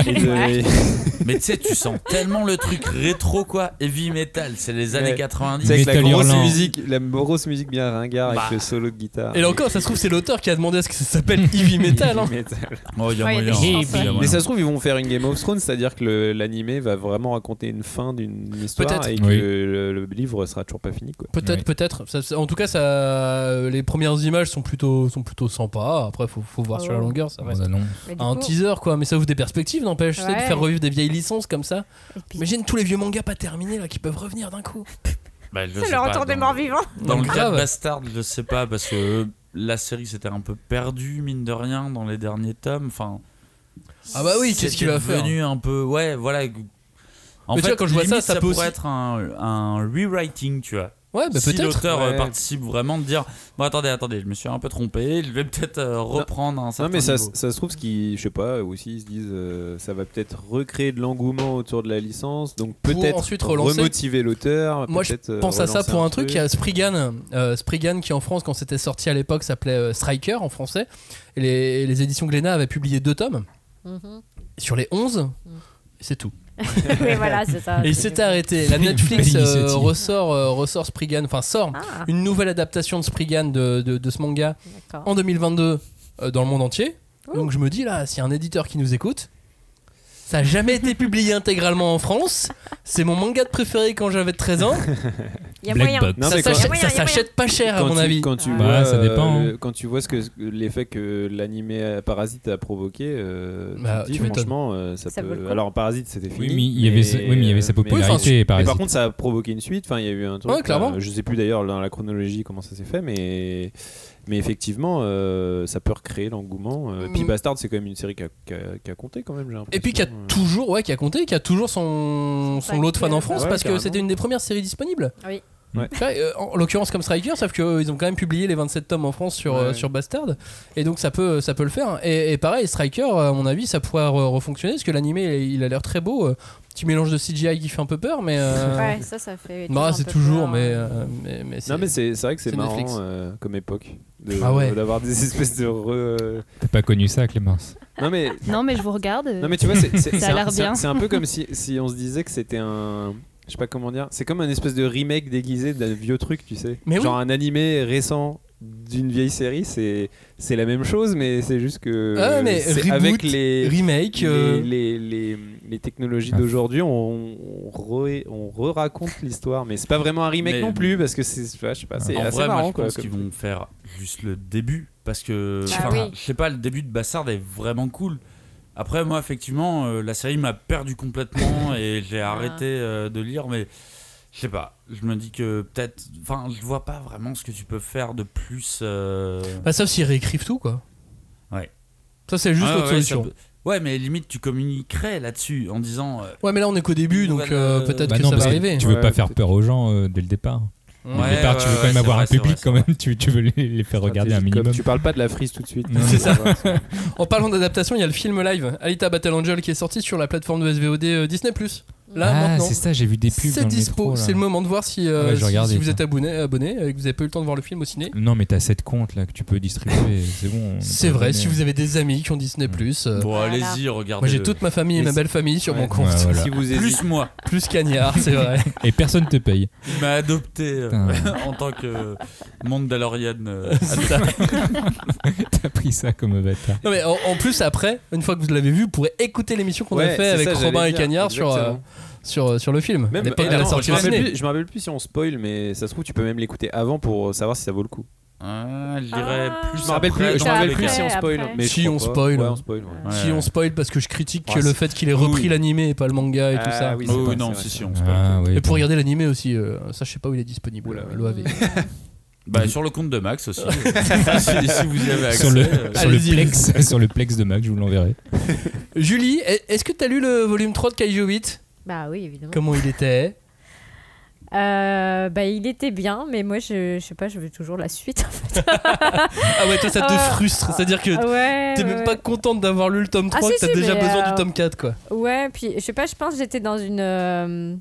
Speaker 3: et de-
Speaker 6: Mais tu sais, tu sens tellement le truc rétro quoi. Heavy metal, c'est les années
Speaker 3: Ouais.
Speaker 6: 90.
Speaker 3: C'est avec la
Speaker 5: Metal
Speaker 3: grosse
Speaker 5: hurlant.
Speaker 3: musique, la grosse musique bien ringard
Speaker 6: Bah.
Speaker 3: avec le solo de guitare.
Speaker 1: Et là encore, ça se trouve, c'est l'auteur qui a demandé à ce que ça s'appelle Heavy Metal. hein.
Speaker 3: Metal.
Speaker 6: Oh, y a
Speaker 2: Ouais, il y
Speaker 6: moyen.
Speaker 2: a des chances,
Speaker 6: Y a
Speaker 2: ouais.
Speaker 6: moyen.
Speaker 3: Mais ça se trouve, ils vont faire une Game of Thrones, c'est-à-dire que le- l'animé va vraiment raconter une fin d'une histoire
Speaker 1: Peut-être.
Speaker 3: et que
Speaker 5: Oui.
Speaker 3: le, le livre sera toujours pas fini. Quoi.
Speaker 1: Peut-être,
Speaker 5: Oui.
Speaker 1: peut-être. Ça- ça- en tout cas, ça, les premières images sont plutôt, sont plutôt sympas. Après, faut, faut voir
Speaker 4: Ah
Speaker 1: sur la
Speaker 4: ouais.
Speaker 1: longueur. Ça reste
Speaker 5: Bande-annonce.
Speaker 4: Mais du
Speaker 1: un
Speaker 4: coup-
Speaker 1: teaser, quoi. Mais ça ouvre des perspectives, n'empêche, tu sais, de
Speaker 4: Ouais.
Speaker 1: faire revivre des vieilles licences comme ça.
Speaker 4: et puis- euh,
Speaker 1: Imagine tous les vieux mangas pas terminés là qui peuvent revenir d'un coup.
Speaker 6: Bah, je
Speaker 4: C'est le
Speaker 6: sais pas,
Speaker 4: retour des
Speaker 6: dans-
Speaker 4: morts vivants.
Speaker 6: Dans le cas
Speaker 1: Grave.
Speaker 6: de Bastard, je sais pas, parce que euh, la série s'était un peu perdue, mine de rien, dans les derniers tomes. Enfin,
Speaker 1: Ah bah oui, qu'est-ce qu'il va faire
Speaker 6: venu un peu. Ouais, voilà. En
Speaker 1: Mais tu
Speaker 6: fait,
Speaker 1: vois, quand je vois ça,
Speaker 6: limite,
Speaker 1: ça
Speaker 6: ça,
Speaker 1: peut
Speaker 6: pourrait
Speaker 1: aussi-
Speaker 6: être un, un rewriting, tu vois.
Speaker 1: Ouais, bah
Speaker 6: si
Speaker 1: peut-être.
Speaker 6: l'auteur euh,
Speaker 3: Ouais.
Speaker 6: participe vraiment de dire Bon, attendez, attendez, je me suis un peu trompé, je vais peut-être euh, reprendre un
Speaker 3: Non,
Speaker 6: certain
Speaker 3: mais ça,
Speaker 6: niveau.
Speaker 3: ça se trouve, ce qui, je sais pas, aussi ils se disent, euh, ça va peut-être recréer de l'engouement autour de la licence, donc
Speaker 1: Pour
Speaker 3: peut-être
Speaker 1: ensuite relancer.
Speaker 3: remotiver l'auteur.
Speaker 1: Moi, je
Speaker 3: peut-être, euh,
Speaker 1: pense à ça
Speaker 3: relancer
Speaker 1: pour un truc. Il y
Speaker 3: Ouais,
Speaker 1: a Spriggan, euh, Spriggan qui en France, quand c'était sorti à l'époque, s'appelait euh, Striker en français. Et les, les éditions Glénat avaient publié deux tomes.
Speaker 4: Mhm.
Speaker 1: Sur les 11, c'est tout.
Speaker 4: Oui, voilà, c'est ça.
Speaker 1: Et il
Speaker 4: Mm. Ah, C'est
Speaker 1: s'est
Speaker 4: du-
Speaker 1: arrêté. La Netflix
Speaker 5: Belle
Speaker 1: euh,
Speaker 5: initiative.
Speaker 1: ressort, euh, ressort Spriggan, enfin sort
Speaker 4: Ah,
Speaker 1: une nouvelle adaptation de Spriggan de, de, de ce manga
Speaker 4: d'accord.
Speaker 1: en 2022 euh, dans le monde entier.
Speaker 4: Ouh.
Speaker 1: Donc je me dis là, s'il y a un éditeur qui nous écoute, ça n'a jamais été publié intégralement en France. C'est mon manga de préféré quand j'avais 13 ans.
Speaker 4: Il y a
Speaker 5: Black
Speaker 4: moyen.
Speaker 5: Box.
Speaker 3: Non,
Speaker 1: ça
Speaker 3: mais quand-
Speaker 1: s'achète-
Speaker 4: moyen,
Speaker 1: ça
Speaker 4: y a moyen.
Speaker 1: s'achète pas cher à
Speaker 3: quand
Speaker 1: mon
Speaker 3: tu-
Speaker 1: avis.
Speaker 3: Quand tu
Speaker 4: Ah.
Speaker 3: vois,
Speaker 5: Bah, ça
Speaker 3: euh,
Speaker 5: dépend, hein.
Speaker 3: le- quand tu vois ce que l'effet que l'animé euh, Parasite a provoqué, euh, tu
Speaker 1: Bah,
Speaker 3: te dis,
Speaker 1: tu m'étonnes.
Speaker 3: franchement, euh, ça,
Speaker 4: Ça vaut le
Speaker 3: peut.
Speaker 4: coup.
Speaker 3: Alors Parasite, c'était fini.
Speaker 5: Oui, mais il y avait, ce- oui, mais il y avait sa
Speaker 3: mais-
Speaker 5: popularité.
Speaker 3: Mais
Speaker 5: Parasite.
Speaker 3: par contre, ça a provoqué une suite. Enfin, il y a eu un truc.
Speaker 1: Ouais, clairement.
Speaker 3: euh, je sais plus d'ailleurs dans la chronologie comment ça s'est fait, mais mais effectivement, euh, ça peut recréer l'engouement. Euh, Puis
Speaker 1: Mm.
Speaker 3: Bastard, c'est quand même une série qui a, qui a- qui a compté quand même. j'ai l'impression.
Speaker 1: Et puis qui a
Speaker 3: Euh,
Speaker 1: toujours, ouais, qui a compté, qui a toujours son, son lot de fans en France
Speaker 3: Ouais,
Speaker 1: parce que
Speaker 3: carrément.
Speaker 1: c'était une des premières séries disponibles.
Speaker 4: Oui.
Speaker 3: Ouais.
Speaker 1: Ouais, euh, en en l'occurrence comme Striker, sauf qu'ils ont quand même publié les 27 tomes en France sur, euh,
Speaker 3: Ouais.
Speaker 1: sur Bastard, et donc ça peut, ça peut le faire. hein. Et, et pareil, Striker, à mon avis, ça pourrait re- refonctionner parce que l'animé il a l'air très beau. euh, Petit mélange de CGI qui fait un peu peur, mais. euh,
Speaker 4: Ouais, ça, ça fait.
Speaker 1: bah,
Speaker 4: un
Speaker 1: c'est
Speaker 4: peu
Speaker 1: toujours,
Speaker 4: peur,
Speaker 1: mais,
Speaker 4: hein.
Speaker 1: euh, mais, mais c'est-
Speaker 3: Non mais c'est c'est vrai que c'est
Speaker 1: c'est
Speaker 3: marrant
Speaker 1: Netflix.
Speaker 3: euh, comme époque de-
Speaker 1: Ah ouais.
Speaker 3: d'avoir des espèces de re- euh,
Speaker 5: T'as pas connu ça, Clémence
Speaker 3: non mais
Speaker 2: Non, mais je vous regarde.
Speaker 3: Non mais tu vois, c'est- c'est
Speaker 2: Ça a
Speaker 3: c'est un-
Speaker 2: l'air
Speaker 3: c'est un,
Speaker 2: bien.
Speaker 3: c'est un peu comme si, si on se disait que c'était un... Je sais pas comment dire. C'est comme un espèce de remake déguisé d'un vieux truc, tu sais.
Speaker 1: Mais oui.
Speaker 3: Genre un animé récent d'une vieille série, c'est c'est la même chose, mais c'est juste que
Speaker 1: Ah, mais
Speaker 3: euh, c'est
Speaker 1: reboot,
Speaker 3: avec les,
Speaker 1: Remake.
Speaker 3: les,
Speaker 1: euh,
Speaker 3: les, les- les technologies
Speaker 5: Ah.
Speaker 3: d'aujourd'hui, on, on re- on re-raconte l'histoire, mais c'est pas vraiment un remake
Speaker 6: Mais-
Speaker 3: non plus parce que c'est je sais pas, c'est
Speaker 6: En
Speaker 3: assez
Speaker 6: vrai,
Speaker 3: marrant
Speaker 6: moi, je
Speaker 3: quoi.
Speaker 6: pense
Speaker 3: comme-
Speaker 6: qu'ils vont faire juste le début. Parce que,
Speaker 4: Ah
Speaker 6: enfin,
Speaker 4: oui.
Speaker 6: je sais pas, le début de Bastard est vraiment cool. Après, moi, effectivement, euh, la série m'a perdu complètement et j'ai
Speaker 4: Ah.
Speaker 6: arrêté euh, de lire, mais je sais pas. Je me dis que peut-être. Enfin, je vois pas vraiment ce que tu peux faire de plus. euh,
Speaker 1: Bah, sauf s'ils réécrivent tout, quoi.
Speaker 6: Ouais.
Speaker 1: Ça, c'est juste
Speaker 3: Ah,
Speaker 6: ouais,
Speaker 1: l'autre
Speaker 6: ouais,
Speaker 1: solution.
Speaker 6: ça peut- Ouais, mais limite, tu communiquerais là-dessus en disant. euh,
Speaker 1: Ouais, mais là, on est qu'au début, donc
Speaker 6: Nouvelle,
Speaker 1: euh,
Speaker 6: euh,
Speaker 1: peut-être
Speaker 5: Bah
Speaker 1: que
Speaker 5: non,
Speaker 1: ça
Speaker 5: parce
Speaker 1: va
Speaker 5: que
Speaker 1: arriver.
Speaker 5: Tu veux
Speaker 3: Ouais,
Speaker 5: pas faire
Speaker 3: peut-être.
Speaker 5: peur aux gens euh, dès le départ. Dès
Speaker 6: Ouais,
Speaker 5: le départ,
Speaker 6: ouais,
Speaker 5: tu veux
Speaker 6: ouais,
Speaker 5: quand même
Speaker 6: c'est
Speaker 5: avoir
Speaker 6: vrai,
Speaker 5: un
Speaker 6: c'est
Speaker 5: public
Speaker 6: vrai,
Speaker 5: quand
Speaker 6: c'est
Speaker 5: même. Tu, tu veux les, les faire regarder un
Speaker 3: Stratégie, comme
Speaker 5: minimum.
Speaker 3: Tu parles pas de la frise tout de suite.
Speaker 5: Non.
Speaker 1: C'est ça. En parlant d'adaptation, il y a le film live Alita Battle Angel qui est sorti sur la plateforme de SVOD euh, Disney. Là,
Speaker 5: ah,
Speaker 1: maintenant,
Speaker 5: c'est ça, j'ai vu des pubs.
Speaker 1: c'est
Speaker 5: dans le
Speaker 1: dispo.
Speaker 5: métro, là.
Speaker 1: C'est le moment de voir si, euh,
Speaker 5: Ouais, je
Speaker 1: si-
Speaker 5: regardais,
Speaker 1: si vous
Speaker 5: ça.
Speaker 1: êtes abonné, abonné euh, et que vous avez pas eu le temps de voir le film au ciné.
Speaker 5: Non, mais t'as 7 comptes là que tu peux distribuer. C'est bon. on est
Speaker 1: C'est
Speaker 5: pas
Speaker 1: vrai,
Speaker 5: abonné. hein. Mm.
Speaker 1: si vous avez des amis qui ont Disney. euh,
Speaker 6: bon,
Speaker 4: voilà.
Speaker 6: allez-y, regardez.
Speaker 1: Moi, j'ai toute ma famille et
Speaker 3: Mais
Speaker 1: ma
Speaker 3: c'est-
Speaker 1: belle famille sur mon
Speaker 3: Ouais.
Speaker 1: compte.
Speaker 5: Ouais, voilà.
Speaker 3: Si vous hésitez,
Speaker 6: Plus moi.
Speaker 1: Plus Cagnard, c'est vrai.
Speaker 5: Et personne te paye.
Speaker 6: Il m'a adopté euh,
Speaker 5: Putain.
Speaker 6: en tant que Mandalorian. euh,
Speaker 1: C'est ça.
Speaker 5: T'as pris ça comme bâtard.
Speaker 1: Non, mais en, en plus, après, une fois que vous l'avez vu, vous pourrez écouter l'émission qu'on
Speaker 3: Ouais,
Speaker 1: a
Speaker 3: c'est
Speaker 1: fait avec
Speaker 3: ça, j'allais
Speaker 1: Robin et
Speaker 3: dire,
Speaker 1: Cagnard sur, euh,
Speaker 3: exactement.
Speaker 1: sur, sur le film.
Speaker 3: Même,
Speaker 1: Mais pas la
Speaker 3: attends,
Speaker 1: sortie
Speaker 3: je, me
Speaker 1: au
Speaker 3: rappelle
Speaker 1: ciné.
Speaker 3: plus, je me rappelle plus si on spoil, mais ça se trouve, tu peux même l'écouter avant pour savoir si ça vaut le coup.
Speaker 6: ah, je dirais
Speaker 4: Ah.
Speaker 6: plus.
Speaker 3: Je me rappelle
Speaker 6: après,
Speaker 3: plus, je
Speaker 6: dans
Speaker 3: me
Speaker 6: tous
Speaker 3: rappelle
Speaker 6: les
Speaker 3: plus
Speaker 6: cas.
Speaker 3: si on spoil.
Speaker 4: après.
Speaker 3: Mais je
Speaker 1: Si,
Speaker 3: crois
Speaker 1: on
Speaker 3: pas.
Speaker 1: spoil.
Speaker 3: Ouais, on spoil. ouais.
Speaker 6: Ouais,
Speaker 1: Si
Speaker 6: ouais.
Speaker 1: on spoil parce que je critique
Speaker 3: Ah,
Speaker 1: le
Speaker 3: c'est-
Speaker 1: fait qu'il ait repris
Speaker 6: Oui.
Speaker 1: l'animé et pas le manga et tout
Speaker 3: Ah,
Speaker 1: ça.
Speaker 3: oui, c'est
Speaker 6: Oh,
Speaker 3: vrai,
Speaker 6: non,
Speaker 3: c'est
Speaker 6: si,
Speaker 3: vrai,
Speaker 6: si,
Speaker 3: c'est
Speaker 6: on
Speaker 3: vrai.
Speaker 6: se parle.
Speaker 5: Ah, oui,
Speaker 1: Et
Speaker 5: bon.
Speaker 1: pour regarder l'animé aussi, euh, ça je sais pas où il est disponible,
Speaker 3: Oula.
Speaker 1: euh, l'OAV.
Speaker 6: Bah, sur le compte de Max aussi. si, si vous y avez accès.
Speaker 5: Sur le,
Speaker 6: euh,
Speaker 5: sur, le
Speaker 1: Allez-y.
Speaker 5: plex, sur le plex de Mac, je vous l'enverrai.
Speaker 1: Julie, est- est-ce que t'as lu le volume 3 de Kaiju 8
Speaker 4: Bah oui, évidemment.
Speaker 1: Comment il était
Speaker 4: Euh, bah, il était bien, mais moi, je, je sais pas, je veux toujours la suite. en fait.
Speaker 1: Ah ouais, toi ça te
Speaker 4: Euh,
Speaker 1: frustre, c'est-à-dire que
Speaker 4: Ah ouais,
Speaker 1: t'es
Speaker 4: ouais,
Speaker 1: même pas
Speaker 4: ouais.
Speaker 1: contente d'avoir lu le tome
Speaker 4: Ah
Speaker 1: 3,
Speaker 4: si,
Speaker 1: que t'as
Speaker 4: si,
Speaker 1: déjà
Speaker 4: mais,
Speaker 1: besoin du
Speaker 4: euh,
Speaker 1: tome 4 quoi.
Speaker 4: Ouais, puis je sais pas, je pense que j'étais dans une euh,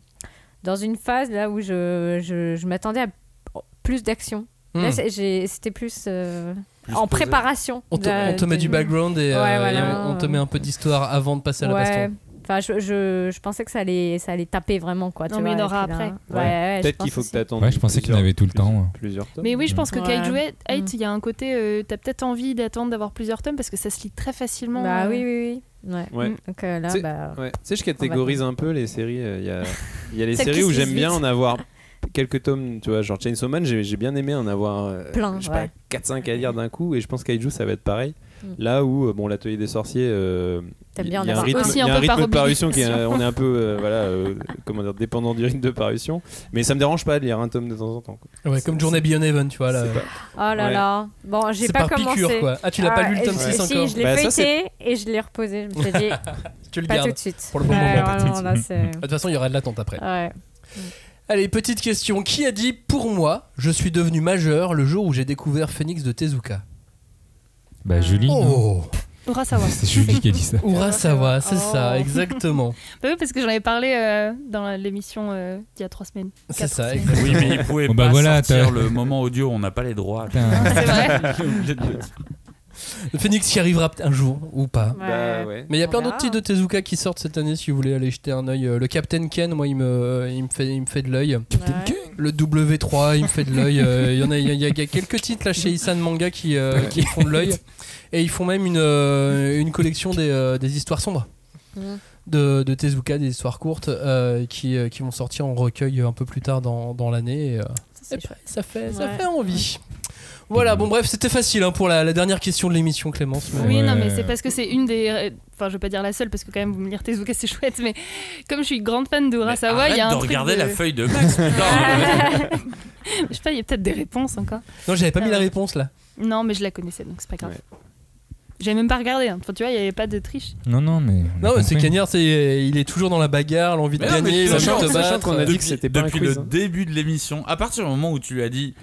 Speaker 4: dans une phase là où je je, je m'attendais à plus d'action. Là,
Speaker 1: Hmm.
Speaker 4: c'est- j'ai- c'était plus, euh,
Speaker 6: Plus
Speaker 4: en
Speaker 6: posé.
Speaker 4: préparation.
Speaker 1: On te,
Speaker 4: de-
Speaker 1: on te met
Speaker 4: de-
Speaker 1: du background et,
Speaker 4: Ouais,
Speaker 1: euh,
Speaker 4: voilà.
Speaker 1: et on, on te met un peu d'histoire avant de passer à la
Speaker 4: Ouais.
Speaker 1: baston.
Speaker 4: Enfin, je, je, je pensais que ça allait ça allait taper vraiment quoi. tu
Speaker 2: Non,
Speaker 4: vois,
Speaker 2: mais il y en
Speaker 4: et
Speaker 2: aura
Speaker 4: puis là-
Speaker 2: après.
Speaker 4: Ouais, ouais, je
Speaker 3: Peut-être
Speaker 4: pense
Speaker 3: qu'il faut que
Speaker 4: aussi.
Speaker 3: t'attendes.
Speaker 5: Ouais, je pensais qu'il y en avait tout le temps, ouais.
Speaker 3: Plusieurs tomes.
Speaker 2: Mais oui, je pense que
Speaker 4: Ouais.
Speaker 2: Cage Red-
Speaker 4: Mm.
Speaker 2: Eight, il y a un côté, euh, t'as peut-être envie d'attendre d'avoir plusieurs tomes parce que ça se lit très facilement.
Speaker 4: Bah
Speaker 2: euh.
Speaker 4: oui, oui, oui. Ouais.
Speaker 3: Ouais.
Speaker 4: Donc euh, là,
Speaker 3: C'est-
Speaker 4: bah.
Speaker 3: Ouais. Tu sais, je catégorise un peu les séries. euh, Il y, a, il y a les
Speaker 4: Celles
Speaker 3: séries
Speaker 4: qui
Speaker 3: où
Speaker 4: se
Speaker 3: j'aime
Speaker 4: lisent
Speaker 3: bien
Speaker 4: vite.
Speaker 3: en avoir quelques tomes, tu vois, genre Chainsaw Man, j'ai j'ai bien aimé en avoir euh,
Speaker 4: Plein,
Speaker 3: je sais
Speaker 4: ouais.
Speaker 3: pas, 4-5 à lire d'un coup, et je pense qu'Aiju ça va être pareil.
Speaker 4: Mm.
Speaker 3: Là où, euh, bon, l'atelier des sorciers, euh,
Speaker 4: T'aimes
Speaker 3: il
Speaker 4: bien en
Speaker 3: y a un
Speaker 4: avoir
Speaker 3: rythme,
Speaker 2: Aussi
Speaker 3: il y a
Speaker 2: un
Speaker 3: un
Speaker 2: peu
Speaker 3: rythme
Speaker 2: par
Speaker 3: de parution qui est,
Speaker 2: obligation.
Speaker 3: on est un peu, euh, voilà, euh, comment dire, dépendant du rythme de parution, mais ça me dérange pas de lire un tome de temps en temps. quoi.
Speaker 1: Ouais, comme Journée Beyond Heaven, tu vois là.
Speaker 3: C'est pas-
Speaker 4: Oh là
Speaker 3: Ouais.
Speaker 4: là. Bon, j'ai
Speaker 1: C'est
Speaker 4: pas
Speaker 1: par
Speaker 4: commencé.
Speaker 1: piqûre quoi. Ah, tu l'as pas
Speaker 4: Ah,
Speaker 1: lu le
Speaker 4: et
Speaker 1: tome 6
Speaker 4: je- Si,
Speaker 1: encore
Speaker 4: je l'ai
Speaker 3: Bah, ça,
Speaker 4: feuilleté et je l'ai reposé. Je me suis dit,
Speaker 1: Tu le
Speaker 4: pas tout
Speaker 1: gardes.
Speaker 4: de suite.
Speaker 1: Pour le moment,
Speaker 4: Ouais,
Speaker 1: pas tout de
Speaker 4: vraiment,
Speaker 1: suite.
Speaker 4: là, c'est-
Speaker 1: De toute façon, il y aura de l'attente après.
Speaker 4: Ouais.
Speaker 1: Allez, petite question. Qui a dit Pour moi, je suis devenu majeur le jour où j'ai découvert Phoenix de Tezuka
Speaker 5: Bah, Julie. non
Speaker 1: Oh
Speaker 2: Urasawa.
Speaker 5: C'est Julie qui a dit ça.
Speaker 1: Urasawa, c'est
Speaker 2: Oh.
Speaker 1: ça, exactement.
Speaker 2: Bah oui, parce que j'en avais parlé euh, dans l'émission euh, il y a trois semaines.
Speaker 1: C'est
Speaker 2: Quatre
Speaker 1: ça,
Speaker 2: semaines.
Speaker 1: exactement.
Speaker 6: Oui, mais il pouvait
Speaker 5: Bon, bah
Speaker 6: pas
Speaker 5: voilà,
Speaker 6: sortir
Speaker 5: t'as-
Speaker 6: le moment audio, on n'a pas les droits.
Speaker 5: Putain.
Speaker 2: C'est vrai.
Speaker 6: J'ai oublié de le dire.
Speaker 1: Le Phoenix y arrivera peut- un jour ou pas.
Speaker 3: Bah, ouais.
Speaker 1: Mais il y a
Speaker 4: On
Speaker 1: plein d'autres
Speaker 4: verra.
Speaker 1: titres de Tezuka qui sortent cette année si vous voulez aller jeter un œil. Euh, Le Captain Ken, moi, il me, il me, fait, il me fait de l'œil.
Speaker 4: Ouais.
Speaker 1: Le W3, il me fait de l'œil. Euh, Il y en a, il y, a- il y a quelques titres là chez Isan Manga qui, euh, qui font de l'œil. Et ils font même une, euh, une collection des, euh, des histoires sombres.
Speaker 4: Mhm.
Speaker 1: De, de Tezuka, des histoires courtes euh, qui, euh, qui vont sortir en recueil un peu plus tard dans, dans l'année. Et, euh,
Speaker 4: C'est
Speaker 1: eh ben, ça, fait, ça
Speaker 4: Ouais.
Speaker 1: fait envie. Voilà, bon, bref, c'était facile hein, pour la, la dernière question de l'émission, Clémence. mais-
Speaker 2: Oui, non, mais
Speaker 5: Ouais.
Speaker 2: c'est parce que c'est une des. Enfin, je vais pas dire la seule, parce que quand même, vous me lire Tezuka, c'est chouette, mais comme je suis grande fan de Urasawa, il y a
Speaker 6: Arrête
Speaker 2: un.
Speaker 6: de
Speaker 2: truc
Speaker 6: regarder
Speaker 2: de-
Speaker 6: la feuille de Max. putain.
Speaker 2: Je sais pas, il y a peut-être des réponses encore.
Speaker 1: Non, j'avais pas
Speaker 2: Ah
Speaker 1: mis la
Speaker 2: ouais.
Speaker 1: réponse là.
Speaker 2: Non, mais je la connaissais, donc c'est pas grave.
Speaker 3: Ouais.
Speaker 2: J'avais même pas regardé, hein. Enfin, tu vois, il y avait pas de triche.
Speaker 5: Non, non, mais. on a
Speaker 1: Non, mais c'est
Speaker 5: compris.
Speaker 1: Cagnard, c'est, il est toujours dans la bagarre, l'envie de
Speaker 6: Mais non, mais
Speaker 1: gagner, l'envie
Speaker 6: sachant-
Speaker 1: de
Speaker 3: sachant
Speaker 1: battre.
Speaker 3: qu'on a dit-
Speaker 1: euh,
Speaker 3: que c'était pas un
Speaker 6: depuis
Speaker 3: quiz,
Speaker 6: le
Speaker 3: hein.
Speaker 6: début de l'émission, à partir du moment où tu lui as dit,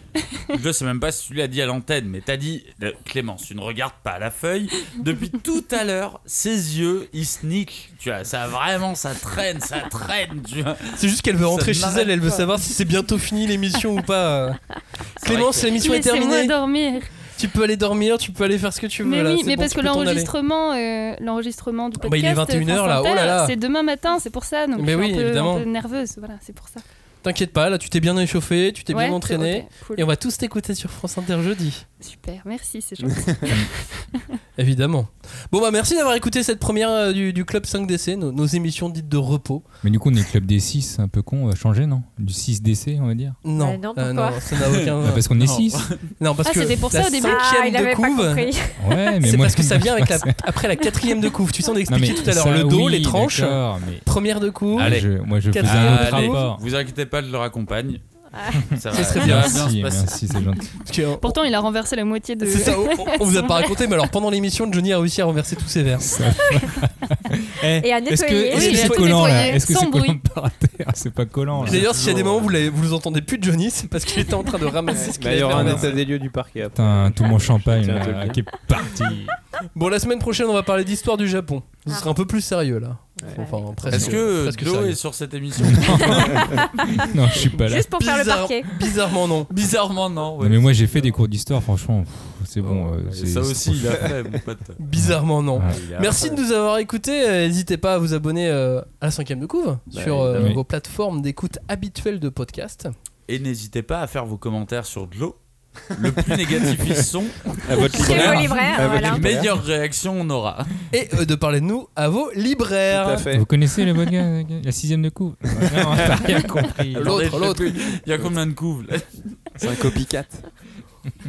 Speaker 6: je sais même pas si tu l'as dit à l'antenne, mais t'as dit, euh, Clémence, tu ne regardes pas la feuille. Depuis tout à l'heure, ses yeux, ils sneak. Tu vois, ça vraiment, ça traîne, ça traîne. Tu vois.
Speaker 1: C'est juste qu'elle veut rentrer
Speaker 6: Ça
Speaker 1: chez
Speaker 6: ne
Speaker 1: elle, elle veut
Speaker 6: m'arrête pas.
Speaker 1: savoir si c'est bientôt fini l'émission ou pas.
Speaker 6: C'est
Speaker 1: Clémence,
Speaker 6: vrai
Speaker 1: l'émission est
Speaker 2: Laissez-moi
Speaker 1: terminée.
Speaker 2: dormir.
Speaker 1: Tu peux aller dormir, tu peux aller faire ce que tu veux.
Speaker 2: Mais
Speaker 1: là,
Speaker 2: oui,
Speaker 1: c'est
Speaker 2: mais
Speaker 1: bon,
Speaker 2: parce
Speaker 1: tu
Speaker 2: que
Speaker 1: peux t'en aller.
Speaker 2: l'enregistrement, euh, l'enregistrement du
Speaker 1: Ah
Speaker 2: podcast.
Speaker 1: bah, il est
Speaker 2: euh,
Speaker 1: 21 heures, là.
Speaker 2: France Inter,
Speaker 1: Oh là là.
Speaker 2: C'est demain matin, c'est pour ça. Donc
Speaker 1: Mais
Speaker 2: je suis
Speaker 1: oui,
Speaker 2: un peu,
Speaker 1: évidemment.
Speaker 2: un peu nerveuse, voilà, c'est pour ça.
Speaker 1: T'inquiète pas, là tu t'es bien échauffé, tu t'es
Speaker 2: Ouais,
Speaker 1: bien entraîné.
Speaker 2: ok, cool.
Speaker 1: Et on va tous t'écouter sur France Inter jeudi,
Speaker 2: Super, merci, c'est gentil.
Speaker 1: évidemment. Bon bah merci d'avoir écouté cette première euh, du, du Club 5DC, nos, nos émissions dites de repos.
Speaker 5: Mais du coup, on est club des 6, un peu con, on va changer, non Du 6 DC, on va dire
Speaker 1: Non,
Speaker 4: Euh, non,
Speaker 1: euh,
Speaker 4: pourquoi
Speaker 1: non, ça n'a aucun.
Speaker 6: Ah,
Speaker 5: Bah, Parce qu'on est
Speaker 6: Non.
Speaker 5: 6.
Speaker 1: Non, parce
Speaker 2: Bah, Ah,
Speaker 1: que
Speaker 2: c'était pour
Speaker 1: la
Speaker 2: ça, au début Ah,
Speaker 1: cinquième
Speaker 4: Ah, il
Speaker 1: de
Speaker 4: avait pas
Speaker 1: couve,
Speaker 4: compris.
Speaker 5: Ouais, mais
Speaker 1: C'est
Speaker 5: moi.
Speaker 1: parce que ça vient avec
Speaker 5: je
Speaker 1: la,
Speaker 5: pense
Speaker 1: après la quatrième de couve. Tu sais, on
Speaker 5: pas. Non, mais
Speaker 1: expliqué tout à l'heure
Speaker 5: ça,
Speaker 1: le dos,
Speaker 5: oui,
Speaker 1: les tranches.
Speaker 5: d'accord, mais
Speaker 1: Première de couve.
Speaker 6: Allez.
Speaker 5: je- moi, je faisais
Speaker 1: Quatre-
Speaker 5: un autre
Speaker 6: Allez, Ah,
Speaker 5: rapport.
Speaker 6: vous inquiétez pas, je leur accompagne. Ça
Speaker 1: Ce serait
Speaker 6: ça
Speaker 1: bien.
Speaker 6: va se
Speaker 5: Merci,
Speaker 6: passer.
Speaker 5: merci, c'est gentil.
Speaker 1: Parce que-
Speaker 2: Pourtant, il a renversé la moitié de.
Speaker 1: C'est ça, on, on vous a pas raconté, mais alors pendant l'émission, Johnny a réussi à renverser tous ses verres.
Speaker 5: Eh,
Speaker 4: Et à
Speaker 5: Est-ce que
Speaker 4: nettoyer.
Speaker 5: est-ce
Speaker 2: Oui,
Speaker 5: que
Speaker 2: à
Speaker 5: c'est
Speaker 2: tout
Speaker 5: collant là
Speaker 2: nettoyer,
Speaker 5: Est-ce que
Speaker 2: sans
Speaker 5: c'est collant
Speaker 2: bruit.
Speaker 5: par terre C'est pas collant là.
Speaker 1: D'ailleurs, s'il y a des moments où
Speaker 5: euh,
Speaker 1: vous, l'avez- vous nous entendez plus de Johnny, c'est parce qu'il était en train de ramasser ce qu'il
Speaker 3: Bah, il y
Speaker 1: avait
Speaker 3: aura un
Speaker 1: renversé.
Speaker 3: état des lieux du parquet après.
Speaker 5: Putain, tout mon champagne
Speaker 3: Tiens,
Speaker 5: là,
Speaker 3: je le dis.
Speaker 5: qui est parti.
Speaker 1: Bon, la semaine prochaine, on va parler d'histoire du Japon. Ce
Speaker 3: Ah.
Speaker 1: sera un peu plus sérieux là. Enfin, presque.
Speaker 6: Est-ce que
Speaker 1: presque
Speaker 6: Joe
Speaker 1: sérieux.
Speaker 6: est sur cette émission
Speaker 5: non, je suis pas là.
Speaker 4: Juste pour faire le
Speaker 1: Bizarre.
Speaker 4: parquet.
Speaker 1: Bizarrement, non.
Speaker 6: Bizarrement, non. ouais.
Speaker 5: Non, mais moi j'ai fait des cours d'histoire, franchement, pff, c'est bon. euh,
Speaker 6: Et
Speaker 5: c'est-
Speaker 6: Oh, ça
Speaker 5: c'est-
Speaker 6: aussi, il a fait, mon pote.
Speaker 1: Bizarrement, non.
Speaker 5: Ouais.
Speaker 6: Il a-
Speaker 1: Merci de nous avoir écoutés. Euh, N'hésitez pas à vous abonner euh, à la cinquième de couve
Speaker 5: Bah
Speaker 1: sur euh,
Speaker 5: évidemment.
Speaker 1: vos plateformes d'écoute habituelles de podcast.
Speaker 6: Et n'hésitez pas à faire vos commentaires sur Joe. Le plus négatif ils sont,
Speaker 3: À votre
Speaker 4: Chez
Speaker 3: libraire.
Speaker 4: vos libraires,
Speaker 3: Ah,
Speaker 4: voilà.
Speaker 3: votre libraire.
Speaker 6: meilleure réaction on aura.
Speaker 1: Et euh, de parler de nous à vos
Speaker 3: Tout à
Speaker 1: libraires.
Speaker 3: fait.
Speaker 5: Vous connaissez le bon gars, la sixième de coup Non, t'as rien compris.
Speaker 1: L'autre,
Speaker 6: Attendez, je sais
Speaker 1: l'autre.
Speaker 6: plus, Il y a combien de coups là
Speaker 3: C'est un copycat.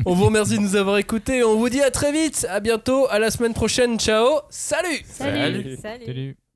Speaker 1: On vous remercie de nous avoir écoutés. On vous dit à très vite. À bientôt. À la semaine prochaine. Ciao. Salut.
Speaker 6: Salut.
Speaker 4: Salut.
Speaker 5: Salut.